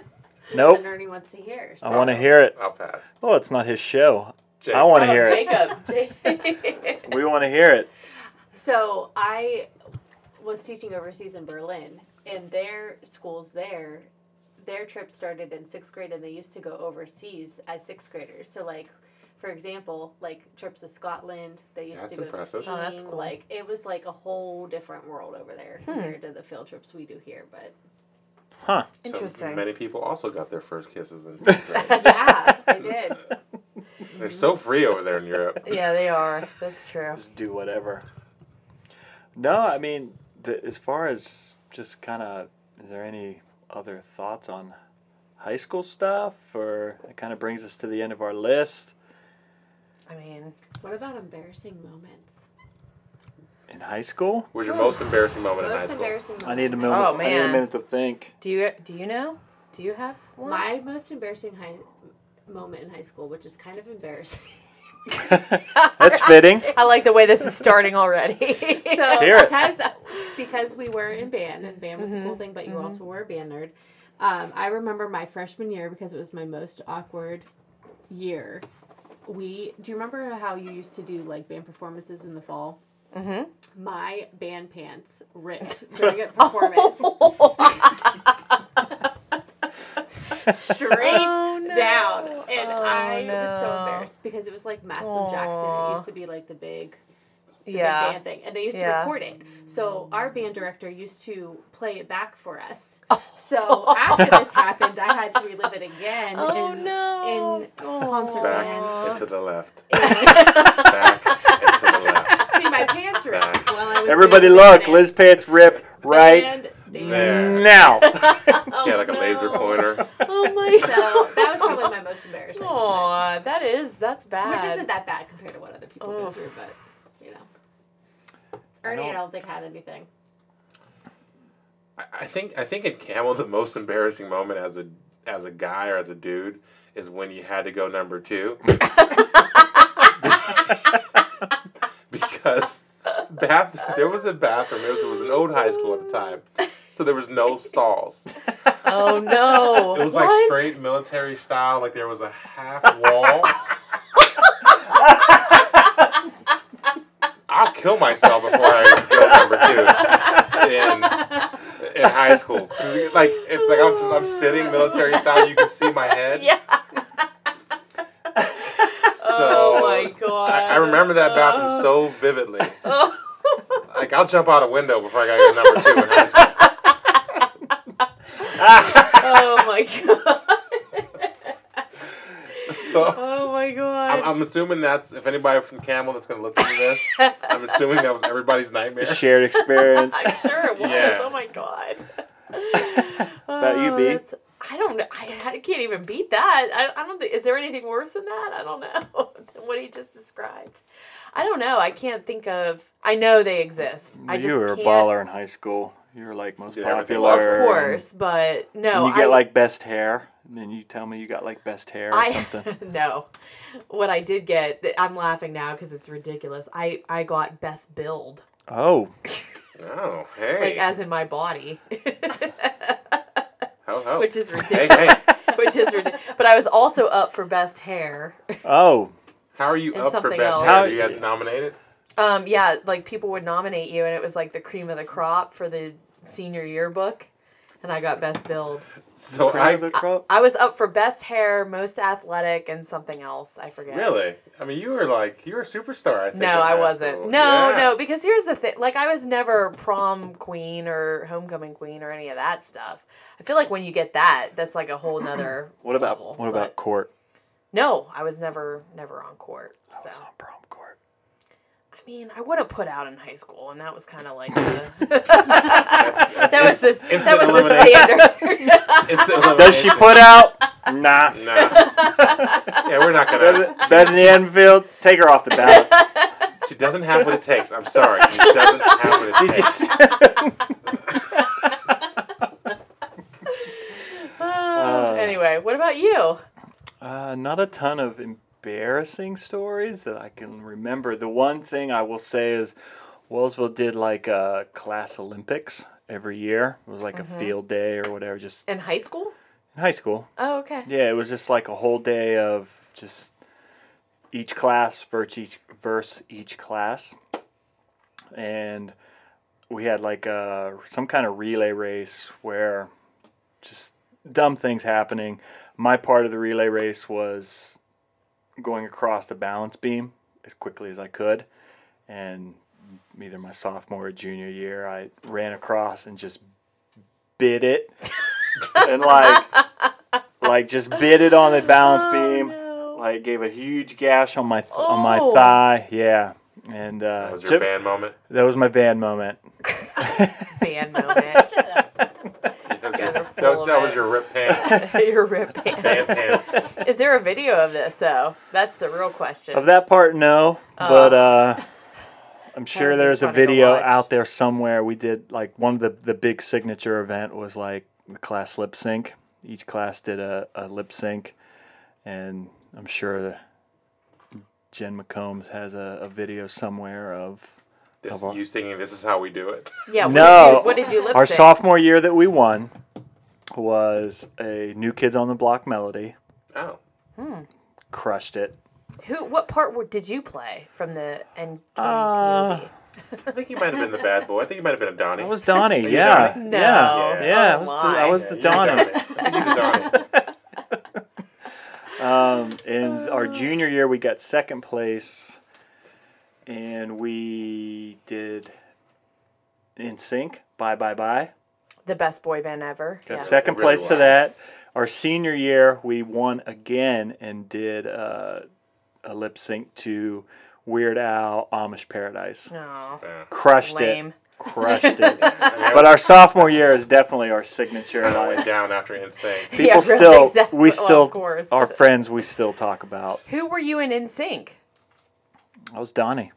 A: Nope.
D: what Ernie wants to hear.
A: I want to hear it.
C: I'll pass.
A: Well, it's not his show.
C: Jake,
A: I
D: Oh,
A: want to hear it.
B: Jacob.
A: We want to hear it.
D: So I was teaching overseas in Berlin, and their schools there, their trip started in sixth grade, and they used to go overseas as sixth graders. So like. For example, like trips to Scotland, they used
C: That's
D: to go
C: impressive.
D: skiing.
B: Oh, that's cool.
D: Like it was like a whole different world over there compared to the field trips we do here. But
A: Huh.
C: So
B: Interesting.
C: many people also got their first kisses in sixth grade.
D: yeah, they did.
C: They're so free over there in Europe.
B: yeah, they are. That's true.
A: Just do whatever. No, I mean, the, as far as just kind of, is there any other thoughts on high school stuff? Or it kind of brings us to the end of our list
B: I mean,
D: What about embarrassing moments?
A: in high school.
C: Was your most embarrassing moment in high
D: Most
C: school?
D: embarrassing moment.
A: I need a
D: in
A: minute.
D: high
B: Oh,
A: I need a
B: man.
A: minute to think.
B: do you do you know? Do you have
D: school.
B: one?
D: My most embarrassing high moment in high school, which is kind of embarrassing.
A: That's fitting.
B: I like the way this is starting already.
D: So
A: Hear it.
D: because because we were in band and band was a
B: Mm-hmm.
D: cool thing, but you also were a band nerd. Um, I remember my freshman year because it was my most awkward year. We do you remember how you used to do like band performances in the fall? Mm-hmm. My band pants ripped during a performance. Straight
B: Oh, no. Oh,
D: down, and I was so
B: no.
D: embarrassed because it was like Massive Jackson. It
B: Aw.
D: used to be like the big the big
B: yeah.
D: band thing, and they used to
B: Yeah.
D: record it. So our band director used to play it back for us.
B: Oh.
D: So after this happened, I had to relive it again.
B: Oh
D: and
B: no.
D: in concert
C: Back
D: Aw.
C: and to the left.
D: and
C: Back and to the left.
D: see my pants rip while I was
A: Everybody,
D: doing
A: look,
D: this.
A: Liz Pants rip right
D: And
C: There.
D: dance.
A: now.
D: Oh,
C: Yeah, like a
D: no.
C: laser pointer.
B: Oh my
D: So that was probably my most embarrassing. moment.
B: Aw, that is that's bad.
D: Which isn't that bad compared to what other people go
B: Oof.
D: through, but you know. Ernie, I
A: don't-
D: don't think had anything.
C: I- I think I think in Camel the most embarrassing moment as a as a guy or as a dude is when you had to go number two. because bath there was a bathroom. It was, it was an old high school at the time. So there was no stalls.
B: Oh no.
C: It was
B: what?
C: like straight military style, like there was a half wall. I'll kill myself before I go number two. And in high school. 'Cause you- Like if like I'm, I'm sitting military style, you can see my head.
B: Yeah.
C: So
B: oh my god.
C: I, I remember that bathroom so vividly.
B: Oh.
C: Like I'll jump out a window before I got to number two in high school.
B: oh my god.
C: So
B: Oh my god.
C: I'm, I'm assuming that's if anybody from Camel that's gonna listen to this, I'm assuming that was everybody's nightmare.
A: Shared experience.
B: I'm sure it was.
C: Yeah.
B: Oh my god.
A: About you,
B: Oh,
A: B?
B: that's- I don't know. I, I can't even beat that. I, I don't think. Is there anything worse than that? I don't know. than what he just described. I don't know. I can't think of. I know they exist. I just
A: you were a
B: can't.
A: baller in high school. You were like most
C: Did everything
A: popular.
B: Of course, but
A: And,
B: no.
A: you get
B: I,
A: like best hair. And then you tell me you got like best hair or something.
B: I no. What I did get, I'm laughing now because it's ridiculous. I I got best build,
A: Oh,
C: Oh hey,
B: like as in my body,
C: ho ho.
B: which is
C: hey
B: ridiculous.
C: hey,
B: which is ridiculous. But I was also up for best hair.
A: oh,
C: how are you
B: And
C: up for
B: something
C: best
B: else.
C: hair?
A: How-
C: you got nominated?
B: Um, yeah, like people would nominate you, and it was like the cream of the crop for the senior yearbook, and I got best build.
C: So
A: cream of
C: I
A: the crop.
B: I was up for best hair, most athletic, and something else. I forget.
C: Really? I mean, you were like you were a superstar. I think. in
B: No, I
C: high
B: wasn't.
C: school.
B: No,
C: Yeah.
B: no, because here's the thing. Like, I was never prom queen or homecoming queen or any of that stuff. I feel like when you get that, that's like a whole nother.
A: What about
B: level,
A: what about
B: but-
A: court?
B: No, I was never, never on court. So
A: I was on prom court.
B: I mean, I would have put out in high school, and that was kind of like the.
C: That's-
B: that was the that
C: instant
B: was the
C: elimination.
B: standard.
C: It's
A: Does she
C: elimination.
A: put out? Nah.
C: Nah. yeah, we're not gonna.
A: Bethany Enfield, take her off the ballot.
C: She doesn't have what it takes. I'm sorry. She doesn't have what it
A: You
C: takes.
A: just-
B: Uh, anyway, what about you?
A: Uh, not a ton of embarrassing stories that I can remember. The one thing I will say is Wellsville did like a class Olympics every year. It was like a field day or whatever, just
B: In high school?
A: in high school.
B: Oh, okay.
A: Yeah, it was just like a whole day of just each class versus each, versus each class. And we had like a, some kind of relay race where just dumb things happening. My part of the relay race was going across the balance beam as quickly as I could. And either my sophomore or junior year, I ran across and just bit it. and like like just bit it on the balance beam. Like gave a huge gash on my on my
B: Oh.
A: thigh. Yeah. And uh,
C: That was your
A: chip-
C: band moment.
A: that was my band moment.
B: Band moment.
C: That was
B: They're
C: your, that,
B: full of
C: that was
B: it.
C: your rip pants.
B: Your rip band.
C: Band pants.
B: Is there a video of this though? That's the real question.
A: Of that part, no. But
B: Oh.
A: uh, I'm sure
B: That'd be
A: there's a
B: funny to
A: video
B: watch.
A: out there somewhere. We did like one of the the big signature event was like the class lip sync. Each class did a, a lip sync, and I'm sure that Jen McCombs has a, a video somewhere of
C: This,
A: Of our-
C: you singing "This is how we do it."
B: yeah. What
A: No.
B: Did you, what did you lip
A: our
B: sync?
A: sophomore year that we won was a New Kids on the Block melody.
C: Oh,
A: Crushed it.
B: Who? What part were, did you play from the NKTOB?
A: Uh,
C: I think you might have been the bad boy. I think you might have been a Donnie.
A: That was Donnie.
C: you
A: yeah.
C: Donnie?
B: no.
A: Yeah.
C: Yeah.
A: Yeah,
B: Oh
A: I was the,
B: my.
A: I was the
C: Yeah, you're
A: Donnie.
C: I think he's a Donnie.
A: Um, In
B: Ah.
A: our junior year, we got second place, and we did In Sync, Bye Bye Bye.
B: The best boy band ever.
A: Got
B: Yes.
A: second
C: Really
A: place to
C: was.
A: that. Our senior year, we won again and did uh, a lip sync to Weird Al Amish Paradise.
B: Aw,
C: Yeah.
A: Crushed
B: lame.
A: it. Crushed it.
C: And that
A: But our sophomore year is definitely our signature.
C: kinda
A: Like,
C: went down after Insane.
A: people
B: really,
A: still,
B: exactly. Well,
A: we
B: of
A: still,
B: course.
A: our friends, we still talk about.
B: Who were you in In Sync?
A: I was Donnie.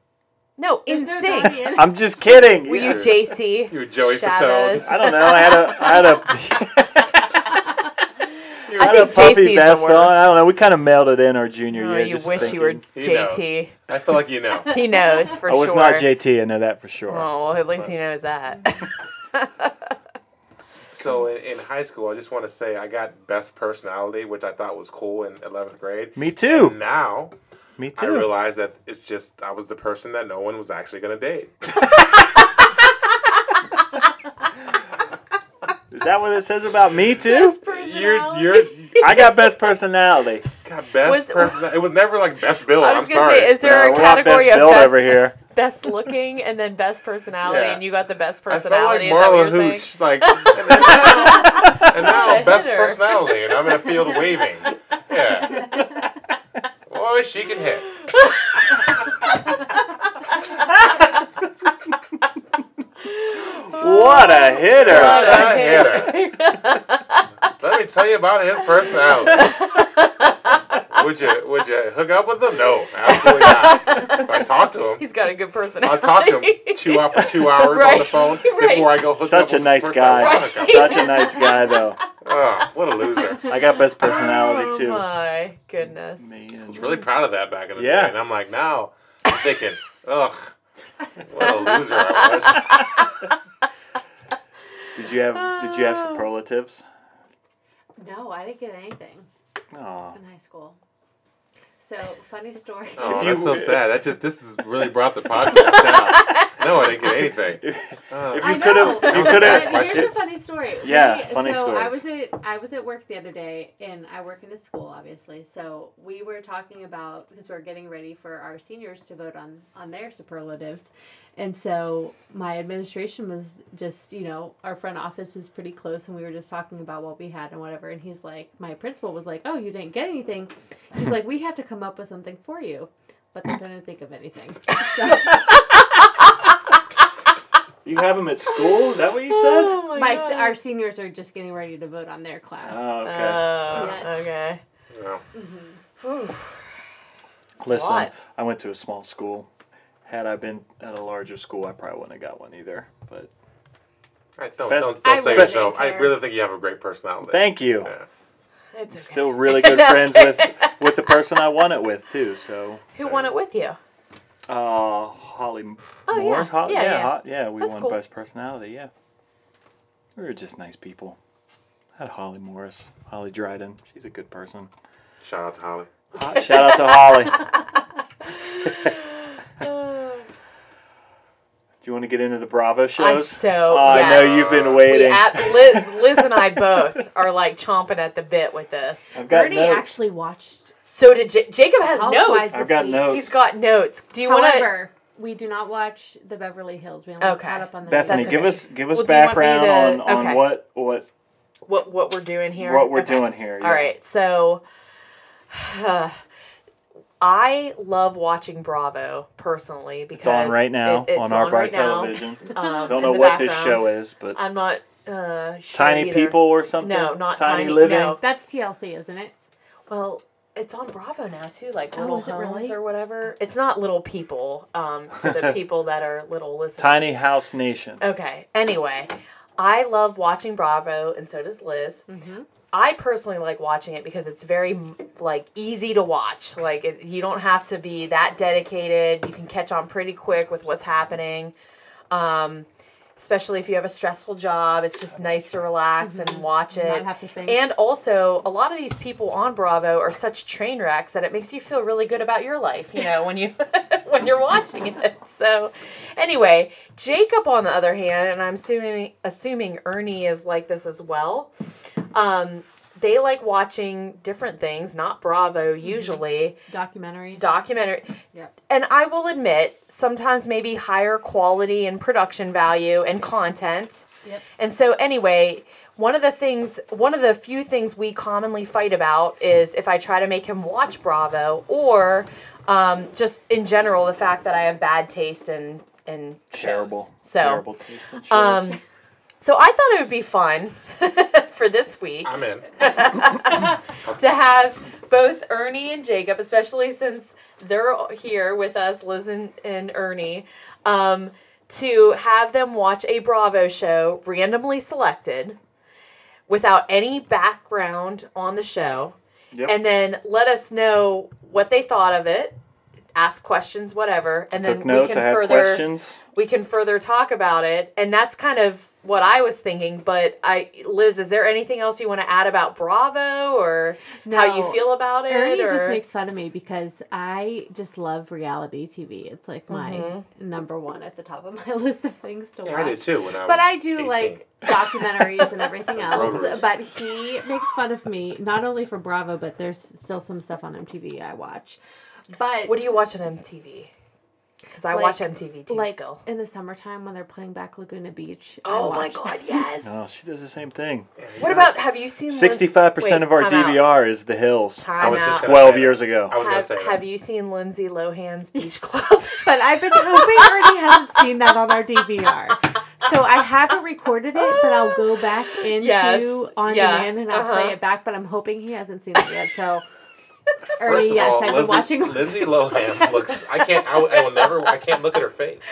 B: No,
D: There's
B: In
D: no
B: Sync.
D: Donnie in it.
A: I'm just kidding.
B: were you
A: Yeah.
B: JC?
C: You were Joey
B: Chavez?
A: I don't know. I had a, I had a, I had a
B: think JC is
A: puppy
B: the
A: vest on.
B: worst.
A: I don't know. We kind of mailed it in our junior
B: Oh,
A: year.
B: you
A: just
B: wish you were
A: thinking-
C: He
B: JT.
C: I feel like you know.
B: He knows for
A: I
B: sure.
A: was not JT. I know that for sure.
B: Oh, well, at least he knows that.
C: So in, in high school, I just want to say I got best personality, which I thought was cool in 11th grade.
A: Me too.
C: And now
A: Me
C: I
A: too.
C: realized that it's just I was the person that no one was actually going to date.
A: Is that what it says about me too?
B: His
C: You're
B: personality.
C: you're
A: I got best personality.
C: got best
B: Was-
C: person. It was never like best build.
B: I
C: I'm
B: was gonna
C: sorry.
B: say, is
A: Uh,
B: there a
A: we're not best
B: category of
A: built
B: best,
A: over here.
B: best looking and then best personality,
C: Yeah.
B: and you got the best
C: I felt like
B: personality?
C: Marla
B: is that what you're saying?
C: Hooch, like, and then now, and now
B: The
C: best
B: hitter.
C: personality, and I'm in a field waving. Yeah. Boy, she can hit.
B: Oh.
A: What a hitter!
C: What a
B: Okay.
C: hitter. Let me tell you about his personality. would you would you hook up with him? No, absolutely not. If I talk to him,
B: He's got a good personality.
C: I'll talk to him two out for two hours on the
B: Right,
C: phone
B: right.
C: before I go hook up
A: Such a
C: with
A: nice
C: this person
A: guy.
C: I wanna hook up with.
A: Such a nice guy, though.
C: Oh, what a loser.
A: I got best personality
B: Oh
A: too.
B: my goodness.
A: Man.
C: was really proud of that back in the
A: Yeah.
C: day. And I'm like, now I'm thinking, ugh, what a loser I
A: Did you have Did you have
B: Oh.
A: superlatives?
D: No, I didn't get anything
A: Oh,
D: in high school. So funny story.
C: was. Oh,
A: If
C: that's
A: you-
C: so sad. That just this has really brought the podcast down. No, I didn't get anything. Oh,
A: if
D: I
A: you could
D: know.
A: have, if you could
D: But here's a
A: have.
D: funny story.
A: Yeah, funny
D: so I
A: stories.
D: was at I was at work the other day, and I work in a school, obviously. So we were talking about because we are getting ready for our seniors to vote on on their superlatives, and so my administration was just you know our front office is pretty close, and we were just talking about what we had and whatever. And he's like, my principal was like, oh, you didn't get anything. He's like, we have to come up with something for you, but they couldn't think of anything. So-
A: You have them at school? Is that what you said?
B: Oh my,
D: my
B: God.
D: our seniors are just getting ready to vote on their class.
A: Oh, okay.
B: Oh,
D: Yes.
B: okay.
C: Yeah.
A: Listen,
B: lot.
A: I went to a small school. Had I been at a larger school, I probably wouldn't have got one either. But
C: I don't,
A: Best-
C: don't,
D: I
C: don't say
D: really
C: yourself.
D: didn't
C: I
D: care.
C: really think you have a great personality.
A: thank you.
C: Yeah.
B: It's okay.
A: Still really good friends with with the person I won it with too. So,
B: Who won it with you?
A: uh, Holly
B: Oh,
A: Moore's
B: yeah.
A: Holly,
B: Yeah,
A: yeah,
B: yeah.
A: Hot- yeah, we
B: That's
A: won
B: cool.
A: best personality. Yeah, we were just nice people. I had Holly Morris, Holly Dryden. She's a good person.
C: Shout out to Holly.
A: Hot- Shout out to Holly. Do you want to get into the Bravo shows?
B: so-
A: Oh, I know
B: yes.
A: you've been
B: We
A: waiting.
B: at, Liz, Liz and I both are like chomping at the bit with this.
A: I've got
D: Bernie
A: notes.
D: actually watched.
B: So did J- Jacob has
D: Housewives
B: notes.
A: I've got
D: this week.
A: notes.
B: He's got notes. Do you want to?
D: However, we do not watch the Beverly Hills. We only
B: Okay.
D: caught up on the
A: Bethany,
B: That's
A: give
B: okay.
A: us give us
B: Well, do you want me
A: background
B: to-
A: on, on
B: okay.
A: what what
B: what what we're doing here.
A: what we're
B: Okay.
A: doing here. yeah.
B: All right, so I love watching Bravo personally because
A: It's on right now
B: it- it's
A: on our
B: on
A: bar
B: right now,
A: television.
B: um,
A: Don't
B: in
A: know
B: the
A: what this
B: background.
A: show is, but
B: I'm not uh, sure
A: Tiny
B: either.
A: People or something.
B: No, not Tiny,
A: Living.
B: no.
D: That's TLC, isn't it?
B: Well, it's on Bravo now too, like
D: Oh,
B: Little
D: is it
B: Homes
D: really?
B: or whatever. It's not Little People um, to the people that are little listeners.
A: Tiny House Nation.
B: Okay. Anyway, I love watching Bravo, and so does Liz. I personally like watching it because it's very like easy to watch. Like it, you don't have to be that dedicated. You can catch on pretty quick with what's happening. Um, especially if you have a stressful job, it's just nice to relax and watch it.
D: Mm-hmm. Not have to think.
B: And also, a lot of these people on Bravo are such train wrecks that it makes you feel really good about your life, you know, when you when you're watching it. So, anyway, Jacob on the other hand, and I'm assuming assuming Ernie is like this as well. Um, they like watching different things, not Bravo
D: Mm-hmm.
B: usually,
D: Documentaries.
B: documentary.
D: Yep.
B: And I will admit, sometimes maybe higher quality and production value and content.
D: Yep.
B: And so, anyway, one of the things, one of the few things we commonly fight about is if I try to make him watch Bravo or um, just in general, the fact that I have bad taste in, in shows.
A: Terrible.
B: So,
A: terrible taste in shows.
B: Um, so I thought it would be fun for this week
C: I'm in.
B: to have both Ernie and Jacob, especially since they're here with us, Liz and, and Ernie, um, to have them watch a Bravo show randomly selected without any background on the show
A: Yep.
B: and then let us know what they thought of it ask questions whatever and
A: Took
B: then we
A: notes.
B: can
A: I had
B: further
A: questions.
B: we can further talk about it and that's kind of what i was thinking but i liz is there anything else you want to add about bravo or how you
D: No.
B: feel about it
D: Ernie
B: or...
D: just makes fun of me because I just love reality TV. It's like my
B: Mm-hmm.
D: number one at the top of my list of things to
C: Yeah,
D: watch.
C: I did too when I was
D: But I do
C: 18.
D: like documentaries and everything else.
C: Rotaries.
D: But he makes fun of me not only for Bravo, but there's still some stuff on MTV I watch. But
B: what do you watch on mtv because i
D: Like-
B: watch mtv too
D: like
B: still
D: in the summertime when they're playing back Laguna Beach? I
B: oh my
D: watch-
B: god yes
A: Oh, she does the same thing.
B: what about have you seen Lin-
A: Sixty-five percent
B: Wait,
A: of our
B: time out.
A: DVR is The Hills.
B: Time
C: I was just
B: out.
C: gonna
A: Twelve
C: say
A: years
C: that.
A: ago.
C: I was
B: have,
C: gonna say
B: have
C: that.
B: you seen lindsay lohan's beach club
D: But I've been hoping Ernie hasn't seen that on our DVR. So I haven't recorded it, but I'll go back into
B: Yes,
D: on
B: yeah,
D: demand and I'll
B: uh-huh.
D: play it back. But I'm hoping he hasn't seen it yet. So Ernie,
C: First of
D: yes,
C: all,
D: I've
C: Lindsay,
D: been watching.
C: Lindsay Lohan looks. I can't. I, will- I will never. I can't look at her face.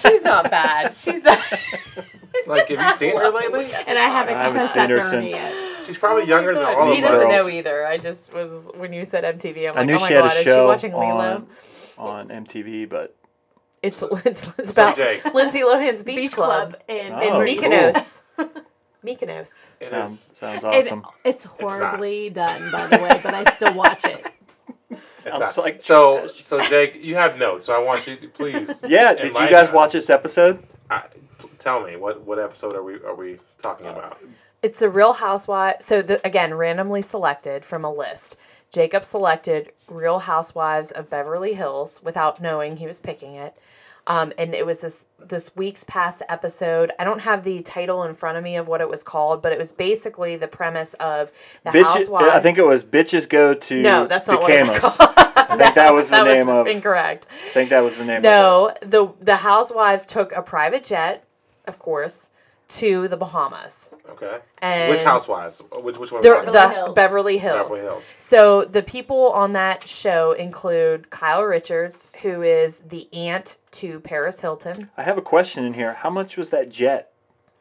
B: she's not bad she's
C: Like, have you seen her lately?
D: And I haven't
A: I haven't
D: confessed
A: seen
D: that
A: her
D: to Ernie
A: since.
D: yet.
C: She's probably younger than all
B: he
C: of us.
B: doesn't
A: girls.
B: know either. I just was when you said MTV. I'm
A: I
B: like,
A: knew
B: oh my
A: she had
B: god,
A: a
B: is she
A: show
B: watching Lilo?
A: on, on MTV, but
B: It's it's, it's about
C: Jake.
B: Lindsay Lohan's Beach,
D: Beach
B: Club,
D: Club and,
A: Oh,
B: in
A: cool.
B: Mykonos. Mykonos.
C: It is-
A: sounds sounds
D: And
A: awesome.
D: it's
C: not.
D: horribly done, by the way, but I still watch it.
C: it's
A: sounds
C: not-
A: like
C: so. So Jake, you have notes. So I want you, to please.
A: yeah, did you
C: enlighten
A: guys
C: us.
A: watch this episode?
C: I, tell me what what episode are we are we talking
D: Uh,
C: about?
B: It's a Real Housewives. So the, again, randomly selected from a list. Jacob selected Real Housewives of Beverly Hills without knowing he was picking it, um, and it was this this week's past episode. I don't have the title in front of me of what it was called, but it was basically the premise of the
A: Bitches,
B: housewives.
A: I think it was bitches go to
B: No, that's not
A: the
B: what it's
A: cameras. I think that was the
B: that
A: name
B: was
A: of.
B: incorrect.
A: I think that was the name. of
B: No, the the housewives took a private jet, of course, to the Bahamas.
C: Okay.
B: And
C: which Housewives? Which which one? are we
B: They're
C: talking
B: the
C: about?
B: Beverly Hills.
D: Hills.
C: Beverly Hills.
B: So the people on that show include Kyle Richards, who is the aunt to Paris Hilton.
A: I have a question in here. How much was that jet?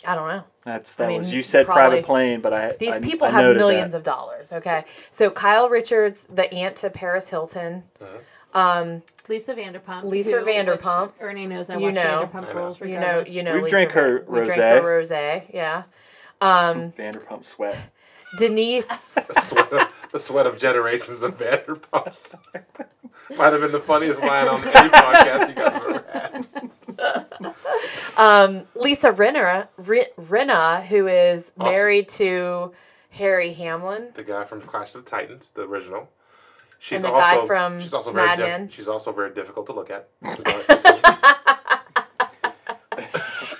B: I don't know.
A: That's that
B: mean,
A: was you said
B: probably-
A: private plane, but I
B: These
A: I-
B: people
A: I
B: have
A: noted
B: millions
A: that.
B: of dollars. Okay, so Kyle Richards, the aunt to Paris Hilton. Um,
D: Lisa Vanderpump.
B: Lisa
D: who- which
B: Vanderpump.
D: Ernie knows I
B: You
D: watch
B: know.
D: Vanderpump
C: I know.
D: Rules
B: you know,
D: regardless.
B: you know.
A: We've
B: Lisa
A: drank her
B: Van- We
A: rosé.
B: drank her rosé. Yeah. Um,
A: Vanderpump sweat.
B: Denise.
C: The sweat, of, the sweat of generations of Vanderpumps. Might have been the funniest line on any podcast you guys have ever had.
B: um, Lisa Rinna, Ri- Rinna, who is
C: Awesome.
B: married to Harry Hamlin.
C: The guy from Clash of the Titans, the original. She's
B: And the guy
C: also
B: from
C: she's also
B: Mad
C: very
B: Men.
C: diff- she's also very difficult to look at.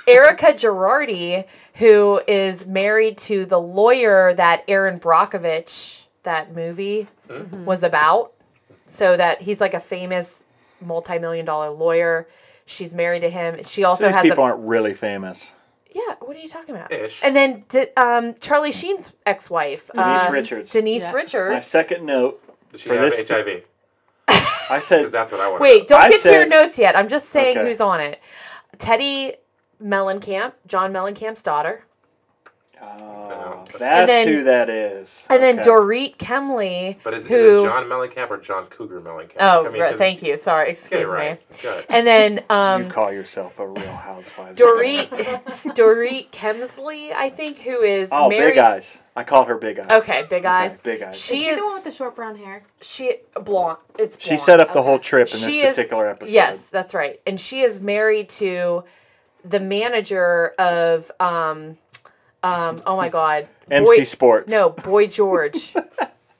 B: Erica Gerardi, who is married to the lawyer that Aaron Brockovich, that movie, was about. So that he's like a famous multi-million dollar lawyer. She's married to him. She also
A: So these
B: has a
A: people aren't really famous.
B: yeah. What are you talking about?
C: Ish.
B: And then di- um, Charlie Sheen's ex-wife,
A: Denise
B: um,
A: Richards.
B: Denise
D: Yeah.
B: Richards.
A: My second note.
C: Does she
A: For
C: have
A: this-
C: HIV?
A: I said
C: Because that's what I want.
B: Wait, don't
A: I
B: get to your
A: said-
B: notes yet. I'm just saying
A: Okay.
B: who's on it. Teddy Mellencamp, John Mellencamp's daughter,
A: Oh, that's
B: then-
A: who that is.
B: and then
A: Okay.
B: Dorit Kemley,
C: But is, is
B: who
C: it John Mellencamp or John Cougar Mellencamp?
B: oh,
C: I mean,
B: right,
C: 'cause-
B: thank you. Sorry,
C: Get it
B: excuse me.
C: right. Good.
B: And then um,
A: you call yourself a Real Housewives.
B: Dorit Dorit Kemsley, I think, who is
A: Oh,
B: married.
A: big eyes. I called her big eyes.
B: Okay, big eyes.
A: big eyes.
B: She
D: Is she
B: is
D: the one with the short brown hair?
B: she blonde. It's blonde.
A: She set up the
D: Okay.
A: whole trip in this particular
B: is,
A: episode.
B: Yes, that's right. And she is married to the manager of um, Um, oh my God.
A: MC Sports.
B: No, Boy George.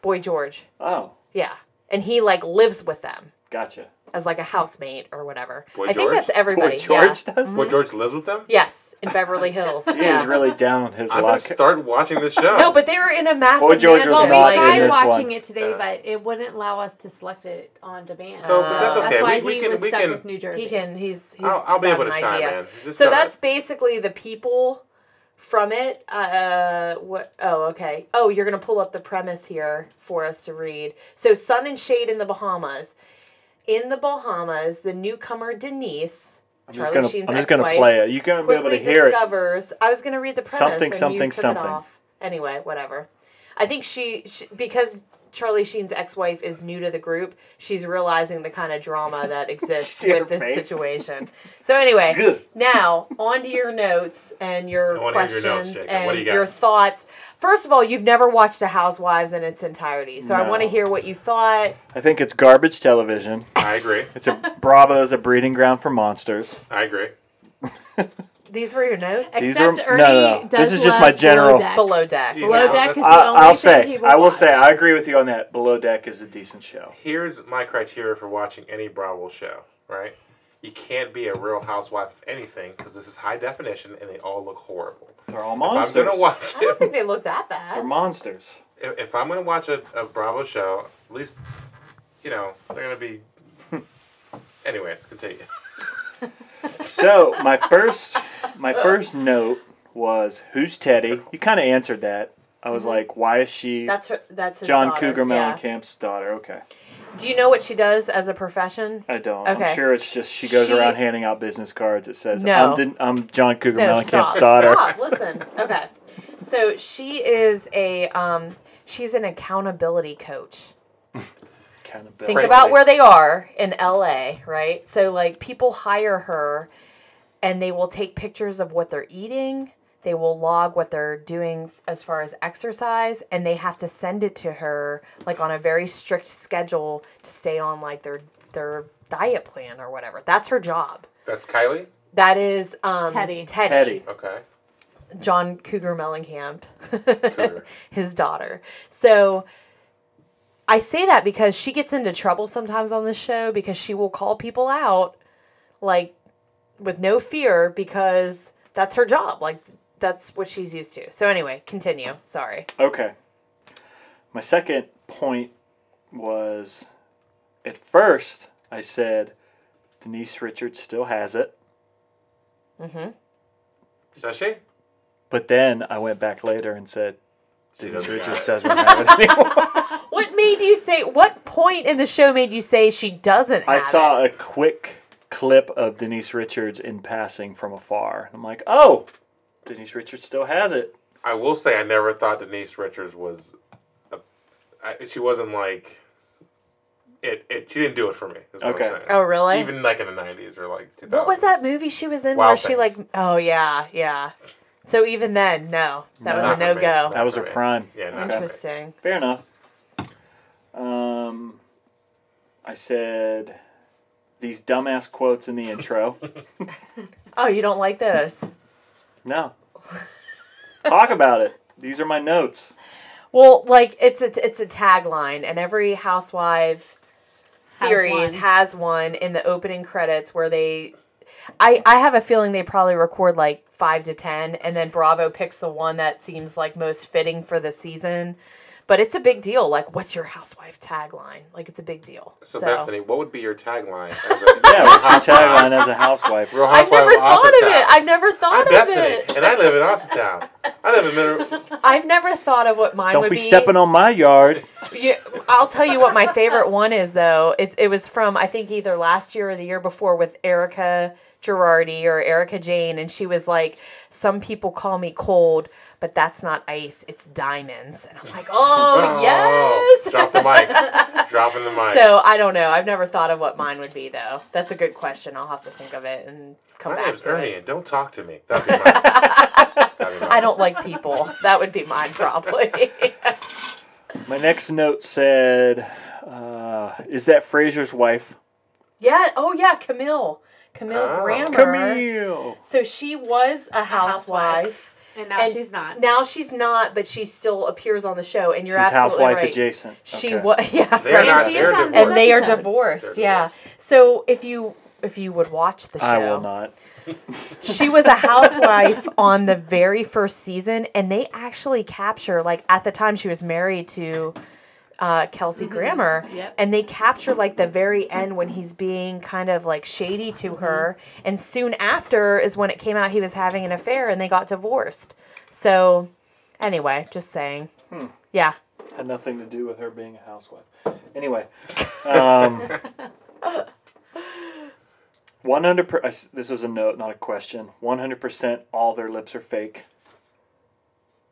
B: Boy George.
A: Oh,
B: Yeah. And he like lives with them
A: gotcha.
B: as like a housemate or whatever. I
C: Boy
B: think
C: George?
B: that's
A: Boy
B: everybody.
A: George
B: Yeah.
A: does.
C: What George lives with them?
B: Yes, in Beverly Hills.
A: He is
B: yeah.
A: really down on his
C: I'm
A: luck.
C: gonna start watching this show.
B: No, but they were in a massive
A: Boy George was not
B: mansion.
D: well, we
A: in
B: like,
D: tried
A: this
D: watching
A: one.
D: it today,
C: Uh.
D: but it wouldn't allow us to select it on demand.
C: So,
B: but that's okay.
D: why
C: We- we
D: he
C: can-
D: was
C: we
D: stuck
C: can-
D: with New Jersey.
B: he can. He's. he's
C: I'll, I'll be
B: got
C: able to
B: an
C: chime
B: idea.
C: in. Just
B: so
C: tell
B: that's
C: it.
B: basically the people from it. Uh, what? Oh, okay. Oh, you're gonna pull up the premise here for us to read. So, sun and shade in the Bahamas. In the Bahamas, the newcomer Denise,
A: I'm just
B: Charlie
A: gonna,
B: Sheen's
A: I'm just gonna
B: ex-wife,
A: play it. You're gonna be able
B: quickly
A: to hear it.
B: discovers. I was gonna read the premise.
A: Something,
B: and
A: something,
B: you took
A: something.
B: It off. Anyway, whatever. I think she, she because Charlie Sheen's ex-wife is new to the group. She's realizing the kind of drama that exists
A: See her
B: with this
A: face?
B: situation. So anyway,
A: Good.
B: now on to your notes and your
C: I wanna hear your
B: questions
C: notes, Jacob. What
B: and
C: do you got?
B: your thoughts. First of all, you've never watched a Housewives in its entirety, so I
A: No.
B: want to hear what you thought.
A: I think it's garbage television.
C: I agree.
A: It's a Bravo is a breeding ground for monsters.
C: I agree.
B: These were your notes.
A: These
D: Except
A: are-
D: Ernie
A: no, no, no.
D: does
A: This is just my
D: love
A: general-
D: Below Deck.
B: Below deck.
C: Yeah.
D: Below
C: No,
D: Deck
C: that's-
D: is the
A: I,
D: only
A: I'll
D: thing
A: say,
D: he
A: I will
D: watch.
A: say, I agree with you on that. Below Deck is a decent show.
C: Here's my criteria for watching any Bravo show, right? You can't be a real housewife of anything because this is high definition and they all look horrible.
A: They're all
C: If
A: monsters.
C: I'm gonna watch
B: I
C: it,
B: don't think they look that bad.
A: They're monsters.
C: if, if I'm gonna watch a, a Bravo show, at least you know they're gonna be. Anyways, continue.
A: So my first, my first note was, "Who's Teddy?" You kind of answered that. I
B: Mm-hmm.
A: was like, "Why is she?"
B: That's her. That's his
A: John
B: daughter.
A: Cougar
B: yeah.
A: Mellencamp's daughter. Okay,
B: Do you know what she does as a profession?
A: I don't.
B: Okay.
A: I'm sure it's just she goes
B: She-
A: around handing out business cards that says,
B: No.
A: "I'm, Den- I'm John Cougar
B: No,
A: Mellencamp's
B: stop.
A: daughter."
B: Stop. Listen. Okay. So she is a um she's an accountability coach.
A: Accountability.
B: Think about where they are in LA, right? So like people hire her and they will take pictures of what they're eating. They will log what they're doing as far as exercise and they have to send it to her like on a very strict schedule to stay on like their their diet plan or whatever. That's her job.
C: That's Kylie.
B: That is um,
D: Teddy.
A: Teddy.
C: Okay.
B: John Cougar Mellencamp,
C: Cougar.
B: his daughter. So I say that because she gets into trouble sometimes on this show because she will call people out like with no fear because that's her job. Like that's what she's used to. So anyway, continue. Sorry.
A: Okay. My second point was at first I said Denise Richards still has it,
C: Does she?
A: but then I went back later and said
C: She
A: Denise
C: doesn't got
A: Richards
C: it.
A: doesn't have it anymore.
B: What made you say what point in the show made you say she doesn't have
A: I saw
B: it?
A: a quick clip of Denise Richards in passing from afar. I'm like, oh, Denise Richards still has it.
C: I will say I never thought Denise Richards was, a, I, she wasn't like, it, it. She didn't do it for me. Is what
A: Okay.
C: I'm saying.
B: Oh really?
C: Even like in the nineties or like two thousand.
B: What was that movie she was in
C: Wild
B: where she like
C: Things.
B: oh yeah, yeah. So even then, no. That was
A: Not
B: a no go.
A: That was her prime.
C: Yeah, not for me.
B: Interesting.
A: Fair enough. Um, I said these dumbass quotes in the intro.
B: Oh, you don't like those.
A: No. Talk about it. These are my notes.
B: Well, like it's a it's a tagline and every housewife series
D: one.
B: has one in the opening credits where they I I have a feeling they probably record like 5 to 10 and then Bravo picks the one that seems like most fitting for the season. But it's a big deal. Like, what's your housewife tagline? Like, it's a big deal.
C: So,
B: so.
C: Bethany, what would be your tagline? As a,
A: Yeah, what's your tagline as a housewife?
C: Real
B: I've
C: Housewives
B: never
C: of
B: thought of
C: Austintown.
B: it. I've never thought
C: I'm
B: of
C: Bethany,
B: it. Oh,
C: and I live in Austintown. I live in Mineral.
B: I've never thought of what mine
A: Don't
B: would
A: be stepping on my yard.
B: Yeah, I'll tell you what my favorite one is though. It it was from I think either last year or the year before with Erica Girardi or Erica Jane, and she was like, "Some people call me cold, but that's not ice. It's diamonds." And I'm like, "Oh yes."
C: Drop the mic. Dropping the mic.
B: So I don't know. I've never thought of what mine would be though. That's a good question. I'll have to think of it and come
C: my
B: back
C: name's
B: to
C: Ernie,
B: it.
C: and don't talk to me. That'd be mine. That'd be mine.
B: I don't like people. That would be mine probably.
A: My next note said, uh, "Is that Fraser's wife?"
B: yeah. Oh yeah, Camille. Camille
C: Oh.
B: Grammer.
A: Camille.
B: So she was a housewife,
D: And And now
B: And
D: she's not.
B: Now she's not, but she still appears on the show, and you're
A: She's
B: absolutely
A: housewife
B: right.
A: adjacent.
B: She
A: Okay.
B: was, yeah,
C: They're
B: right.
C: not-
D: and she
C: they're
D: is on
C: divorced.
D: this
B: and they are
D: episode.
B: divorced.
C: They're
B: yeah. So if you if you would watch the show,
A: I will not.
B: she was a housewife on the very first season, and they actually capture like at the time she was married to uh, Kelsey Grammer,
D: Mm-hmm. Yep.
B: and they capture like the very end when he's being kind of like shady to
D: Mm-hmm.
B: her, and soon after is when it came out he was having an affair and they got divorced. So, anyway, just saying,
D: Hmm.
B: yeah.
A: Had nothing to do with her being a housewife. Anyway, um, one hundred. per- I s- This was a note, not a question. One hundred percent. All their lips are fake.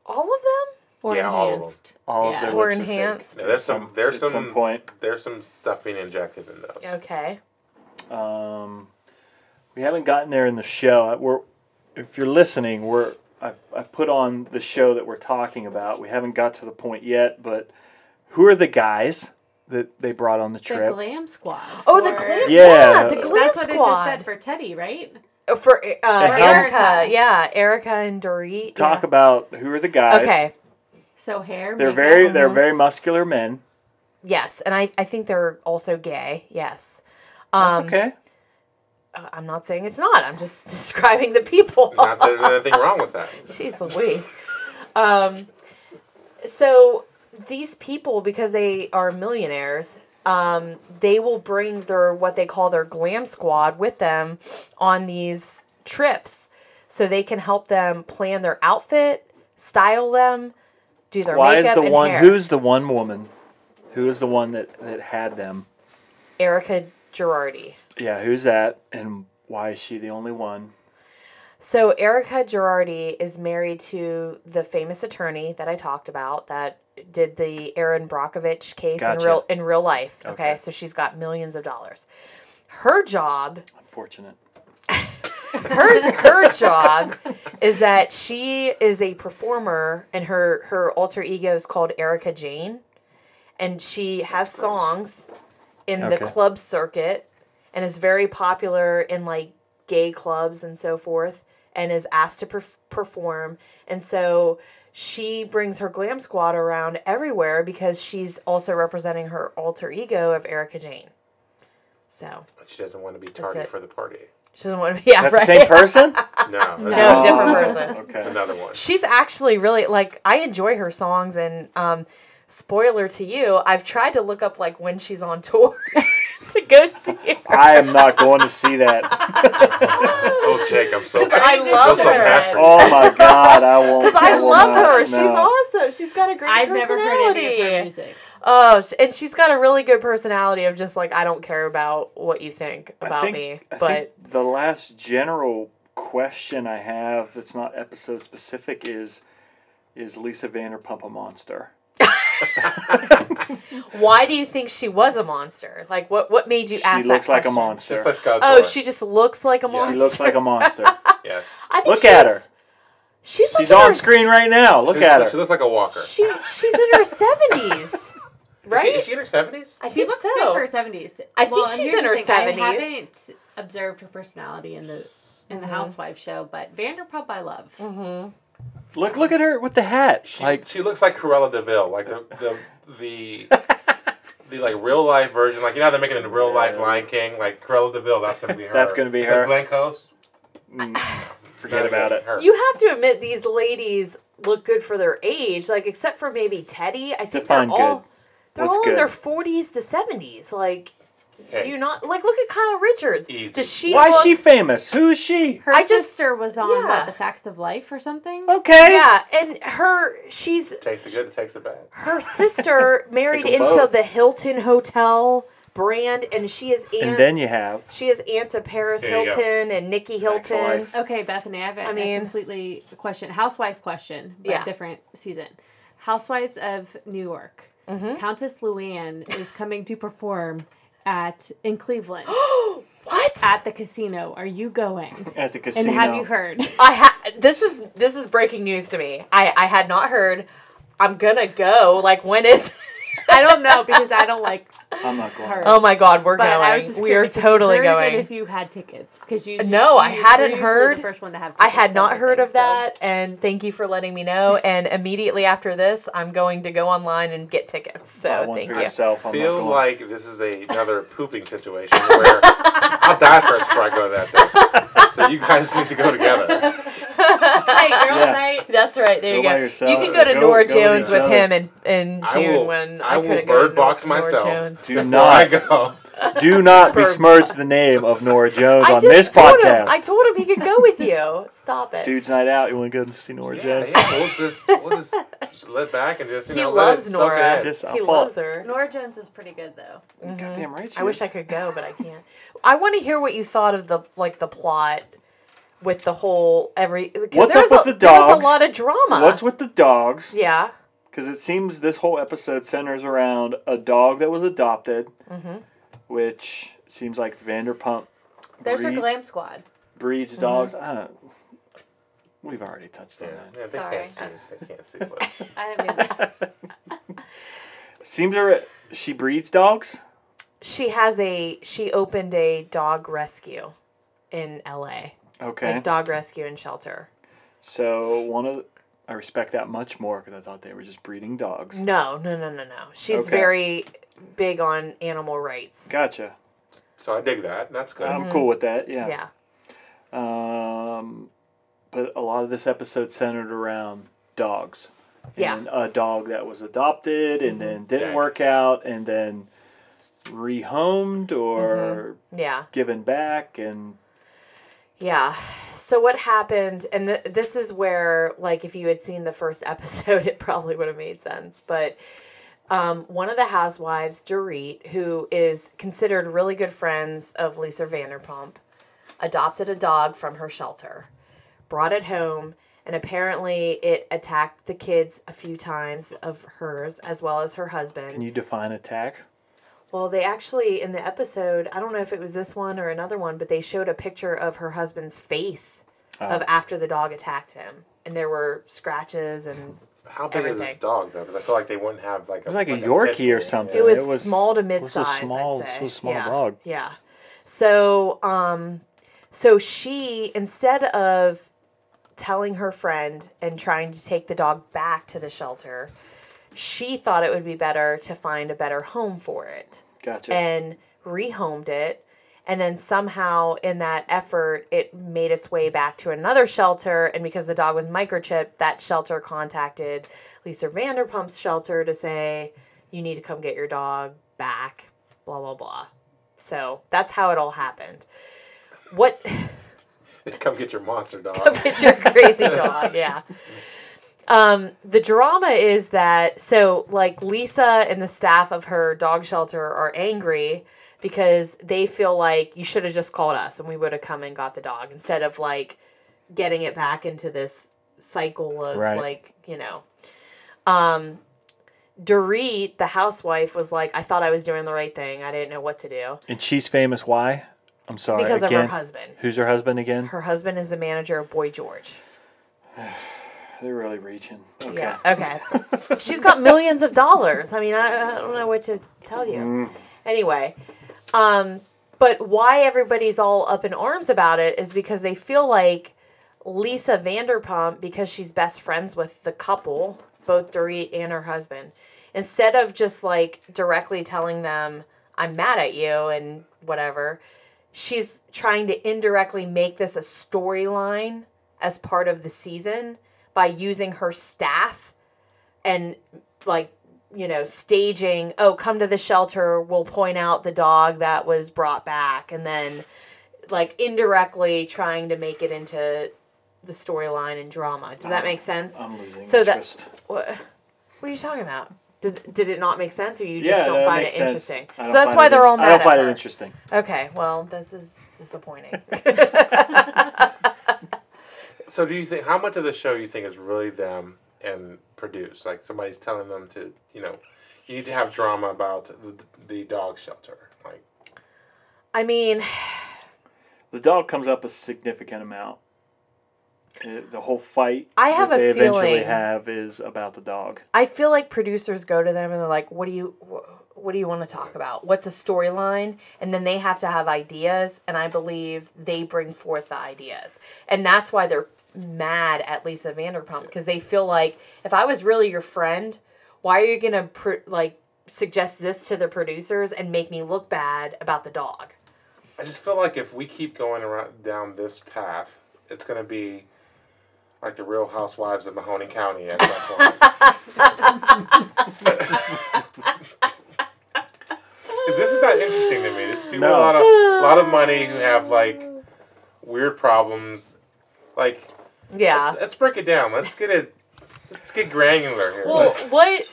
B: All of them?
D: Or
C: Yeah, all of them.
D: enhanced.
A: All
D: Yeah.
A: of their
B: Or
A: lips are fake.
B: enhanced.
C: Now, there's some. There's
A: At
C: some.
A: some point.
C: There's some stuff being injected in those.
B: Okay.
A: Um, we haven't gotten there in the show. We're, if you're listening, we're I, I put on the show that we're talking about. We haven't got to the point yet, but who are the guys that they brought on the
D: The
A: trip?
D: glam squad.
B: Oh, the
D: for-
B: glam.
A: Yeah.
B: Yeah, the glam
D: That's what
B: squad.
D: it just said for Teddy, right?
B: Uh, for uh,
A: how-
B: Erica, yeah, Erica and Dorit.
A: Talk
B: yeah.
A: about who are the guys.
B: Okay. Mm-hmm.
D: So hair.
A: They're
D: makeup,
A: very they're very muscular men.
B: Yes, and I, I think they're also gay. Yes.
A: That's
B: Um,
A: okay.
B: uh, I'm not saying it's not. I'm just describing the people.
C: Not that there's anything wrong with that.
B: She's Louise. Um, so these people, because they are millionaires, um, they will bring their what they call their glam squad with them on these trips, so they can help them plan their outfit, style them, do their
A: Why is
B: makeup
A: the
B: and
A: one
B: hair.
A: who's the one woman? Who is the one that that had them?
B: Erica Girardi.
A: Yeah, who's that? And why is she the only one?
B: So Erica Girardi is married to the famous attorney that I talked about that did the Aaron Brockovich case
A: Gotcha.
B: in real in real life. Okay?
A: Okay.
B: so she's got millions of dollars. Her job,
A: Unfortunate.
B: her her job is that she is a performer and her her alter ego is called Erica Jane and she has songs in the
A: Okay.
B: club circuit and is very popular in like gay clubs and so forth and is asked to perf- perform and so she brings her glam squad around everywhere because she's also representing her alter ego of Erica Jane. So
C: But she doesn't want to be tardy
B: it.
C: for the party.
B: she doesn't want to be yeah,
A: That's
B: right.
A: the same person? Oh.
C: No,
B: no,
C: that's-
B: different person.
A: Okay.
C: It's another one.
B: She's actually really like I enjoy her songs and um spoiler to you, I've tried to look up like when she's on tour to go see her.
A: I am not going to see that.
C: Oh, Jake, I'm so.
B: I
C: I'm
B: love
C: so bad
B: her.
C: for you.
A: Oh my god, I won't.
B: Cuz I
A: will
B: love
A: not.
B: her. She's
A: No.
B: awesome. She's got a great
D: I've never heard
B: personality.
D: any of her music.
B: Oh, sh- and she's got a really good personality of just like I don't care about what you think
A: I
B: about
A: think-
B: me,
A: I
B: but
A: think the last general question I have that's not episode specific is is Lisa Vanderpump a monster?
B: why do you think she was a monster? Like what what made you
A: she
B: ask
A: looks
B: that
A: like a
B: question?
A: monster.
C: Just like Scott
B: Oh,
C: Zorn.
B: she just looks like a monster.
A: She looks like a monster.
C: Yes.
B: I think
A: Look
B: she
A: at
B: looks-
A: her.
B: She's, like
A: She's
B: in
A: on
B: her-
A: screen right now. Look
C: She looks
A: at
C: like-
A: her.
C: She looks like a walker.
B: She she's in her seventies, right?
C: Is she, is she in her seventies?
B: I
D: She
B: think
D: looks
B: so.
D: good for her seventies.
B: I think she's in her 70s.
D: I haven't observed her personality in the in the
B: Mm-hmm.
D: Housewife show, but Vanderpump I love.
B: Mm.
A: Mm-hmm. Look look at her with the hat.
C: She,
A: like
C: she looks like Cruella Deville, like the the the. The like real life version, like you know, how they're making a real life Lion King, like Cruella Deville. That's gonna be her.
A: That's gonna be
C: Is
A: her.
C: That Glenn Close. mm,
A: forget about it.
C: Her.
B: You have to admit these ladies look good for their age, like except for maybe Teddy. I think
A: Define
B: they're all
A: good.
B: they're
A: What's
B: all in
A: good?
B: their forties to seventies. Like,
C: Hey.
B: do you not like look at Kyle Richards?
C: Easy.
B: Does she?
A: Why is
B: look-
A: she famous? Who is she?
D: Her
B: I just-
D: sister was on
B: yeah. Oh.
D: what, the Facts of Life or something.
A: Okay.
B: Yeah, and her she's
C: takes the good, it takes the bad.
B: her sister married
A: Take 'em
B: into
A: both.
B: the Hilton hotel brand, and she is aunt.
A: And then you have
B: she is aunt to Paris
C: There you go.
B: Hilton and Nikki
A: Facts of
B: Hilton.
A: life.
D: Okay, Bethany, I have a,
B: I
D: a
B: mean-
D: completely question, housewife question, but
B: Yeah.
D: different season. Housewives of New York.
B: Mm-hmm.
D: Countess Luann is coming to perform at in Cleveland
B: What?
D: at the casino. Are you going?
A: at the casino.
D: And have you heard?
B: I ha- this is this is breaking news to me. I I had not heard. I'm gonna go. Like when is
E: I don't know because I don't like.
A: I'm not going.
E: Her.
B: Oh my God, we're
E: But
B: going.
E: I was just
B: we are
E: curious if you
B: totally
E: heard of it
B: going.
E: If you had tickets, because usually
B: No, I
E: you-
B: hadn't
E: you're usually
B: heard.
E: The first one to have.
B: I
E: Tickets,
B: had
E: to
B: not heard
E: everything,
B: of
E: so-
B: that, and thank you for letting me know. And immediately after this, I'm going to go online and get tickets.
A: I
B: So
A: want
B: thank
A: for
B: you.
A: myself. I'm not
C: feel
A: going.
C: like this is a, another pooping situation where I'll die first before I go to that thing. So you guys need to go together.
D: Hey, girls'
A: Yeah.
D: night.
B: That's right. There
A: Go
B: you
A: by
B: go.
A: yourself.
B: You can go to
A: Go-
B: Nora
A: go with
B: Jones
A: each
B: with
A: other.
B: him in, in
C: I
B: June
C: will-
B: when
C: I
B: I,
C: will
B: couldn't go.
C: bird
B: to
C: box
B: Nora
C: myself.
B: Jones.
A: Do
C: Before I
A: not,
C: go.
A: do not
B: Bird
A: besmirch the name of Nora Jones
B: I
A: on
B: just
A: this
B: told him.
A: podcast.
B: I told him he could go with you. Stop it.
A: Dude's night out. You want to go see Nora
C: Yeah,
A: Jones?
C: yeah, we'll just we'll just, just let back and just you
B: he
C: know let it
B: loves
C: soak it
B: Nora.
C: in.
A: Just- I'll
B: he
A: follow.
B: loves her.
D: Nora Jones is pretty good though.
A: Goddamn right.
B: Mm-hmm. I wish I could go, but I can't. I want to hear what you thought of the like the plot with the whole every. 'cause
A: What's
B: there
A: up
B: was a,
A: with the
B: There was
A: dogs?
B: a lot of drama.
A: What's with the dogs?
B: yeah,
A: because it seems this whole episode centers around a dog that was adopted, which seems like Vanderpump
D: There's her
A: breed-
D: glam squad.
A: breeds dogs. I don't. We've already touched on
C: Yeah,
A: that.
C: yeah, they
D: Sorry.
C: can't see. They can't see. But
D: I didn't mean that.
A: Seems her she breeds dogs.
B: she has a. She opened a dog rescue in L.A.
A: Okay,
B: Like dog rescue and shelter.
A: so one of the, I respect that much more because I thought they were just breeding dogs.
B: No, no, no, no, no. She's
A: Okay.
B: very big on animal rights.
A: Gotcha.
C: so I dig that. That's good.
A: I'm cool with that. Yeah.
B: Yeah.
A: Um, but a lot of this episode centered around dogs.
B: Yeah.
A: And a dog that was adopted and then didn't
C: Dead.
A: work out and then rehomed or
B: Yeah.
A: given back and
B: Yeah. So what happened, and th- this is where, like, if you had seen the first episode, it probably would have made sense. But um, one of the housewives, Dorit, who is considered really good friends of Lisa Vanderpump, adopted a dog from her shelter, brought it home, and apparently it attacked the kids a few times of hers as well as her husband.
A: can you define attack?
B: Well, they actually in the episode, I don't know if it was this one or another one, but they showed a picture of her husband's face
A: Oh.
B: of after the dog attacked him. And there were scratches and
C: How big is this
B: Everything.
C: dog though? Because I feel like they wouldn't have like a,
A: It was like a
C: pit
A: Yorkie or
C: bull.
A: something.
B: it was,
A: it was
B: small to
A: it was a
B: mid-size,
A: small-
B: I'd say.
A: It was a small
B: yeah.
A: dog.
B: Yeah. So, um so she instead of telling her friend and trying to take the dog back to the shelter, she thought it would be better to find a better home for it.
A: Gotcha.
B: and rehomed it. And then somehow, in that effort, it made its way back to another shelter. And because the dog was microchipped, that shelter contacted Lisa Vanderpump's shelter to say, you need to come get your dog back, blah, blah, blah. So that's how it all happened. What
C: Come get your monster dog.
B: it's your crazy dog, yeah. Um, the drama is that so like Lisa and the staff of her dog shelter are angry because they feel like you should have just called us and we would have come and got the dog instead of like getting it back into this cycle of
A: Right.
B: like, you know. Um Dorit, the housewife, was like, I thought I was doing the right thing. I didn't know what to do.
A: and she's famous. Why? I'm sorry.
B: Because of
A: again.
B: her husband.
A: Who's her husband again?
B: Her husband is the manager of Boy George.
A: They're really reaching. Okay.
B: Yeah. Okay. She's got millions of dollars. I mean, I, I don't know what to tell you. Anyway, um, but why everybody's all up in arms about it is because they feel like Lisa Vanderpump, because she's best friends with the couple, both Dorit and her husband, instead of just like directly telling them, I'm mad at you and whatever, she's trying to indirectly make this a storyline as part of the season by using her staff and like you know staging oh come to the shelter we'll point out the dog that was brought back and then like indirectly trying to make it into the storyline and drama does that make sense
A: I'm losing
B: So that-
A: interest.
B: what, what are you talking about did, did it not make sense or you
A: yeah,
B: just don't
A: that
B: find
A: makes
B: it
A: sense.
B: interesting
A: I don't
B: so that's
A: find
B: why
A: it
B: they're
A: in-
B: all mad
A: I don't
B: at
A: find
B: her.
A: it interesting.
B: okay well this is disappointing
C: So do you think how much of the show you think is really them and produced? Like somebody's telling them to, you know, you need to have drama about the, the dog shelter. Like
B: i mean
A: The dog comes up a significant amount. It- Uh, the whole fight
B: I have
A: that
B: a
A: they eventually
B: feeling-
A: have is about the dog.
B: I feel like producers go to them and they're like, "What do you, wh- what do you want to talk about? What's a storyline?" And then they have to have ideas, and I believe they bring forth the ideas, and that's why they're mad at Lisa Vanderpump because they feel like if I was really your friend, why are you gonna pr- like suggest this to the producers and make me look bad about the dog?
C: I just feel like if we keep going around down this path, it's going to be like the Real Housewives of Mahoney County at some point. Because this is not interesting to me. This is people
A: No.
C: with a lot of a lot of money who have like weird problems. Like
B: Yeah.
C: let's, let's break it down. Let's get it. Let's get granular here.
B: Well,
C: Let's-
B: what,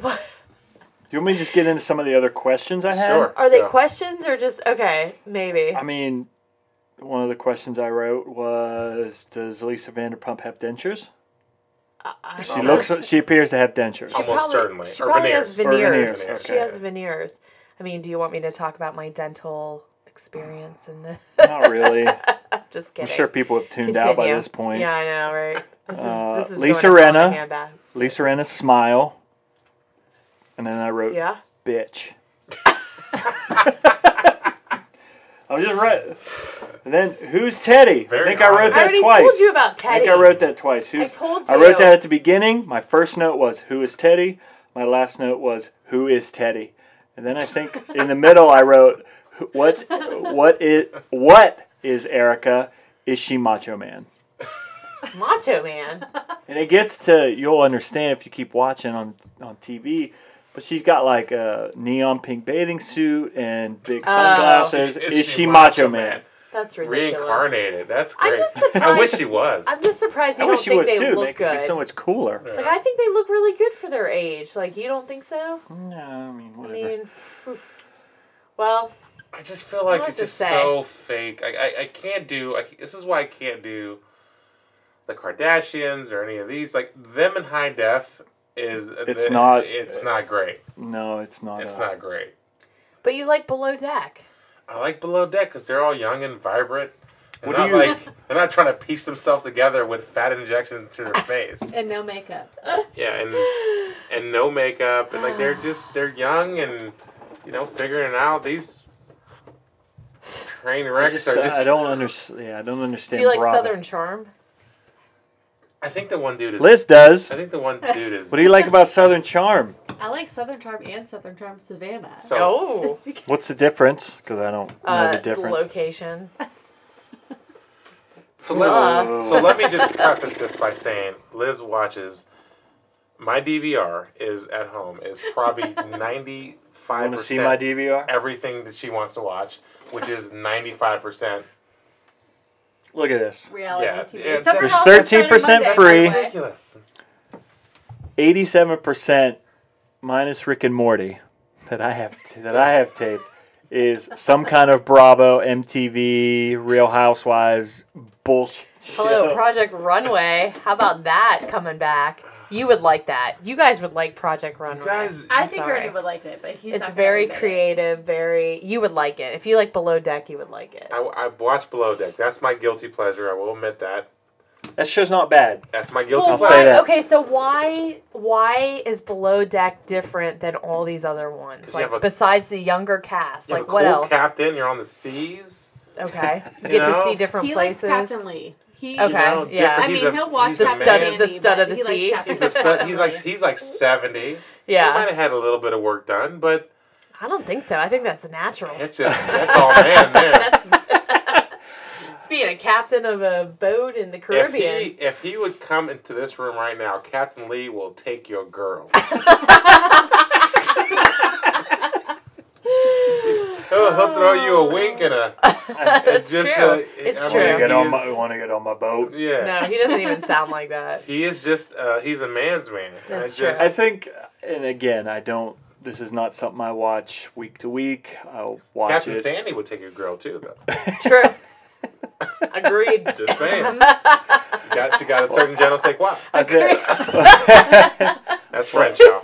B: what
A: You want me to just get into some of the other questions I had?
C: sure.
B: uh-huh. are they
C: yeah.
B: questions or just okay? Maybe.
A: I mean, one of the questions I wrote was, "Does Lisa Vanderpump have dentures?" She looks. She appears to have dentures.
C: Almost
B: probably-
C: certainly.
B: She
C: or
B: probably
C: veneers.
B: has
A: Or
B: veneers.
A: veneers,
B: She
A: okay.
B: has veneers. I mean, do you want me to talk about my dental experience and the
A: Not really.
B: just
A: I'm
B: kidding?
A: sure people have tuned out by
B: Continue.
A: this point.
B: Yeah, I know, right? This is,
A: Uh,
B: this is
A: Lisa
B: going down the
A: Rinna.
B: handbags.
A: Lisa Renna's smile, and then I wrote,
B: Yeah.
A: "Bitch." I was just right. And then who's Teddy? I
C: Very
A: think I wrote
C: honest.
A: that
B: I already
A: twice.
B: told you about
A: I
B: Teddy.
A: think I wrote that twice. Who's,
B: told
A: I wrote
B: you.
A: that at the beginning. My first note was "Who is Teddy?" My last note was "Who is Teddy?" And then I think in the middle I wrote "Who- "What? What is what is Erica? Is she Macho Man?"
B: Macho Man.
A: And it gets to you'll understand if you keep watching on on TV. But she's got like a neon pink bathing suit and
B: Oh.
A: big sunglasses.
C: Is
A: is,
C: she-
A: she, Macho Man?
B: That's ridiculous.
C: Reincarnated. That's
B: I'm
C: great.
B: just
C: I wish
B: surprised-
C: she was.
B: I'm just surprised
A: I
B: you
A: wish
B: don't
A: she was
B: think they
A: too.
B: look
A: Make it
B: good.
A: be so much cooler.
B: like I think they look really good for their age. Like you don't think so?
A: No, I mean
B: I
A: whatever.
B: mean, oof. well,
C: I just feel like
B: Hard
C: it's
B: to
C: just
B: say.
C: so fake. I, I, I can't do. I, c- this is why I can't do the Kardashians or any of these. Like them in high def is. uh,
A: It's not-
C: It's not great.
A: no, it's not.
C: It's
A: a-
C: not great.
B: but you like Below Deck.
C: I like Below Deck because they're all young and vibrant. And
A: What
C: not
A: do you-
C: like they're not trying to piece themselves together with fat injections to their face.
D: And no makeup.
C: yeah, and and no makeup and like they're just they're young and you know figuring it out. These train
A: I
C: wrecks
A: just,
C: are
A: uh,
C: just.
A: I don't understand. Yeah, I don't
B: Do
A: understand.
B: you like
A: Bravo.
B: Southern Charm?
C: I think the one dude is.
A: Liz does.
C: I think the one dude is.
A: What do you like about Southern Charm?
D: I like Southern Charm and Southern Charm Savannah.
C: So,
B: Oh,
D: Just because-
A: What's the difference? Because I don't know
B: uh,
A: the difference.
B: location.
C: so let's.
B: Duh.
C: So let me just preface this by saying Liz watches. My DVR is at home is probably ninety five
A: Want to see my
C: percent
A: DVR?
C: everything that she wants to watch, which is ninety five percent.
A: Look at this.
D: reality
C: Yeah,
D: TV.
C: yeah,
D: It's something
C: there's
D: else that's on
A: 13%
D: Monday,
A: free.
D: by the way.
C: Ridiculous.
A: Eighty-seven percent minus Rick and Morty that I have that I have taped is some kind of Bravo, MTV, Real Housewives bullshit.
B: Hello, Oh, Project Runway. How about that coming back? You would like that. You guys would like Project Runway.
C: You guys,
D: I think
B: Sorry.
D: Ernie would like it, but he's
B: it's
D: not
B: very
D: gonna like it.
B: creative, very. You would like it. If you like Below Deck, you would like it.
C: I, I watched Below Deck. That's my guilty pleasure. I will admit that.
A: That show's not bad.
C: That's my guilty
B: Well,
A: I'll say
B: why,
C: pleasure.
A: that.
B: okay, so why why is Below Deck different than all these other ones?
C: 'Cause you
B: Like
C: have a-
B: besides the younger cast,
C: You have
B: like
C: a
B: what
C: cool
B: else?
C: captain. You're on the seas.
B: okay, you
C: You
B: get to
C: know?
B: see different
D: He
B: places.
D: likes Captain Lee. He,
B: Okay.
C: You know,
B: yeah.
C: different-
D: I
C: he's
D: mean,
C: a-
D: he'll watch
C: he's a
B: The
D: Captain
B: stud-
C: man.
B: the stud of
D: but
B: the
D: he likes
B: sea.
D: Captain
C: He's a stud. He's like
D: Lee.
C: he's like seventy. He might
B: Yeah,
C: have had a little bit of work done, but
B: I don't think so. I think that's natural.
C: it's just that's all man there.
B: That's it's being a captain of a boat in the
C: If
B: Caribbean.
C: he if he would come into this room right now, Captain Lee will take your girl. he'll, he'll throw you
B: Oh,
C: a wink and a.
B: That's true. It's
C: I mean,
B: true.
C: he
B: Wanna get
C: is-
A: want to get on my boat.
C: Yeah.
B: No, he doesn't even sound like that.
C: He is just uh, he's a man's man.
B: That's
C: I
B: true.
C: just-
A: I think, and again, I don't. This is not something I watch week to week. I'll watch
C: Captain
A: it.
C: Sandy would take a girl too, though.
B: True. Agreed.
C: Just saying. she got she got a certain gentle like wow.
A: I think,
C: That's French, y'all.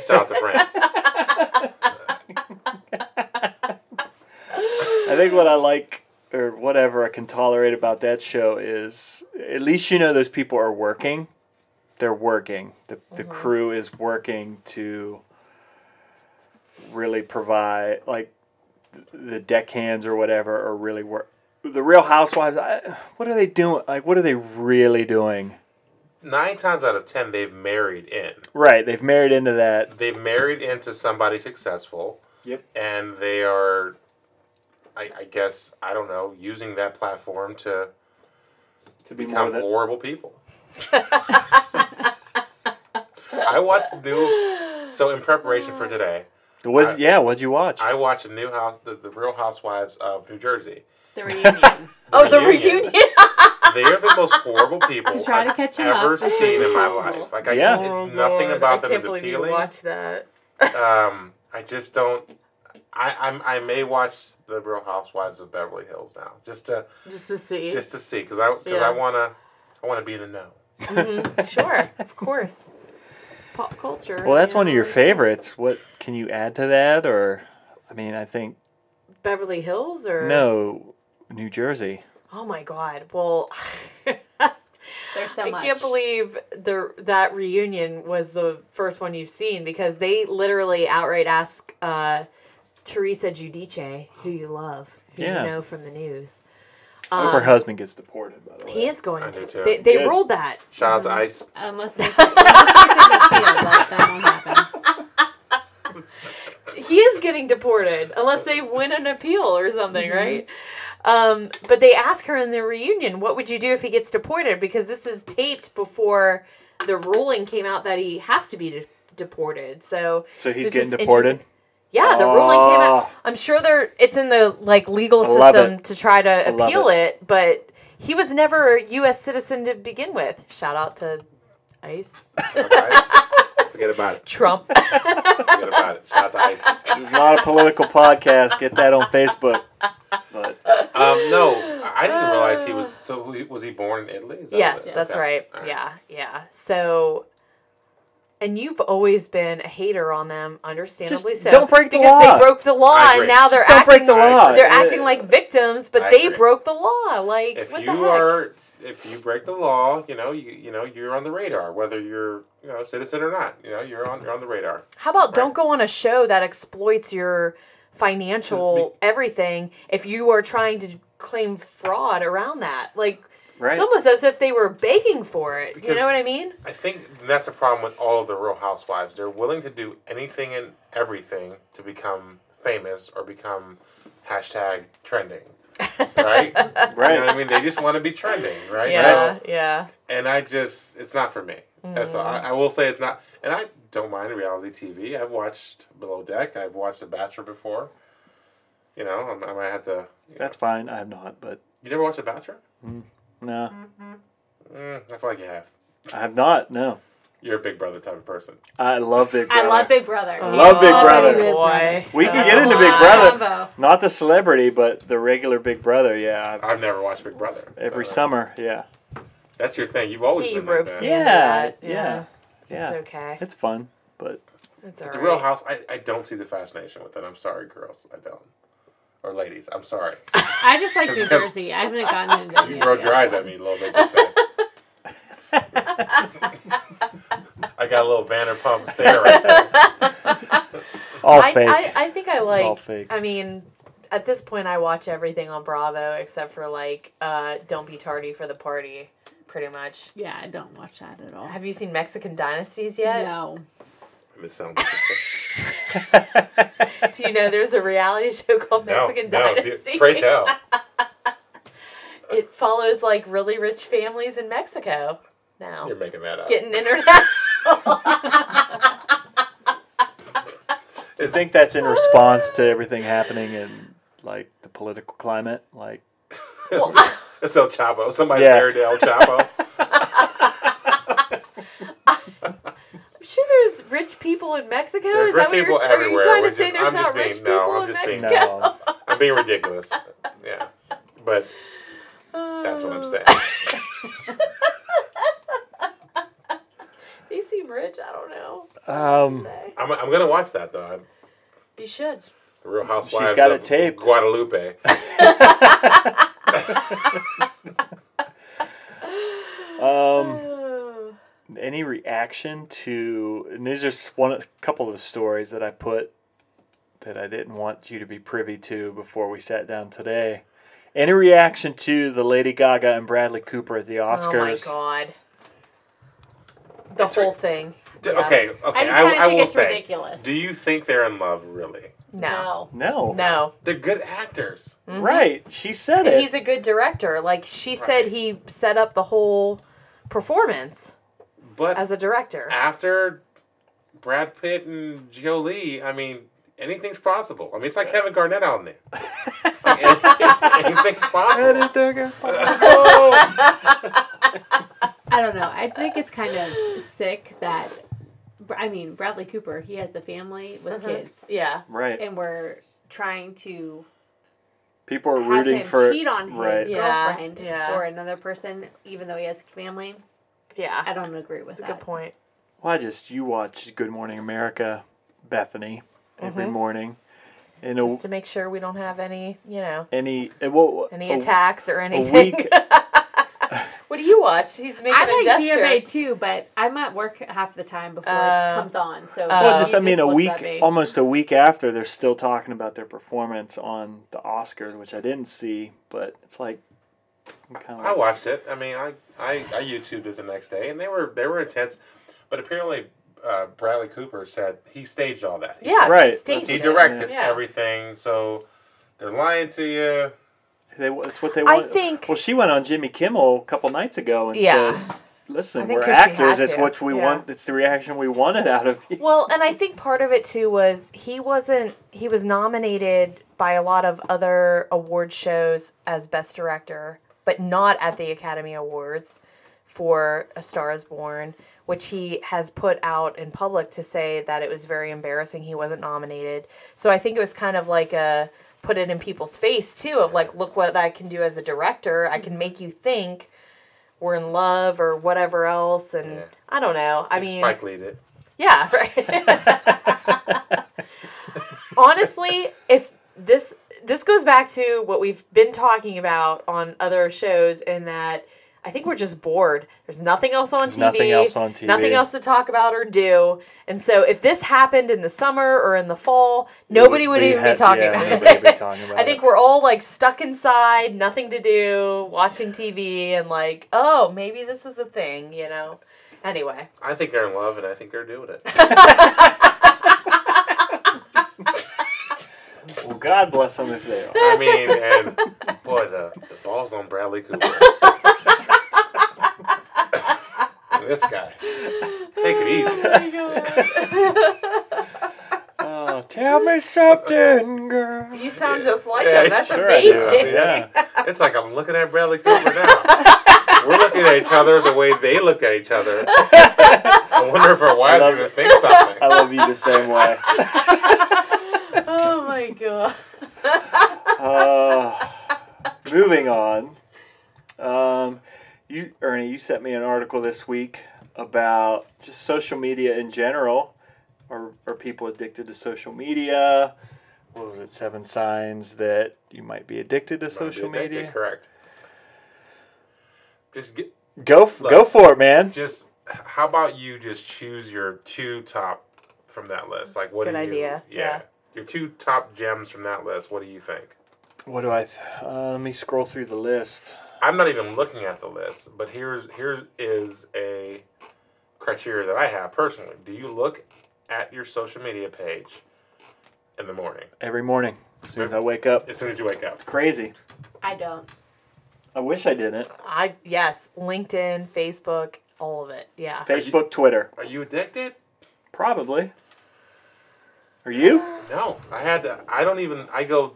C: Shout out to France.
A: I think what I like or whatever I can tolerate about that show is at least you know those people are working. They're working. The, the crew is working to really provide, like, th- the deckhands or whatever are really work. The Real Housewives, I, what are they doing? Like, what are they really doing?
C: Nine times out of ten, they've married in.
A: Right, they've married into that.
C: They've married into somebody successful.
A: Yep.
C: And they are, I, I guess, I don't know, using that platform to
A: To be more
C: become
A: than
C: horrible people. I watched the new. So in preparation for today,
A: What,
C: I-
A: yeah, what'd you watch?
C: I watched the new house, the, the Real Housewives of New Jersey.
D: The reunion.
B: Oh, the reunion.
C: they are the most horrible people
E: To try to
C: I've
E: catch him up
C: ever
E: as soon
C: seen
E: as
C: in my
E: possible.
C: life. Like I,
A: Yeah.
C: it-
B: Oh,
C: nothing
B: Lord.
C: about
B: I
C: them
B: can't
C: is
B: believe
C: appealing.
B: you watch that.
C: um, I just don't. I I'm, I may watch the Real Housewives of Beverly Hills now just to
B: Just to see.
C: just to see because I because
B: Yeah.
C: I wanna I wanna be in the know.
B: sure, of course. It's pop culture.
A: well, that's
B: you
A: one of
B: know,
A: your
B: it's-
A: favorites. What can you add to that? Or, I mean, I think
B: Beverly Hills or
A: no, New Jersey.
B: Oh my God. Well,
D: There's so
B: I
D: much.
B: can't believe the that reunion was the first one you've seen because they literally outright ask uh, Teresa Giudice who you love, who
A: Yeah.
B: you know from the news.
A: I hope her husbody gets deported. By the way,
B: Ah. He is going
C: I do
B: to.
C: too.
B: They, they
A: Good.
B: ruled that.
C: Shout out to
B: Mm-hmm.
C: Ice.
D: Unless they, unless they take the appeal, but that won't happen.
B: he is getting deported unless they win an appeal or something, right? Um, but they ask her in the reunion, "What would you do if he gets deported?" Because this is taped before the ruling came out that he has to be de- deported. So,
A: so he's
B: this is
A: getting deported.
B: interesting. Yeah, the ruling came out.
A: Ah.
B: I'm sure they're it's in the like legal
A: I love
B: system
A: it.
B: to try to
A: love
B: appeal it. but he was never a U.S. citizen to begin with. Shout out to ICE,
C: Shout out to Ice. Forget about it.
B: Trump.
C: Forget about it. Shout out to Ice.
A: This is not a political podcast. Get that on Facebook. But
C: Um, no, I didn't realize he was. So who, was he born in Italy? Is that
B: Yes,
C: what-
B: that's
C: okay.
B: right.
C: All
B: Yeah, yeah. So, and you've always been a hater on them, understandably
A: Just
B: so.
A: don't break the
B: because
A: law.
B: they broke the law,
C: I
B: and
C: agree.
B: now they're
A: just don't break
B: acting.
A: the law.
B: They're
A: Uh,
B: acting like victims, but
C: I
B: they
C: agree.
B: broke the law. Like,
C: If
B: what
C: you
B: the heck?
C: are, if you break the law, you know, you you know, you're on the radar, whether you're you know a citizen or not. You know, you're on you're on the radar.
B: How about don't go on a show that exploits your financial
C: Just
B: everything if you are trying to claim fraud around that? Like,
A: right,
B: it's almost as if they were begging for it. you
C: Because-
B: know what I mean?
C: I think that's a problem with all of the Real Housewives. They're willing to do anything and everything to become famous or become hashtag trending, right? You know what
A: right.
C: I mean? They just want to be trending, right?
B: Yeah,
C: So-
B: yeah.
C: and I just, it's not for me. That's all. I, I will say it's not. And I don't mind reality TV. I've watched Below Deck. I've watched The Bachelor before. You know, I'm, I might have to.
A: That's fine. I have not, but
C: You never watched The Bachelor?
A: no,
C: Mm, I feel like you have.
A: I have not. No,
C: You're a Big Brother type of person.
A: I love Big
D: I
A: Brother.
D: love Big Brother.
A: Love Big
D: Oh,
A: Brother.
E: Big
B: Boy.
A: We can get into Big
D: wow.
A: Brother,
D: Combo.
A: not the celebrity, but the regular Big Brother. Yeah, I-
C: I've never watched Big Brother. uh,
A: every
C: So,
A: summer. Uh, Yeah,
C: That's your thing. You've always
B: He
C: been
B: ropes
C: like that.
B: me.
A: yeah,
B: that,
A: yeah, yeah.
B: It's okay.
A: It's fun, but
B: It's all
C: The
B: right.
C: Real House, I, I don't see the fascination with it. I'm sorry, girls. I don't. Or ladies. I'm sorry.
D: I just like New
C: Because-
D: Jersey. I haven't gotten into
C: You
D: any
C: rolled
D: of
C: your
D: it.
C: eyes at me a little bit just then. I got a little Vanderpump stare right there.
A: all
B: I,
A: fake.
B: I, I think I like.
A: all fake.
B: I mean, at this point, I watch everything on Bravo except for like uh, "Don't Be Tardy for the Party," pretty much.
D: Yeah, I don't watch that at all.
B: Have you seen Mexican Dynasties yet?
D: No.
C: This sounds interesting.
B: Do you know there's a reality show called
C: No,
B: Mexican
C: no, dude,
B: Dynasty?
C: pray tell.
B: It follows like really rich families in Mexico. Now
C: You're making that up.
B: getting international.
A: I think that's in response to everything happening in like the political climate. Like,
C: It's El Chapo. Somebody's
A: Yeah.
C: married to El Chapo.
B: I'm sure there's rich people in Mexico.
C: There's
B: Is that
C: rich
B: what
C: people
B: you're, are you
C: everywhere.
B: trying
C: We're
B: to say?
C: just-
B: There's
C: I'm just
B: not
C: being-
B: rich
C: no,
B: people
C: I'm
B: in
C: just being-
B: Mexico.
A: no,
C: I'm being ridiculous. Yeah. But that's what I'm saying.
B: Uh. They seem rich. I don't know.
A: um,
C: I'm, I'm going to watch that, though. I'm,
B: You should.
C: The Real Housewives
A: got
C: of
A: it taped.
C: Guadalupe.
A: Um,
B: Oh.
A: any reaction to and these are just one a couple of the stories that I put that I didn't want you to be privy to before we sat down today. Any reaction to the Lady Gaga and Bradley Cooper at the Oscars?
B: Oh my god. The
C: It's
B: whole
C: ri-
B: thing.
C: D-
B: Yeah.
C: Okay, okay.
D: I just
C: I,
D: kind
C: I
D: of think
C: will
D: it's
C: say,
D: ridiculous.
C: do you think they're in love, really?
B: No.
A: no.
B: No.
C: They're good actors.
B: Mm.
A: Right. She said
B: And
A: it.
B: he's a good director. Like she said
C: Right.
B: he set up the whole performance
C: But
B: as a director.
C: after Brad Pitt and Jolie, I mean, anything's possible. I mean, it's like Kevin Garnett out in there. Like, any- anything's possible.
D: I don't know. I think it's kind of sick that, Br- I mean, Bradley Cooper, he has a family with
B: Uh-huh.
D: kids.
B: Yeah.
A: right.
D: And we're trying to
A: People are
D: have
A: rooting
D: him
A: for
D: cheat on his
A: right.
B: Yeah,
D: girlfriend
B: yeah.
D: for another person, even though he has family.
B: Yeah.
D: I don't agree with
B: That's a
D: that.
B: good point.
A: Well, I just you watch Good Morning America, Bethany, every morning, and a,
B: Mm-hmm. Just to make sure we don't have any, you know,
A: any and well,
B: any
A: a-
B: attacks or
A: a
B: anything.
A: week.
B: what do you watch? He's making
D: I
B: a
D: like
B: gesture.
D: GMA too, but I'm at work half the time before
B: Uh,
D: it comes on. So
A: Well,
B: Uh,
A: just
D: he
A: I mean, a
D: looks
A: week,
D: at me.
A: almost a week after, they're still talking about their performance on the Oscars, which I didn't see, but it's like, I'm kind of
C: I
A: like
C: watched it. I mean, I, I, I YouTubed it the next day, and they were they were intense. But apparently, uh, Bradley Cooper said he staged all that. He
B: Yeah,
A: Right.
B: he staged
C: He
B: it.
C: directed
B: Yeah.
C: everything, so they're lying to you.
A: they, it's what they
B: I
A: want.
B: think-
A: Well, she went on Jimmy Kimmel a couple nights ago and
B: Yeah.
A: said, "Listen,
B: I think
A: we're
B: 'cause she
A: actors.
B: had
A: It's
B: to.
A: what we
B: Yeah.
A: want. It's the reaction we wanted out of you."
B: Well, and I think part of it too was he wasn't he was nominated by a lot of other award shows as best director, but not at the Academy Awards for A Star is Born, which he has put out in public to say that it was very embarrassing he wasn't nominated. So I think it was kind of like a put it in people's face too of like look what I can do as a director. I can make you think we're in love or whatever else and
C: Yeah.
B: I don't know. I
C: And
B: mean
C: Spike Lee did.
B: yeah, right. Honestly, if this this goes back to what we've been talking about on other shows in that I think we're just bored. There's nothing else on TV.
A: Nothing else on TV.
B: Nothing else to talk about or do. And so if this happened in the summer or in the fall, nobody would,
A: We
B: even
A: had-
B: be talking
A: yeah,
B: about
A: nobody
B: it.
A: would be talking about
B: I think
A: it.
B: we're all like stuck inside, nothing to do, watching TV and like, oh, maybe this is a thing, you know. Anyway.
C: I think they're in love, and I think they're doing it.
A: Well, God bless them if they are.
C: I mean, and boy, the, the balls on Bradley Cooper. And this guy, take it easy.
A: oh, tell me something, girl.
B: You sound just like
C: Yeah,
B: him. That's
A: sure I do.
B: amazing.
C: I mean, that's- It's like I'm looking at Bradley Cooper now. We're looking at each other the way they look at each other. I wonder if our wives
A: Love
C: are going to think something.
A: I love you the same way.
B: Oh my god.
A: Uh, moving on. Um, you, Ernie, you sent me an article this week about just social media in general. Are, are people addicted to social media? What was it? Seven signs that you might be addicted to social
C: Might be addicted,
A: media.
C: Correct. Just get,
A: Go f-
C: Look.
A: go for it, man.
C: just how about you just choose your two top from that list? Like what
B: Good
C: do you,
B: idea, yeah.
C: Your two top gems from that list. What do you think?
A: What do I? Th- uh, let me scroll through the list.
C: I'm not even looking at the list, but here's here is a criteria that I have personally. Do you look at your social media page in the morning
A: Every morning, as soon as I wake up,
C: as soon as you wake up?
A: crazy.
D: I don't.
A: I wish I didn't.
B: I yes, LinkedIn, Facebook, all of it. Yeah.
A: Facebook, Twitter,
C: Are you addicted?
A: probably. Are you?
C: No, I had to. I don't even. I go.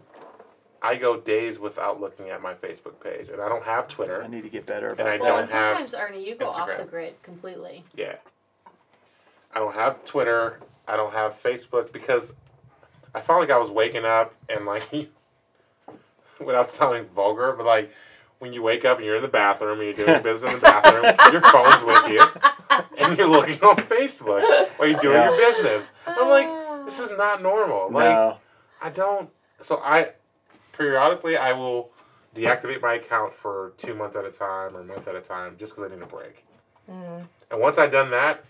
C: I go days without looking at my Facebook page, and I don't have Twitter.
A: I need to get better about.
C: I
A: that.
D: Well,
C: don't
D: and
C: have
D: sometimes Ernie, you go off the
C: Instagram.
D: grid completely.
C: Yeah. I don't have Twitter. I don't have Facebook because I felt like I was waking up and like, without sounding vulgar, but like when you wake up and you're in the bathroom and you're doing business in the bathroom, your phone's with you and you're looking on Facebook while you're doing
A: Yeah.
C: your business. I'm like, this is not normal. Like,
A: no.
C: I don't. So I periodically I will deactivate my account for two months at a time or a month at a time just because I need a break.
D: Mm.
C: And once I've done that,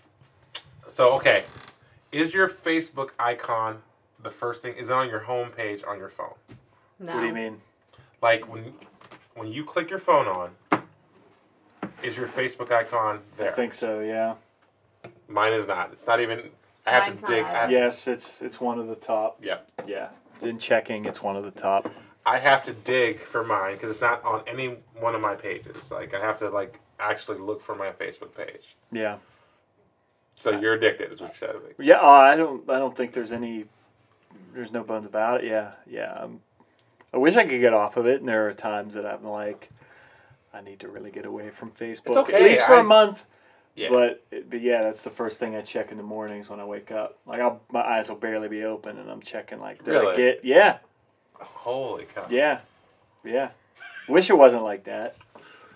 C: so okay, is your Facebook icon the first thing? Is it on your home page on your phone?
E: No.
A: What do you mean?
C: Like when when you click your phone on, is your Facebook icon
A: I
C: there?
A: think so. Yeah.
C: Mine is not. It's not even. I have
D: Mine's
C: to
D: not
C: dig. I have
D: either.
C: to-
A: Yes, it's it's one of the top.
C: yeah.
A: Yeah. In checking, it's one of the top.
C: I have to dig for mine because it's not on any one of my pages. Like I have to like actually look for my Facebook page.
A: Yeah.
C: So you're addicted, is what you said. Like,
A: Yeah. Uh, I don't. I don't think there's any. There's no bones about it. Yeah. Yeah. Um, I wish I could get off of it, and there are times that I'm like, I need to really get away from Facebook, at
C: okay,
A: least for a
C: I-
A: month.
C: yeah.
A: But but yeah, that's the first thing I check in the mornings when I wake up. Like I'll, my eyes will barely be open, and I'm checking like, did I
C: Really?
A: get? Yeah,
C: Holy cow!
A: yeah, yeah. Wish it wasn't like that.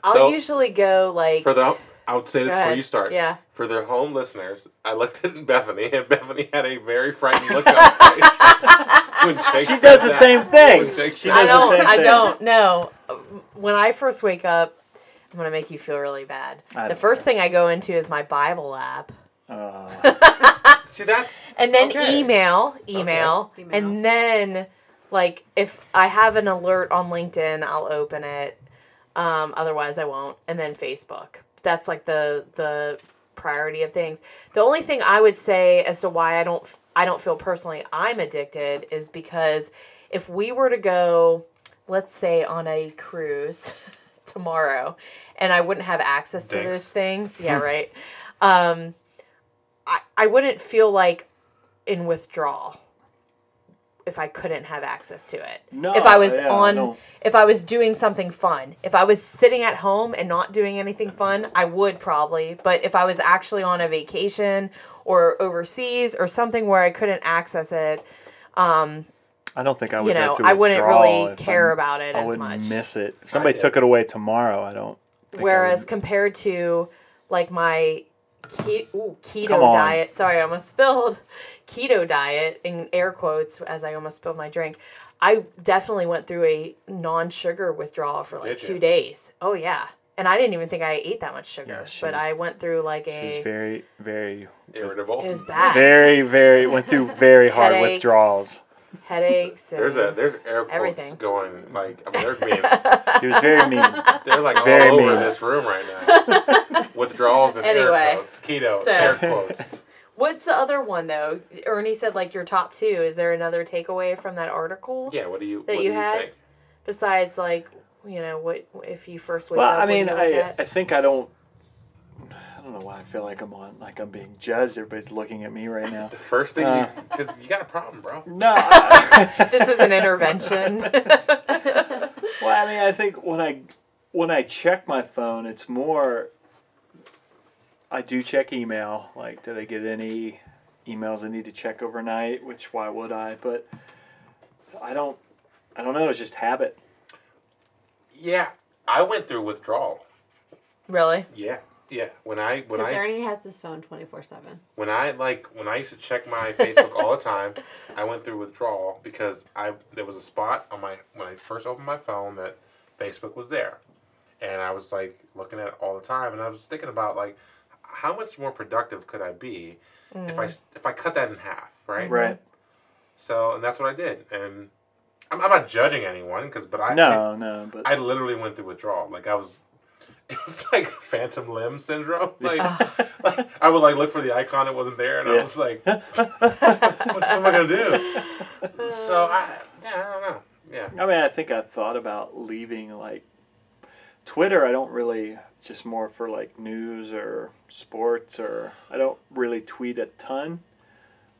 B: I'll
C: So-
B: usually go like.
C: For the, I would say
B: Go
C: this before
B: ahead.
C: you start.
B: Yeah.
C: For their home listeners, I looked at Bethany, and Bethany had a very frightened look on her face. when Jake
A: She
C: said
A: does the
C: that.
A: same thing.
C: When Jake
A: She
C: said
B: I
A: does the
C: that.
A: same
B: don't. I
A: thing.
B: don't. No. When I first wake up, I'm gonna make you feel really bad.
A: I
B: The
A: don't
B: first thing I go into is my Bible app,
A: Uh,
C: See, that's
B: and then
C: Okay.
B: email, email,
D: Okay. Email.
B: and then like if I have an alert on LinkedIn, I'll open it. Um, otherwise, I won't. And then Facebook. That's like the the priority of things. The only thing I would say as to why I don't I don't feel personally I'm addicted is because if we were to go, let's say on a cruise tomorrow, and I wouldn't have access to
C: Dicks.
B: those things, yeah, right. Um, I I wouldn't feel like in withdrawal if I couldn't have access to it.
A: No,
B: if I was
A: yeah, I
B: on
A: don't.
B: if I was doing something fun. If I was sitting at home and not doing anything fun, I would probably, but if I was actually on a vacation or overseas or something where I couldn't access it, um,
A: I don't think I would.
B: you
A: go
B: know,
A: through
B: I wouldn't
A: withdrawal
B: really
A: if
B: care
A: I'm-
B: about it
A: I
B: as
A: wouldn't
B: much.
A: miss it. If somebody
C: did.
A: took it away tomorrow, I don't. think I
B: Whereas
A: would.
B: compared to like my ke-
A: Come
B: ooh, keto
A: on.
B: diet, sorry, I almost spilled keto diet in air quotes as I almost spilled my drink. I definitely went through a non-sugar withdrawal for like
C: Did you?
B: two days. Oh yeah, and I didn't even think I ate that much sugar,
A: Yeah, she
B: but
A: was-
B: I went through like
A: she was
B: a
A: very, very,
C: irritable.
B: it was bad
A: very, very went through very hard
B: Headaches.
A: withdrawals.
B: headaches. And,
C: There's a there's air quotes
B: Everything.
C: going like I mean, they're being
A: She was very mean.
C: They're like
A: Very
C: all over
A: mean.
C: this room right now. Withdrawals and
B: Anyway,
C: air quotes. Keto,
B: so-
C: air quotes.
B: What's the other one though? Ernie said like your top two. Is there another takeaway from that article
C: Yeah, what do you
B: That
C: what
B: you
C: do you
B: had?
C: think?
B: besides like you know what if you first wake up?
A: Well, I
B: what do
A: mean,
B: you look
A: I,
B: at?
A: I think I don't. I don't know why I feel like I'm on like I'm being judged. Everybody's looking at me right now.
C: The first thing
A: Uh.
C: you because you got a problem, bro.
A: No, I,
B: this is an intervention.
A: well, I mean, I think when I when I check my phone, it's more. I do check email. Like, did I get any emails I need to check overnight? Which why would I? But I don't. I don't know. It's just habit.
C: Yeah, I went through withdrawal.
B: really?
C: Yeah, yeah. When I when
D: Because
C: I
D: Ernie has his phone 24 7.
C: when I like when I used to check my Facebook all the time, I went through withdrawal because I there was a spot on my when I first opened my phone that Facebook was there, and I was like looking at it all the time, and I was thinking about like how much more productive could I be if
B: Mm.
C: I s- if I cut that in half, right?
A: Right.
C: So and that's what I did, and I'm, I'm not judging anyone because but I
A: No, no, but
C: I literally went through withdrawal. Like I was, it was like phantom limb syndrome. Like, like, I would like look for the icon, it wasn't there, and I
A: Yeah.
C: was like, what, what am I gonna do? So I, yeah, I don't know. Yeah,
A: I mean, I think I thought about leaving like Twitter. I don't really. It's just more for like news or sports, or I don't really tweet a ton.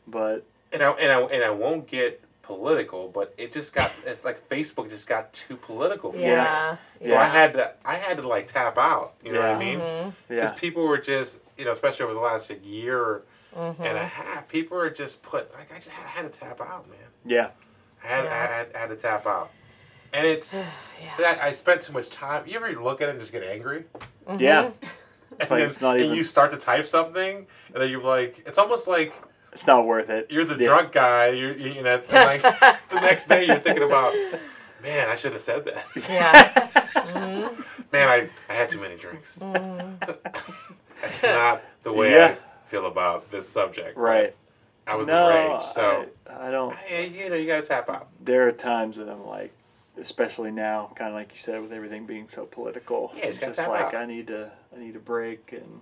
A: But
C: and I and I and I won't get political, but it just got it's like Facebook just got too political for me.
B: Yeah.
C: So I had to I had to like tap out. You know what I
A: Yeah.
C: mean? Because
A: yeah,
C: people were just, you know, especially over the last like, year and a half, people are just put, like, I just had, I had to tap out, man.
A: yeah,
C: I had, I, had, I had to tap out. And it's,
B: yeah.
C: that I spent too much time. You ever look at it and just get angry?
B: Mm-hmm.
A: yeah.
C: And,
A: like
C: then,
A: it's not
C: and
A: even-
C: you start to type something, and then you're like, it's almost like
A: It's not worth it.
C: you're the
A: Yeah.
C: drunk guy. You're, you you know, and, like the next day you're thinking about, man, I should have said that.
B: Yeah.
C: Man, I, I had too many drinks. That's not the way
A: Yeah.
C: I feel about this subject.
A: Right.
C: I was
A: no,
C: enraged, so
A: I, I don't.
C: hey, you know you gotta tap out.
A: There are times that I'm like, especially now, kind of like you said, with everything being so political.
C: Yeah, it's
A: I'm
C: gotta
A: just
C: tap
A: like
C: out.
A: I need to, I need a break, and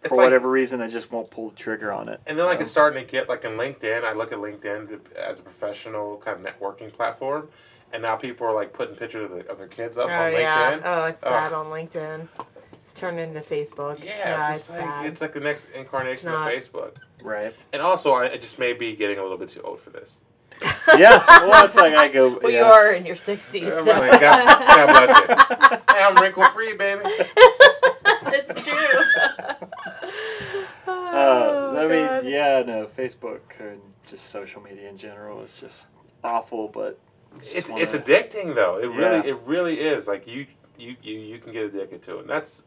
C: It's
A: for
C: like-
A: whatever reason, I just won't pull the trigger on it.
C: And then like
A: So,
C: it's starting to get like in LinkedIn. I look at LinkedIn to, as a professional kind of networking platform, and now people are like putting pictures of, the, of their kids up
B: oh
C: on LinkedIn.
B: yeah. Oh, it's bad
C: Ugh.
B: on LinkedIn. It's turned into Facebook.
C: Yeah, just like it's like the next incarnation of
B: not-
C: Facebook.
A: right.
C: And also, I, I just may be getting a little bit too old for this.
A: yeah. Well, it's like I go.
B: well,
A: yeah. Uh,
B: you are in your 60s.
C: I'm
B: So.
C: like, God, God bless you. Hey, I'm wrinkle free, baby.
B: That's true.
A: Uh,
B: Oh,
A: I
B: God.
A: mean, yeah, no, Facebook and just social media in general is just awful, but you just
C: It's
A: wanna-
C: it's addicting though. It
A: Yeah.
C: really it really is. Like you you you you can get addicted to it. And that's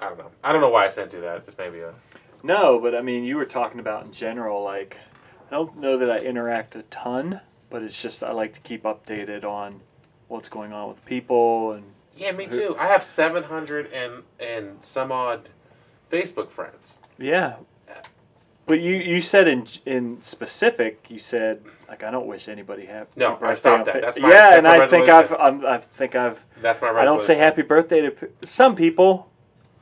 C: I don't know. I don't know why I sent you that. It's maybe a
A: no, but I mean, you were talking about in general, like I don't know that I interact a ton, but it's just I like to keep updated on what's going on with people and
C: yeah. Me too. I have seven hundred and and some odd Facebook friends.
A: yeah. But you you said in in specific, you said like I don't wish anybody happy.
C: No, I
A: birthday
C: stopped
A: on
C: that.
A: Fa-
C: That's my-
A: yeah,
C: that's
A: and
C: my
A: I think I've I'm,
C: resolution.
A: I think I've
C: That's my.
A: I don't say
C: resolution.
A: happy birthday to p- some people,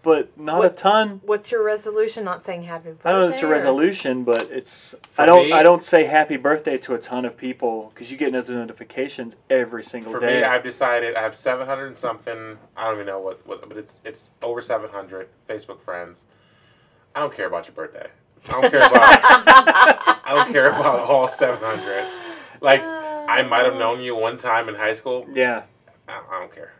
A: but not a
B: What-
A: ton.
B: What's your resolution? Not saying happy birthday.
A: I don't know if it's a
B: or-
A: resolution, but it's
C: For
A: I don't
C: me-
A: I don't say happy birthday to a ton of people because you get not- notifications every single
C: For
A: day.
C: me, I've decided I have 700 and something. I don't even know what, what but it's it's over 700 Facebook friends. I don't care about your birthday. I don't care about. I don't care about all 700. Like I might have known you one time in high school.
A: yeah,
C: I, I don't care.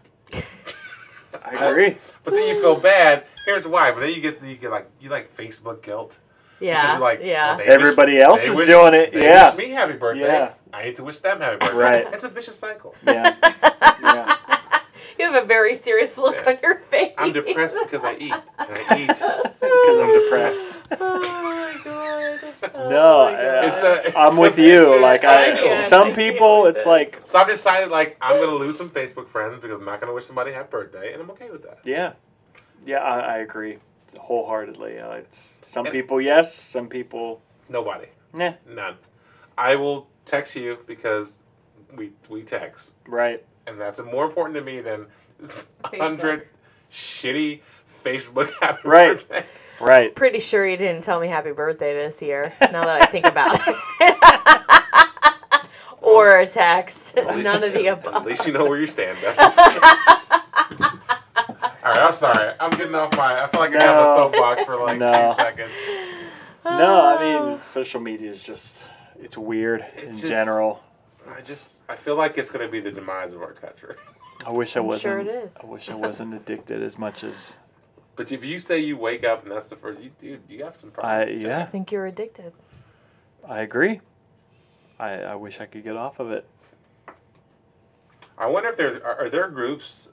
A: I agree.
C: But then you feel bad. Here's why. But then you get you get like you like Facebook guilt. Because
B: Yeah.
C: you're like, well,
B: yeah.
C: they wish-
A: Everybody else
C: they
A: is
C: wish-
A: doing it.
C: they
A: Yeah.
C: Wish me happy birthday.
A: Yeah.
C: I need to wish them happy birthday.
A: Right.
C: It's a vicious cycle.
A: yeah, yeah,
B: You have a very serious look
C: Yeah.
B: on your face.
C: I'm depressed because I eat. And I eat.
A: because I'm depressed.
B: oh my god. Oh
A: No,
B: my God.
C: It's a. it's
A: I'm
C: a
A: with you.
C: vicious
A: Like
C: cycle.
A: I,
B: can't
A: some
B: take it
A: people,
B: like
A: it's
B: this.
A: like
C: So I've decided like I'm gonna lose some Facebook friends because I'm not gonna wish somebody happy birthday, and I'm okay with that.
A: yeah, yeah. I, I agree wholeheartedly. Uh, it's some people yes, some people
C: Nobody,
A: nah.
C: none. I will text you because we we text,
A: Right.
C: and that's more important to me than a hundred shitty Facebook happy
A: Right.
C: birthday.
A: Right.
B: Pretty sure you didn't tell me happy birthday this year, now that I think about it. or a text.
C: At least-
B: None of the
C: At
B: above.
C: least you know where you stand. Beth. All right, I'm sorry. I'm getting off my. I feel like I got
A: No.
C: on a soapbox for like
A: No.
C: two seconds.
A: No, I mean social media is just it's weird in
C: just-
A: general.
C: I just I feel like it's gonna be the demise of our country.
A: I wish I
B: I'm
A: wasn't.
B: sure it is.
A: I wish I wasn't addicted as much as
C: But if you say you wake up and that's the first, you, dude, you have some
A: I.
C: problems.
A: Yeah,
B: I think you're addicted.
A: I agree. I, I wish I could get off of it.
C: I wonder if there are, are there groups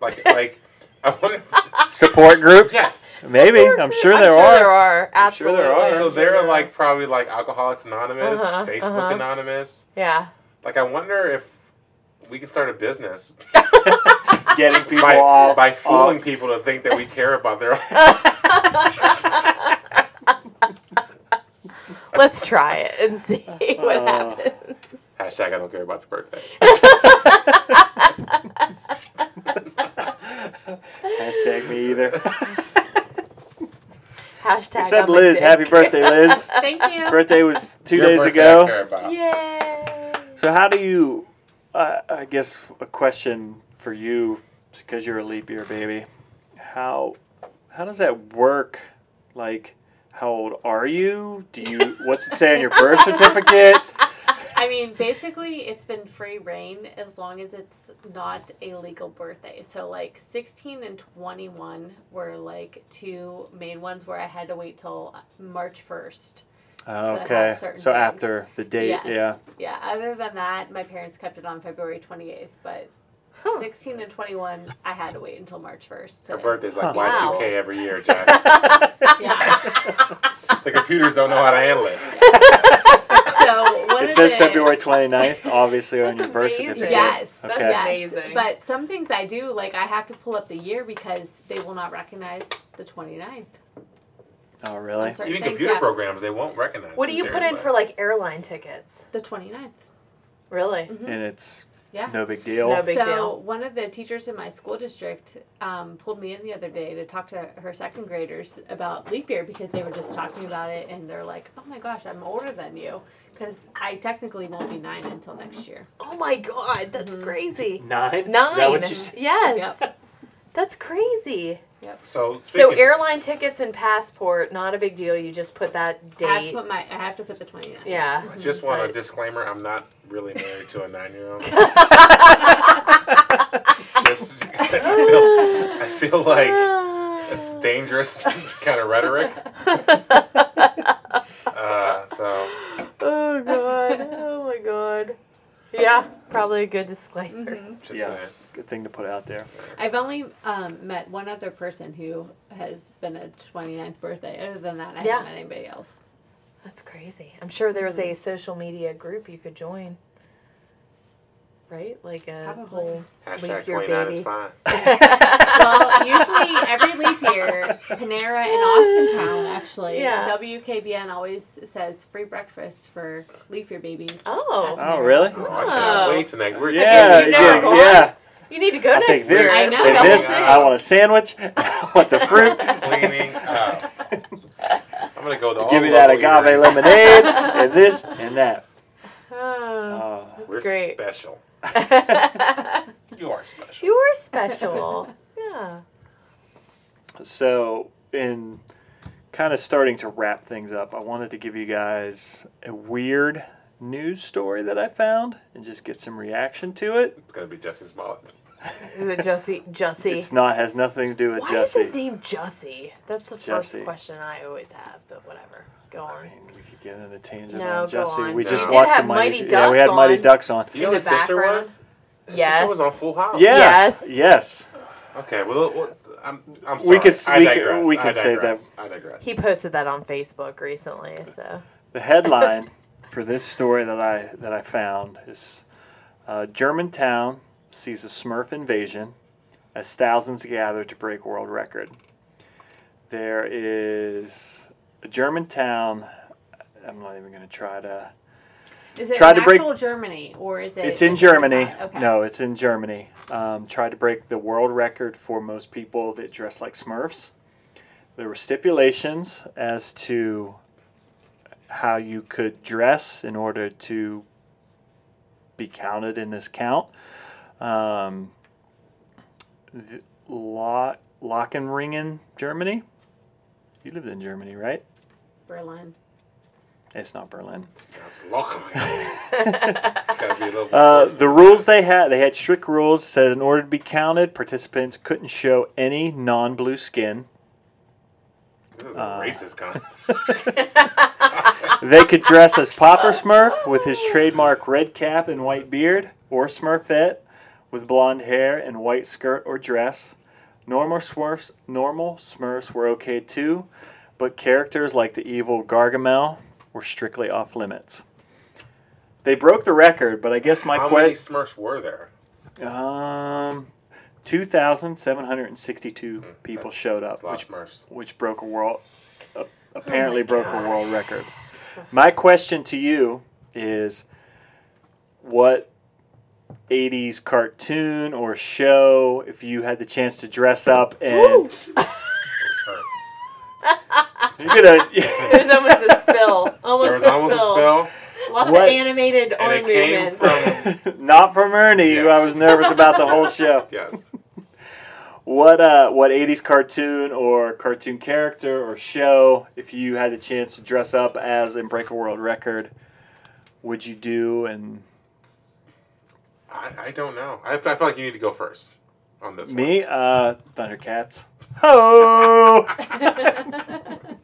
C: like like I wonder.
B: Ah,
C: If,
A: Support groups.
C: yes.
A: Maybe I'm sure
B: I'm
A: there
B: sure
A: are.
B: there are.
A: I'm sure
B: Absolutely.
A: there are.
C: So there are like probably like Alcoholics Anonymous,
B: Uh-huh,
C: Facebook
B: uh-huh.
C: Anonymous.
B: Yeah.
C: Like I wonder if we can start a business
A: Getting people
C: by,
A: off
C: by fooling
A: off-
C: people to think that we care about their.
B: Let's try it and see what
A: Uh,
B: happens.
C: Hashtag I don't care about your birthday.
A: Hashtag me either.
B: Hashtag.
A: Except
B: I'm a
A: Liz.
B: dick.
A: Happy birthday, Liz.
D: Thank you.
A: birthday was two
C: Your
A: days
C: birthday
A: ago.
C: I care about.
B: Yay.
A: So how do you? I I guess a question for you because you're a leap year baby. How how does that work? Like, how old are you? Do you? What's it say on your birth certificate?
D: I mean, basically, it's been free reign as long as it's not a legal birthday. So, like, 16 and 21 were like two main ones where I had to wait till March 1st. have
A: okay, so
D: certain things.
A: after the date, yeah,
D: Yeah. Other than that, my parents kept it on February 28th, but 16 and 21, I had to wait until March 1st.
C: Her
D: So,
C: birthday's like
D: Wow.
C: Y2K every year, Jack.
D: yeah.
C: the computers don't know how to handle it.
D: So, what
A: it says
D: today.
A: February 29th, obviously, on
B: That's
A: your birth
B: amazing.
A: certificate.
D: Yes.
A: Okay.
D: Yes.
B: Amazing.
D: But some things I do, like I have to pull up the year because they will not recognize the 29th.
A: Oh, really?
D: That's right.
C: Even
D: Thanks,
C: computer
D: yeah.
C: programs, they won't recognize.
B: What do
C: it,
B: you put in
C: seriously.
B: for like airline tickets?
D: The 29th.
B: Really?
C: Mm.
A: And it's
D: Mm-hmm. Yeah.
A: no big deal.
B: No big-
D: so
B: deal.
D: one of the teachers in my school district um, pulled me in the other day to talk to her second graders about leap year because they were just talking about it and they're like, "Oh my gosh, I'm older than you," because I technically won't be nine until next year.
B: Oh my god, that's
C: Mm-hmm.
B: crazy.
A: Nine? Is
B: Nine.
A: that what you said?
B: Yes.
D: Yep.
B: That's crazy.
C: So
B: So
C: speaking
B: airline tickets and passport, not a big deal. You just put that
D: I have to
B: date.
D: put my I have to put the 29th.
B: Yeah.
C: I just want
B: Right.
C: a disclaimer. I'm not really married to a nine-year-old. just, I, feel, I feel like
B: Ah.
C: it's dangerous kind of rhetoric. Uh, so
B: Oh god. Oh my god. Yeah, probably a good disclaimer.
C: just
A: Yeah.
C: saying.
A: Good thing to put out there.
D: Mm-hmm. I've only um, met one other person who has been a 29th birthday. Other than that, I
B: Yeah.
D: haven't met anybody else.
B: That's crazy. I'm sure there's
D: Mm-hmm.
B: a social media group you could join. Right? Like a
D: Probably.
B: whole
C: Hashtag
B: leap year
C: 29
B: baby.
C: is fine.
D: well, usually every leap year, Panera in Austin Town actually,
B: Yeah.
D: WKBN always says free breakfast for leap year babies.
B: Oh.
D: at Panera
A: Oh, really?
D: Austin
C: Oh,
D: Town.
C: I
B: Oh.
C: can't wait till next. We're
A: Yeah,
B: you've
A: yeah,
B: never gone?
A: yeah.
B: You need to go
A: I'll
B: next
A: take this.
B: year.
D: I
A: I
D: know.
A: Take this.
C: Oh,
A: I want a sandwich. I want the fruit.
C: cleaning up. I'm gonna go to all
A: Give me that
C: local
A: agave
C: eateries.
A: lemonade and this and that.
B: Oh,
A: Oh.
B: that's
C: We're
B: great.
C: special. You are special.
B: you were special. Yeah.
A: So, in kind of starting to wrap things up, I wanted to give you guys a weird news story that I found and just get some reaction to it.
C: It's gonna be Jesse Smollett.
B: Is it Jussie? Jussie.
A: It's not has nothing to do with
B: Why is his
A: Jesse.
B: name Jussie? That's the
A: Jussie.
B: first question I always have, but whatever. Go
A: I
B: on.
A: mean, we could get in a tangent on
B: No, go
A: Jesse.
B: on.
A: We
C: No.
A: just
C: We did
A: watched
B: have
A: some Mighty.
B: Mighty
A: yeah, we had
B: Ducks
A: Mighty
B: on.
A: Ducks on.
C: Do you know
B: In
C: his
B: the
C: sister
B: background?
C: was? His
B: Yes.
C: sister was on Full House.
A: Yeah.
B: Yes.
A: Yes.
C: Okay. Well, well, I'm. I'm
A: We
C: sorry.
A: could-
C: I
A: we could-
C: digress.
A: we
C: I
A: could say
C: digress. I digress.
B: He posted that on Facebook recently, so.
A: The headline for this story that I that I found is uh, German town sees a Smurf invasion as thousands gather to break world record. There is a German town. I'm not even going to try to.
D: Is it
A: Tried
D: in
A: to break-
D: actual Germany or is it?
A: It's in
D: a
A: Germany.
D: different town? Okay.
A: No, it's in Germany. Um, tried to break the world record for most people that dress like Smurfs. There were stipulations as to how you could dress in order to be counted in this count. Um, the, Lo- Lochenringen, Germany. You lived in Germany, right?
D: Berlin.
A: It's not Berlin.
C: That's lucky. Gotta be a little
A: Uh, the rules they had they had strict rules that said in order to be counted participants couldn't show any non-blue skin
C: This is a
A: uh,
C: racist con.
A: they could dress as popper smurf with his trademark red cap and white beard or smurfette with blonde hair and white skirt or dress normal smurfs normal smurfs were okay too but characters like the evil gargamel were strictly off limits they broke the record but i guess my
C: How
A: question
C: many Smurfs were there?
A: Um, two thousand seven hundred and sixty-two people showed up,
C: It's Mm, a lot
A: which
C: of Smurfs.
A: which broke a world a-
B: Oh
A: apparently broke a world record. My question to you is, what '80s cartoon or show, if you had the chance to dress up and
C: It's her.
A: you're gonna
B: There's almost a spill.
C: There
B: Almost,
C: was
B: a,
C: almost a
B: spill.
C: spill,
B: Lots
A: What?
B: of animated
C: and
B: arm
C: it came
B: movements.
C: from
A: not from Ernie. who I
C: Yes.
A: was nervous about the whole show.
C: yes.
A: What uh, what '80s cartoon or cartoon character or show, if you had the chance to dress up as and break a world record, would you do? And
C: I, I don't know. I, I feel like you need to go first on this.
A: me, uh, Thundercats. Ho!
C: one.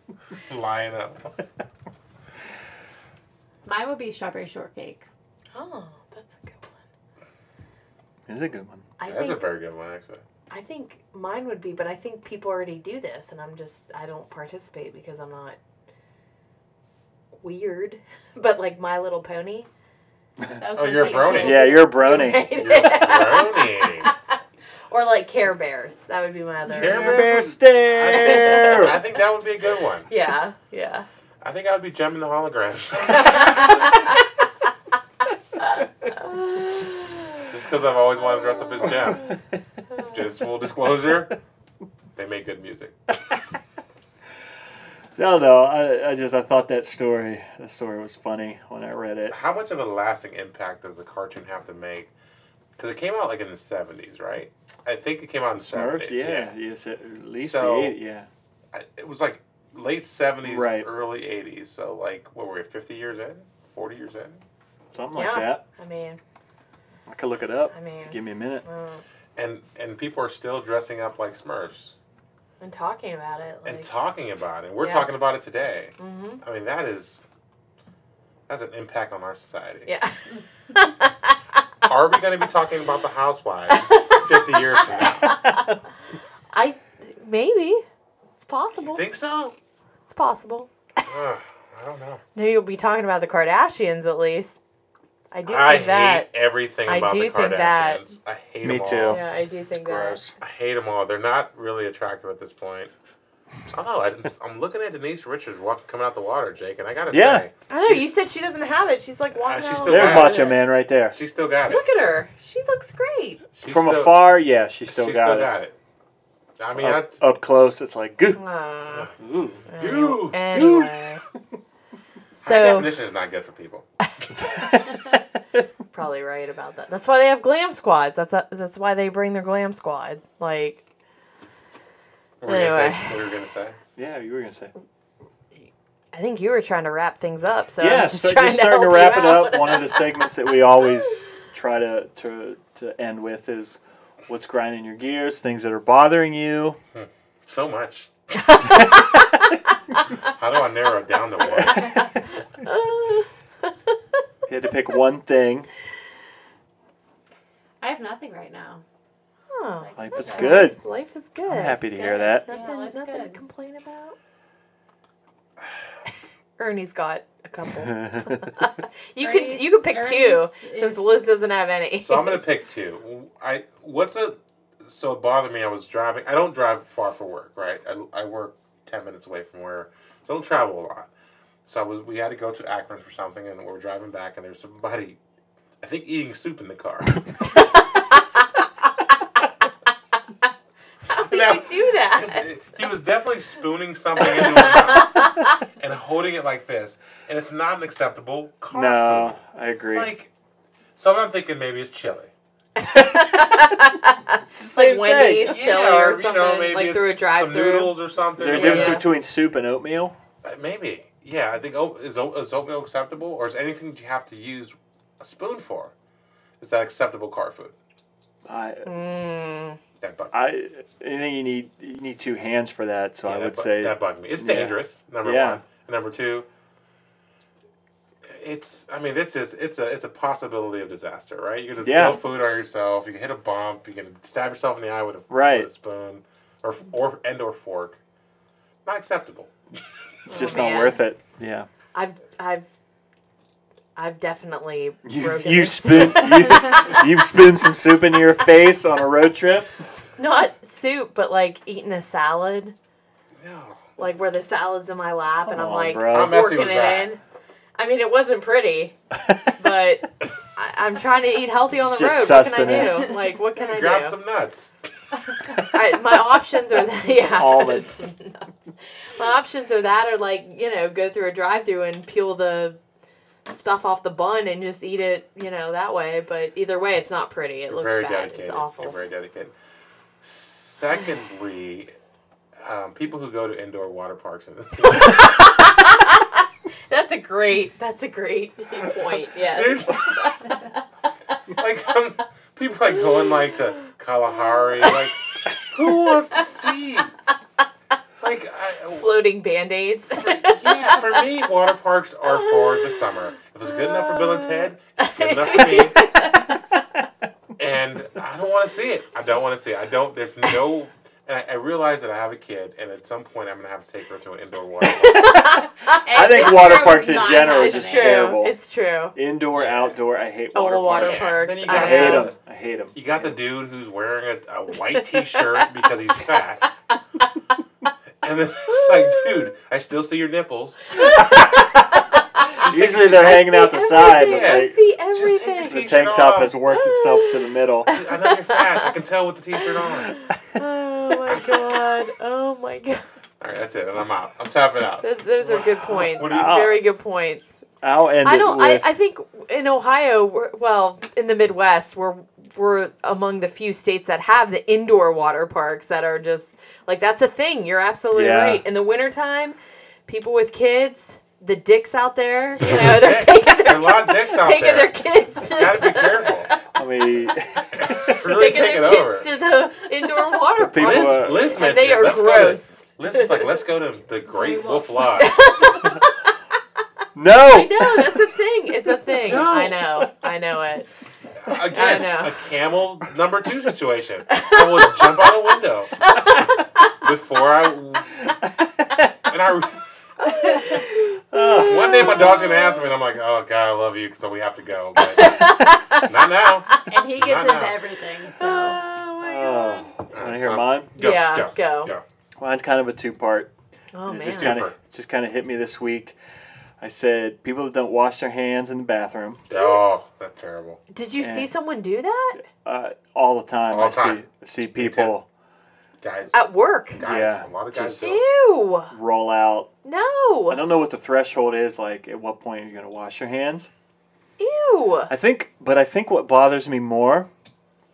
C: line up.
D: Mine would be strawberry shortcake.
B: Oh, that's a good one.
A: This is a good one.
B: I
C: That's a
B: think
C: very good one, actually.
B: I think mine would be, but I think people already do this, and I'm just I don't participate because I'm not weird, but like My Little Pony.
D: That was
C: Oh,
D: my
C: you're a
D: second
C: brony.
D: choice.
A: Yeah, you're a brony.
B: Right?
C: You're brony.
B: or like Care Bears. That would be my other.
C: Care
A: Care Bear
C: I
A: stare.
C: think that would be a good one.
B: Yeah, yeah.
C: I think I'd be jumping the holograms. Just because I've always wanted to dress up as Jem. Just full disclosure, they make good music.
A: I don't know. I, I just I thought that story that story was funny when I read it.
C: How much of a lasting impact does the cartoon have to make? Because it came out like in the 70s, right? I think it came out in the
A: Smurfs,
C: 70s.
A: yeah, yes, at least
C: So-
A: the eight, yeah.
C: I- It was like late 70s,
A: Right.
C: early 80s. So, like, what were we, 50 years in? 40 years in?
A: Something like
B: Yeah.
A: that.
B: I mean,
A: I could look it up.
B: I mean-
A: give me a minute.
B: mm,
C: And, and people are still dressing up like Smurfs.
B: I'm talking about it. Like,
C: and talking about it. We're
B: Yeah.
C: talking about it today.
B: Mhm.
C: I mean, that is that's an impact on our society.
B: yeah.
C: Are we going to be talking about the housewives 50 years from now?
B: I maybe it's
C: You
B: possible.
C: think so?
B: It's possible.
C: Ugh, I don't know.
B: No, you'll be talking about the Kardashians at least. I do think
C: I hate
B: that.
C: everything
B: I
C: about
B: do
C: the
B: think that.
C: Kardashians. I hate
A: Me
C: them
A: too.
C: all.
B: Yeah, I do think
A: Gross.
C: I hate them all. They're not really attractive at this point. Oh, I'm, I'm looking at Denise Richards walking, coming out the water, Jake, and I gotta
A: Yeah.
C: say,
B: that. I know
C: She's-
B: you said she doesn't have it. She's like walking
C: she's
B: out
C: still
B: on the
A: There's
C: Yeah.
B: road.
A: Macho Man right there.
C: she still got it.
B: Look at her. She looks great.
C: She
A: From
C: still,
A: afar, yeah, she
C: she
A: still got
C: still
A: it. Uh,
C: got it. I mean,
A: up, up close, it's like goo.
B: Uh,
A: Ooh.
C: you.
B: anyway.
C: High
B: So
C: definition is not good for people.
B: probably right about that. That's why they have glam squads. That's that's why they bring their glam squad. Like
C: What were you gonna say?
B: Anyway.
C: What were you gonna say?
A: yeah, you were gonna say.
B: I think you were trying to wrap things up. So I
A: yeah,
B: was just
A: so
B: trying
A: just
B: to
A: starting to
B: help
A: wrap
B: you
A: it
B: out.
A: up. One of the segments that we always try to, to to end with is what's grinding your gears, things that are bothering you.
C: So much. How do I narrow it down to one?
A: If You had to pick one thing.
D: I have nothing right now.
B: Oh,
A: Life is
D: okay.
A: good.
B: Life is good.
A: I'm happy to hear
D: good.
A: that.
D: Yeah,
B: Nothing,
D: life's
B: nothing to
D: good.
B: complain about. Ernie's got a couple.
A: I
B: You could
D: Ernie's-
B: you could pick two
D: Ernie's
B: since
D: is-
B: Liz doesn't have any.
C: So I'm gonna pick two. I what's a so it bothered me. I was driving. I don't drive far for work, right? I, I work ten minutes away from where, so I don't travel a lot. So I was we had to go to Akron for something, and we were driving back, and there's somebody, I think, eating soup in the car.
B: How do
C: No.
B: you do that?
C: Because he was definitely spooning something into his mouth and holding it like this, and it's not an acceptable car
A: no,
C: food.
A: I agree.
C: Like, so I'm thinking maybe it's chili.
A: It's
B: like Wendy's. It's chili or something, like through a
C: some
B: drive-through.
C: noodles or
A: Is
C: something.
A: there a difference
B: Yeah.
A: between soup and oatmeal?
C: Uh, Maybe. Yeah, I think oat, is, oat, is oatmeal acceptable, or is anything you have to use a spoon for? Is that acceptable car food?
A: I,
B: Mm,
C: That bugged me.
A: I, anything you need, you need two hands for that. So
C: Yeah,
A: I
C: that
A: would
C: bu-
A: say
C: that bugged me. It's
A: yeah.
C: dangerous. Number
A: Yeah.
C: one. And number two. It's. I mean, it's just. It's a. It's a possibility of disaster, right? You can
A: Yeah.
C: throw food on yourself. You can hit a bump. You can stab yourself in the eye with a,
A: Right.
C: with a spoon, or or and or fork. Not acceptable.
A: it's just
B: Oh,
A: not
B: man.
A: worth it. Yeah.
B: I've I've I've definitely
A: You,
B: broken
A: you
B: this.
A: spin, you, you've spooned some soup into your face on a road trip.
B: not soup, but like eating a salad,
C: No.
B: like where the salad's in my lap, and
A: Come
B: I'm
A: on,
B: like
A: bro. How
C: messy
B: forking
C: was
B: it
C: that?
B: in. I mean, it wasn't pretty, but I, I'm trying to eat healthy on the
A: It's just
B: road. What can I
A: sustenance.
B: do? Like, what can I
C: Grab
B: do?
C: some nuts.
B: I, my options are that. Yeah,
A: almonds.
B: my options are that, or like you know, go through a drive-through and peel the stuff off the bun and just eat it, you know, that way. But either way, it's not pretty. It
C: You're
B: looks
C: very
B: bad.
C: dedicated.
B: It's awful.
C: You're very dedicated. Secondly, um, people who go to indoor water parks and
B: That's a great. That's a great point. Yes.
C: There's like um, people like going like to Kalahari. Like, who wants to see? Like, I,
B: Floating band aids.
C: yeah, for me, water parks are for the summer. If it's good enough for Bill and Ted, it's good enough for me. And I don't want to see it. I don't want to see it. I don't. There's no. And I, I realize that I have a kid, and at some point I'm gonna have to take her to an indoor water. park.
A: I think
D: this
A: water
D: year
A: parks
D: was
A: in
D: not
A: general is
D: happening.
A: just
B: true.
A: terrible.
B: It's true.
A: Indoor, outdoor, I hate water
B: oh, water
A: parks.
B: parks.
C: Then you
A: I
C: got-
B: I
A: hate
B: know.
A: them. I hate them.
C: You got the dude who's wearing a, a white T-shirt because he's fat, and then it's like, dude, I still see your nipples.
A: Usually they're hanging out the side, but
C: everything.
A: like,
B: I see
C: Just
B: everything.
C: take
A: the
C: T-shirt
A: tank top
C: off.
A: has worked itself to the middle.
C: I know you're fat. I can tell with the T-shirt on.
B: Oh my god. Oh my god.
C: All right, that's it, and I'm out. I'm tapping out.
B: Those, those are good points.
C: What do
A: you-
B: Very good points.
A: I'll end
B: I don't.
A: it
B: I,
A: with.
B: I think in Ohio, we're, well, in the Midwest, we're we're among the few states that have the indoor water parks that are just like that's a thing. You're absolutely
A: Yeah.
B: right. In the wintertime, people with kids, the dicks out there, you know, they're taking
C: There
B: their
C: are a lot of dicks out
B: taking
C: there.
B: their kids. to-
C: Gotta be careful.
A: I mean,
C: Really
B: taking
C: take it
B: their
C: over.
B: kids to the indoor water
A: people
B: park.
A: are-
C: Liz, Liz mentioned
B: And they
C: it.
B: are
C: let's
B: gross.
C: Go to, Liz was like, let's go to the Great Wolf Lodge.
B: I
A: no.
B: know that's a thing. It's a thing.
C: No.
B: I know. I know it.
C: Again,
B: I know.
C: a camel number two situation. I will jump out a window before I. And I.
B: oh
A: Ugh.
C: One day my dog's gonna ask me, and I'm like, "Oh God, I love you," so we have to go. But not now.
D: And he gets
C: Nah,
D: into
C: nah.
D: everything, so.
B: Oh my god.
A: Oh, want to hear mine?
C: Go,
B: Yeah,
C: go,
B: go.
C: go.
A: Mine's kind of a two-part.
B: Oh
A: it
B: man.
A: just kind of
C: Different.
A: just kind of hit me this week. I said people that don't wash their hands in the bathroom
C: Oh, that's terrible.
B: Did you
A: Yeah.
B: see someone do that
A: uh, all the time.
C: All
A: I
C: the time.
A: see I see people
C: Guys,
B: at work?
C: guys,
A: yeah,
C: a lot of
A: just-
C: guys. do it.
B: Ew.
A: roll out. I
B: No.
A: don't know what the threshold is. Like, at what point are you going to wash your hands?
B: Ew.
A: I think, but I think what bothers me more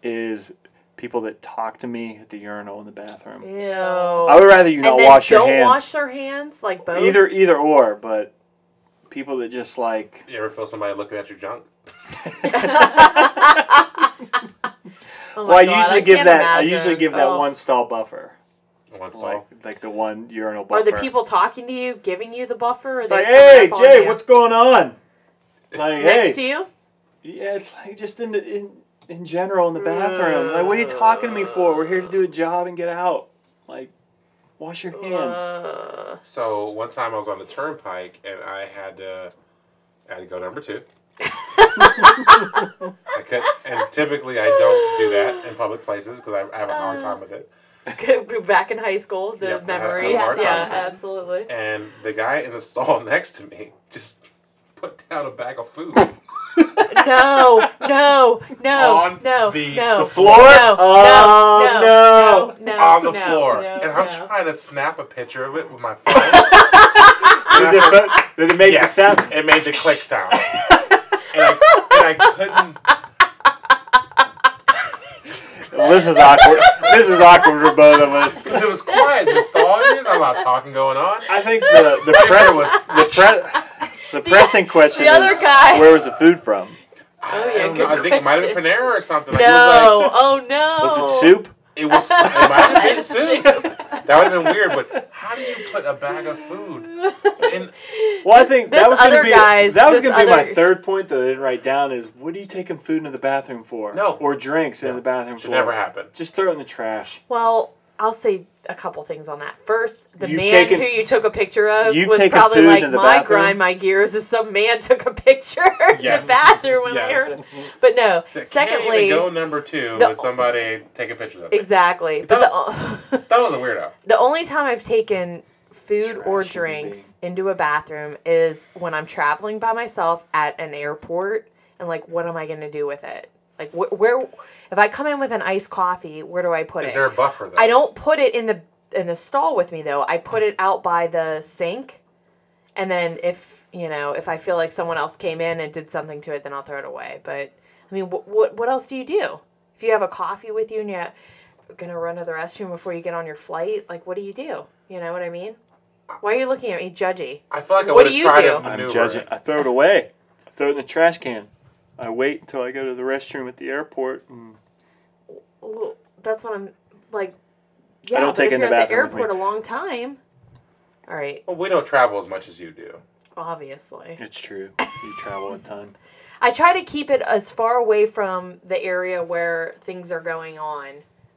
A: is people that talk to me at the urinal in the bathroom.
B: Ew.
A: I would rather you
B: and
A: not
B: then
A: wash your
B: don't
A: hands.
B: wash their hands like both.
A: either either or, but people that just like
C: You ever feel somebody looking at your junk?
B: Oh my
A: well, I
B: God,
A: usually
B: I
A: give
B: can't
A: that I
B: imagine. Oh.
A: usually give that
B: Ugh.
A: one stall buffer,
C: One saw.
A: like like the one urinal buffer.
B: Are the people talking to you, giving you the buffer? Or
A: It's
B: they
A: like,
B: coming
A: hey
B: up on
A: Jay,
B: you?
A: what's going on? Like, hey,
B: next to you?
A: yeah, it's like just in the in in general in the bathroom. Like, what are you talking to me for? We're here to do a job and get out. Like, wash your hands.
B: Uh, Ugh.
C: So one time I was on the turnpike and I had to, I had to go number two. I could, and typically I don't do that in public places because I, I have a
B: Uh.
C: hard time with it.
B: Go- go Back in high school, the
C: Yep, I had- I had a
B: memories.
D: hard time
B: Yeah,
D: with that.
B: absolutely.
C: And the guy in the stall next to me just put down a bag of food
B: No, no, no,
C: on
B: no,
C: the,
B: no.
C: the floor.
B: No,
A: Oh,
B: no, no, no, no,
C: on the
B: no,
C: floor,
B: no,
C: and I'm
B: no.
C: trying to snap a picture of it with my phone.
A: Did, it, fe- did it make
C: yes,
A: the sound?
C: it made the click sound, and I, and I couldn't
A: Well, this is awkward. this is awkward for both of us.
C: Because it was quiet. The stall there's not a lot of talking going on.
A: I think the the press the pre- the pressing question
B: the other
A: is
B: guy.
A: where was the food from?
C: Oh
B: yeah,
C: I, don't know. I
B: good
C: think it might have been
B: question.
C: Panera or something. Like,
B: No, oh no.
A: Was it soup?
C: It was like, it was. It might have been soup. That would have been weird. But how do you put a bag of food? in
A: Well, I think that
B: this
A: was going to
B: other
A: be
B: guy's-
A: that was
B: this
A: going to be my
B: other-
A: third point that I didn't write down is what are you taking food into the bathroom for?
C: No.
A: or drinks in the bathroom
C: should
A: for?
C: never happen.
A: Just throw it in the trash.
B: Well, I'll say a couple things on that. First, the
A: You've
B: man
A: taken-
B: who you took a picture of
A: You've
B: was
A: taken
B: probably
A: food
B: like,
A: in the
B: my
A: bathroom?"
B: grind my gears is some man took a picture in
C: Yes.
B: the bathroom when I
C: Yes.
B: heard it. But no,
C: Can't
B: secondly,
C: even go number two
B: the-
C: with somebody taking pictures of it.
B: exactly. But the,
C: That was a weirdo.
B: the only time I've taken food or
A: Trash human
B: drinks into a bathroom is when I'm traveling by myself at an airport and like, what am I going to do with it? Like, wh- where, if I come in with an iced coffee, where do I put
C: Is
B: it?
C: there a buffer though?
B: I don't put it in the in the stall with me though. I put it out by the sink, and then if you know if I feel like someone else came in and did something to it, then I'll throw it away. But I mean, what what, what else do you do if you have a coffee with you and you're gonna run to the restroom before you get on your flight? Like, what do you do? You know what I mean? Why are you looking at me judgy?
C: I feel like I
B: What do
C: would have
B: you
C: tried
B: do? I'm
C: to
A: I'm
C: maneuver. it.
A: judging. I throw it away. I throw it in the trash can. I wait until I go to the restroom at the airport. And
B: Well, that's what I'm like. Yeah,
A: don't
B: but
A: take
B: if
A: it in
B: you're
A: the
B: at the
A: bathroom with me.
B: airport a long time. All right,
C: Well, we don't travel as much as you do.
B: obviously.
A: it's true. You travel in time.
B: I try to keep it as far away from the area where things are going on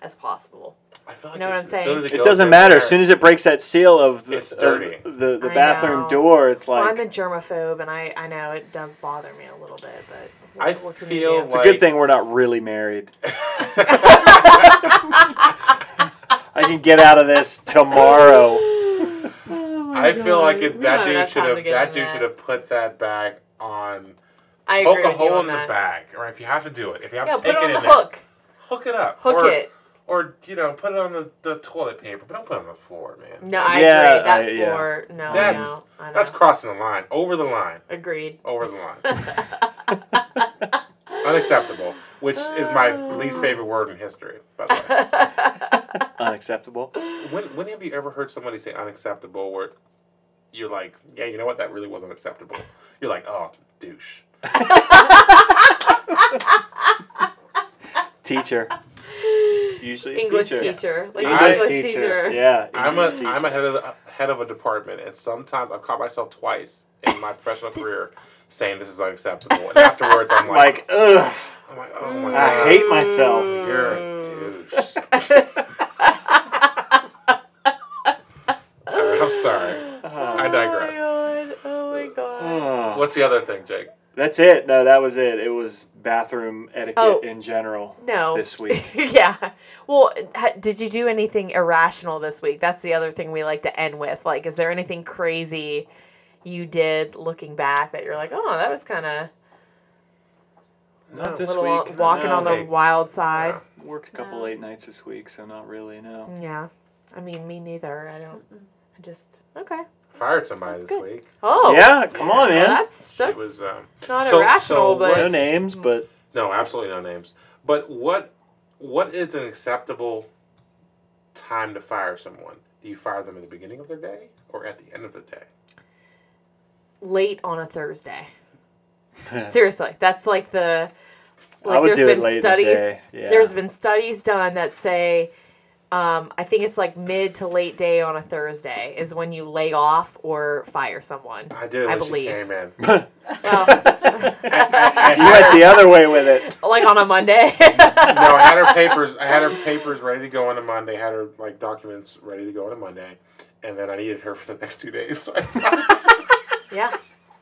B: as possible.
C: I feel like
B: Know what
C: as
B: I'm
C: soon
B: saying?
C: as
B: It
A: It
C: goes
A: doesn't
C: in
A: matter.
C: there-
A: As soon as it breaks that seal of the,
C: It's dirty.
A: of the, the
B: I
A: bathroom
B: know.
A: door, it's
B: Well,
A: like
B: I'm a germaphobe, and I, I know it does bother me a little bit, but what,
C: I
B: what can
C: feel
B: you do?
A: it's a
C: like-
A: good thing we're not really married. I can get out of this tomorrow.
C: I feel like if
B: Oh We
C: that
B: don't have
C: dude
B: enough
C: should
B: time
C: have
B: to get
C: that
B: into
C: dude
B: that.
C: should have put that bag on
B: I agree
C: poke a
B: with you
C: hole
B: on
C: in
B: that.
C: the bag, or if you have to do it, if you have
B: Yeah,
C: to
B: put
C: take
B: it on
C: in
B: the
C: there,
B: hook.
C: hook it up,
B: Hook
C: or,
B: it.
C: or you know, put it on the, the toilet paper, but don't put it on the floor, man.
B: No, I
A: Yeah,
B: agree. That
A: I- yeah.
B: floor, no,
C: That's-
B: no, I know.
C: That's crossing the line, over the line,
B: Agreed.
C: over the line. Unacceptable, which is my least favorite word in history. By the way,
A: Unacceptable.
C: when when have you ever heard somebody say unacceptable? Where you're like, yeah, you know what? That really wasn't acceptable. You're like, oh, douche.
A: Teacher. Usually a
B: English
A: teacher.
B: teacher. Like
C: I-
A: English
B: English
A: teacher.
B: teacher.
A: Yeah.
C: I'm a
A: English teacher.
C: am a head of the, head of a department, and sometimes I've caught myself twice in my professional career saying this is unacceptable, and afterwards I'm like,
A: like, ugh,
C: I'm like, oh my
A: I
C: god,
A: hate myself.
C: you're a douche. All right, I'm sorry. I digress.
B: Oh my god. Oh my god.
A: Ugh.
C: What's the other thing, Jake?
A: That's it. No, that was it. It was bathroom etiquette
B: Oh.
A: in general.
B: No.
A: This week.
B: yeah. Well, ha- did you do anything irrational this week? That's the other thing we like to end with. Like, is there anything crazy you did looking back that you're like, oh, that was kind of
A: Not
B: a
A: this
B: little
A: week.
B: walking
A: No.
B: on the
C: Okay.
B: wild side?
C: Uh,
A: Worked a couple
D: No.
A: late nights this week, so not really. No.
B: Yeah. I mean, me neither. I don't. I just okay.
C: Fired somebody this
B: good.
C: week.
B: Oh,
A: yeah, come on,
B: Well,
A: man.
B: that's that's
C: It was um,
B: not
C: so-
B: irrational,
C: so
B: but
A: no
C: what's-
A: names, but
C: No, absolutely no names. But what what is an acceptable time to fire someone? Do you fire them in the beginning of their day or at the end of the day?
B: late on a Thursday. Seriously, that's like the
A: I
B: like
A: would
B: there's
A: do it
B: been
A: late in the
B: studies
A: day, yeah.
B: there's been studies done that say um, I think it's like mid to late day on a Thursday is when you lay off or fire someone.
C: I did.
B: I
C: when she
B: believe.
C: Came in.
B: Well,
A: you went the other way with it.
B: like on a Monday.
C: no, I had her papers. I had her papers ready to go on a Monday. Had her like documents ready to go on a Monday, and then I needed her for the next two days. So I,
B: yeah.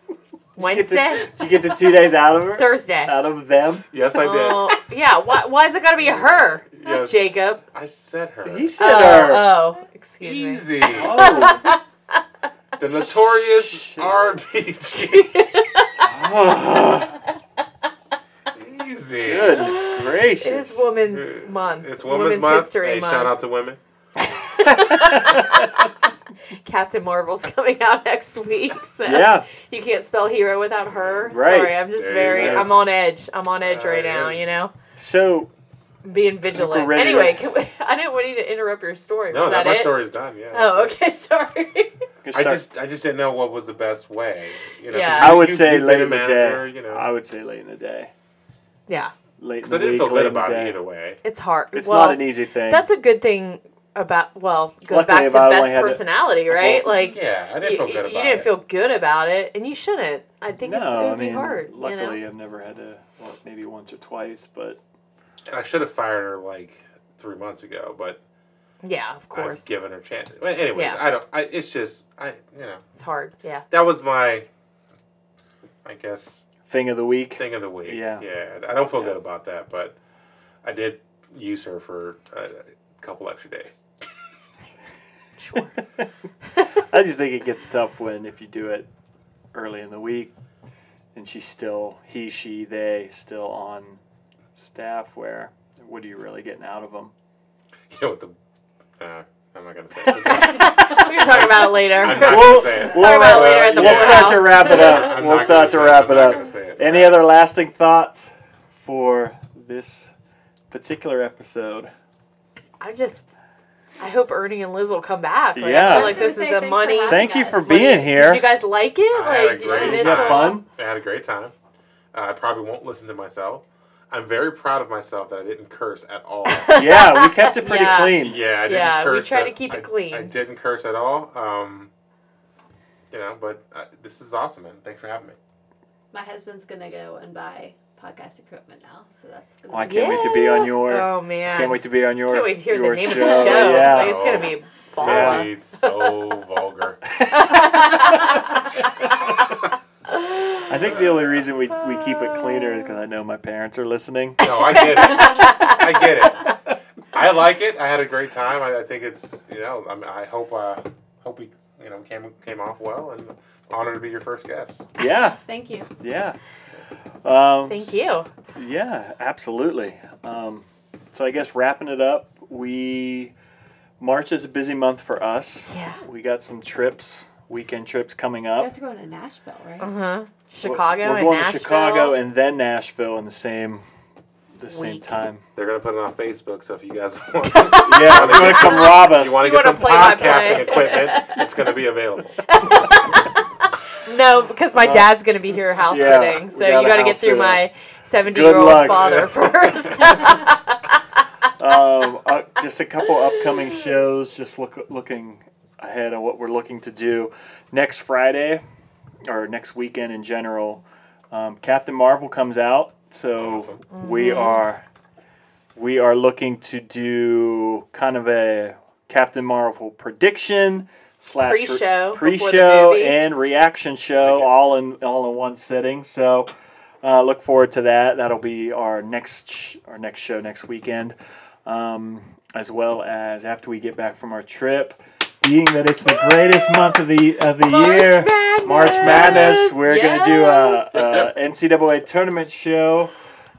A: Did
B: Wednesday,
A: you get the two days out of her?
B: Thursday.
A: Out of them?
C: yes, I did.
B: Oh, yeah. Why, why is it gotta be her,
C: Yes.
B: Jacob?
C: I said her.
A: He said her.
B: Oh, oh, excuse me.
C: Easy.
A: Oh.
C: The notorious
A: Shit.
C: RBG.
A: Oh,
C: Easy.
A: goodness gracious.
B: It is Women's Month.
C: It's Women's, Month. hey, shout out to women.
B: Captain Marvel's coming out next week. So
A: Yeah.
B: You can't spell hero without her.
A: Right.
B: Sorry, I'm just
C: There you
B: very.
C: go.
B: I'm on edge. I'm on edge right
C: There it
B: now.
C: is.
B: You know,
A: So,
B: being
A: we're
B: vigilant.
A: ready to-
B: Anyway, can we, I didn't want you to interrupt your story.
C: No,
B: Was
C: that,
B: that,
C: my
B: it?
C: story's done. Yeah.
B: Oh,
C: that's it.
B: okay. Sorry.
A: gonna
C: I
A: start-
C: just I just didn't know what was the best way. You know, 'cause
B: Yeah.
A: I would
C: you-
A: say
C: you've been
A: late
C: a
A: in the
C: manager,
A: day.
C: You know,
A: I would say late in the day.
B: yeah,
A: Late in
C: because I
A: the
C: didn't
A: week,
C: feel
A: late
C: good
A: in the
C: about it
A: day.
C: either way.
B: it's hard.
A: It's
B: well,
A: not an easy thing.
B: That's a good thing about. Well, goes
A: Luckily,
B: back
A: if
B: to
A: I only had
B: best
A: to-
B: personality, right? like.
C: yeah, I didn't
B: you,
C: feel good about
B: you didn't
C: it.
B: feel good about it, and you shouldn't. I think it's, it
A: no,
B: would
A: I mean,
B: be hard.
A: luckily
B: you know?
A: I've never had to. Well, maybe once or twice, but
C: and I should have fired her like three months ago, but
B: yeah, of
C: I've
B: course,
C: given her chance. Well, anyways,
B: Yeah.
C: I don't. I, it's just I you know
B: it's hard. Yeah,
C: that was my, I guess
A: thing of the week.
C: thing of the week.
A: Yeah.
C: yeah. I don't feel
A: Yeah.
C: good about that, but I did use her for a, a couple extra days.
B: sure.
A: I just think it gets tough when if you do it early in the week, and she's still he, she, they still on staff. Where what are you really getting out of them?
C: You know what the. Uh, I'm not gonna say. It.
B: we can talk about it later.
C: I'm not
A: Well-
C: gonna say it.
A: well, Talk
B: about it later at the
A: we'll
B: Moore
A: start to
B: House.
A: wrap it
C: I'm
A: up.
C: not
A: we'll
C: gonna
A: start
C: say
A: to
C: it.
A: wrap
C: I'm
A: it
C: not gonna
A: up.
C: say it.
A: Any other lasting thoughts for this particular episode?
B: I just, I hope Ernie and Liz will come back. Like,
A: Yeah.
B: I feel like
D: I
B: this
D: was gonna
B: is
D: say,
B: the
D: thanks for
B: money.
D: having
A: Thank you
D: us.
A: for
D: Like,
A: being
B: Did you
A: here.
B: guys like it?
C: I had
B: Like
C: a great
A: Isn't
B: initial-
A: that fun?
C: I had a great time. Uh, I probably won't listen to myself. I'm very proud of myself that I didn't curse at all.
A: Yeah, we kept it pretty
B: Yeah.
A: clean.
C: yeah, I didn't
B: Yeah, we
C: curse.
B: try
C: at-
B: to keep it
C: I-
B: clean.
C: I didn't curse at all. Um, you know, but uh, this is awesome, man. Thanks for having me.
D: My husband's gonna go and buy podcast equipment now, so that's good.
A: Oh, I can't wait to be on your.
F: Oh man.
A: Can't wait to be on your.
F: Can't wait to hear the
A: your
F: name of the show.
A: Yeah.
F: Like, it's gonna be
C: It's gonna
F: baller.
C: be so vulgar.
A: I think the only reason we, we keep it cleaner is because I know my parents are listening.
C: No, I get it. I get it. I like it. I had a great time. I, I think it's you know I'm, I hope uh, hope we you know came came off well and honored to be your first guest.
A: Yeah,
D: Thank you.
A: yeah. Um,
F: Thank you. Uh-huh.
A: Yeah, absolutely. Um, so I guess wrapping it up, we March is a busy month for us.
F: Yeah.
A: We got some trips, weekend trips coming
D: You
A: up.
D: guys are going to Nashville, right?
F: Uh-huh. Chicago
A: We're
F: and
A: going
F: Nashville.
A: to Chicago and then Nashville in the same the same
F: Week.
A: time.
C: They're gonna put it on Facebook, so if you guys want, if
A: Yeah, they're gonna come rob us.
C: you want to
F: You
C: get
F: wanna
C: some
F: play-by-play.
C: podcasting equipment, it's gonna be available.
F: No, because my dad's gonna be here house
A: Uh, Yeah, we
F: sitting, so
A: got
F: you
A: a
F: got to get
A: house
F: through
A: sitter.
F: my seventy-year-old
A: luck.
F: father
A: Yeah.
F: first.
A: um, uh, just a couple upcoming shows. Just look looking ahead on what we're looking to do next Friday or next weekend in general. Um, Captain Marvel comes out, so
C: Awesome.
A: we
F: Mm-hmm.
A: are we are looking to do kind of a Captain Marvel prediction slash re-
F: Pre-show before the
A: pre-show
F: movie.
A: and reaction show
C: Okay.
A: all in all in one sitting. So. Uh, look forward to that. That'll be our next sh- our next show next weekend, um, as well as after we get back from our trip. Being that it's the greatest month of the of the
F: March
A: year,
F: Madness!
A: March Madness, we're
F: Yes!
A: gonna do a, a NCAA tournament show.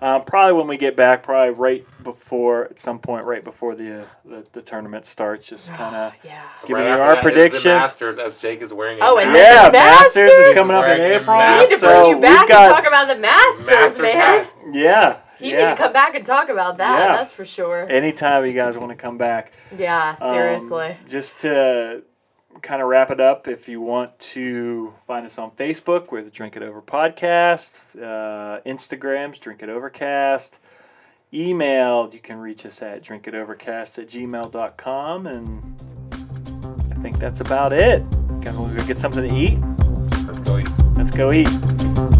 A: Uh, probably when we get back, probably right before at some point, right before the uh, the, the tournament starts. Just kind of
F: yeah.
A: giving
C: Right
A: you
C: after
A: our
C: that is
A: predictions.
C: The Masters, as Jake is wearing. it
F: Oh, and
C: now.
A: yeah,
F: The
A: Masters, is
F: Masters?
A: coming up in
C: Wearing
A: April.
F: We need to
A: so
F: bring you back
A: we've got
F: and talk about the Masters,
C: Masters
F: man.
C: hat.
A: yeah,
F: You
A: yeah.
F: need to come back and talk about that.
A: Yeah.
F: That's for sure.
A: anytime you guys want to come back.
F: yeah,
A: Um,
F: seriously.
A: just to kind of wrap it up, if you want to find us on Facebook, we're the Drink It Over Podcast. Uh, Instagram's Drink It Overcast. Email, you can reach us at drinkitovercast at gmail.com. And I think that's about it. Guys, want to go get something to eat?
C: Let's go eat.
A: Let's go eat.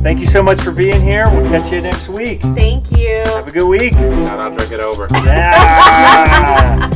A: Thank you so much for being here. We'll catch you next week.
F: Thank you.
A: Have a good week.
C: Shout out, drink it over.
A: Yeah.
D: uh,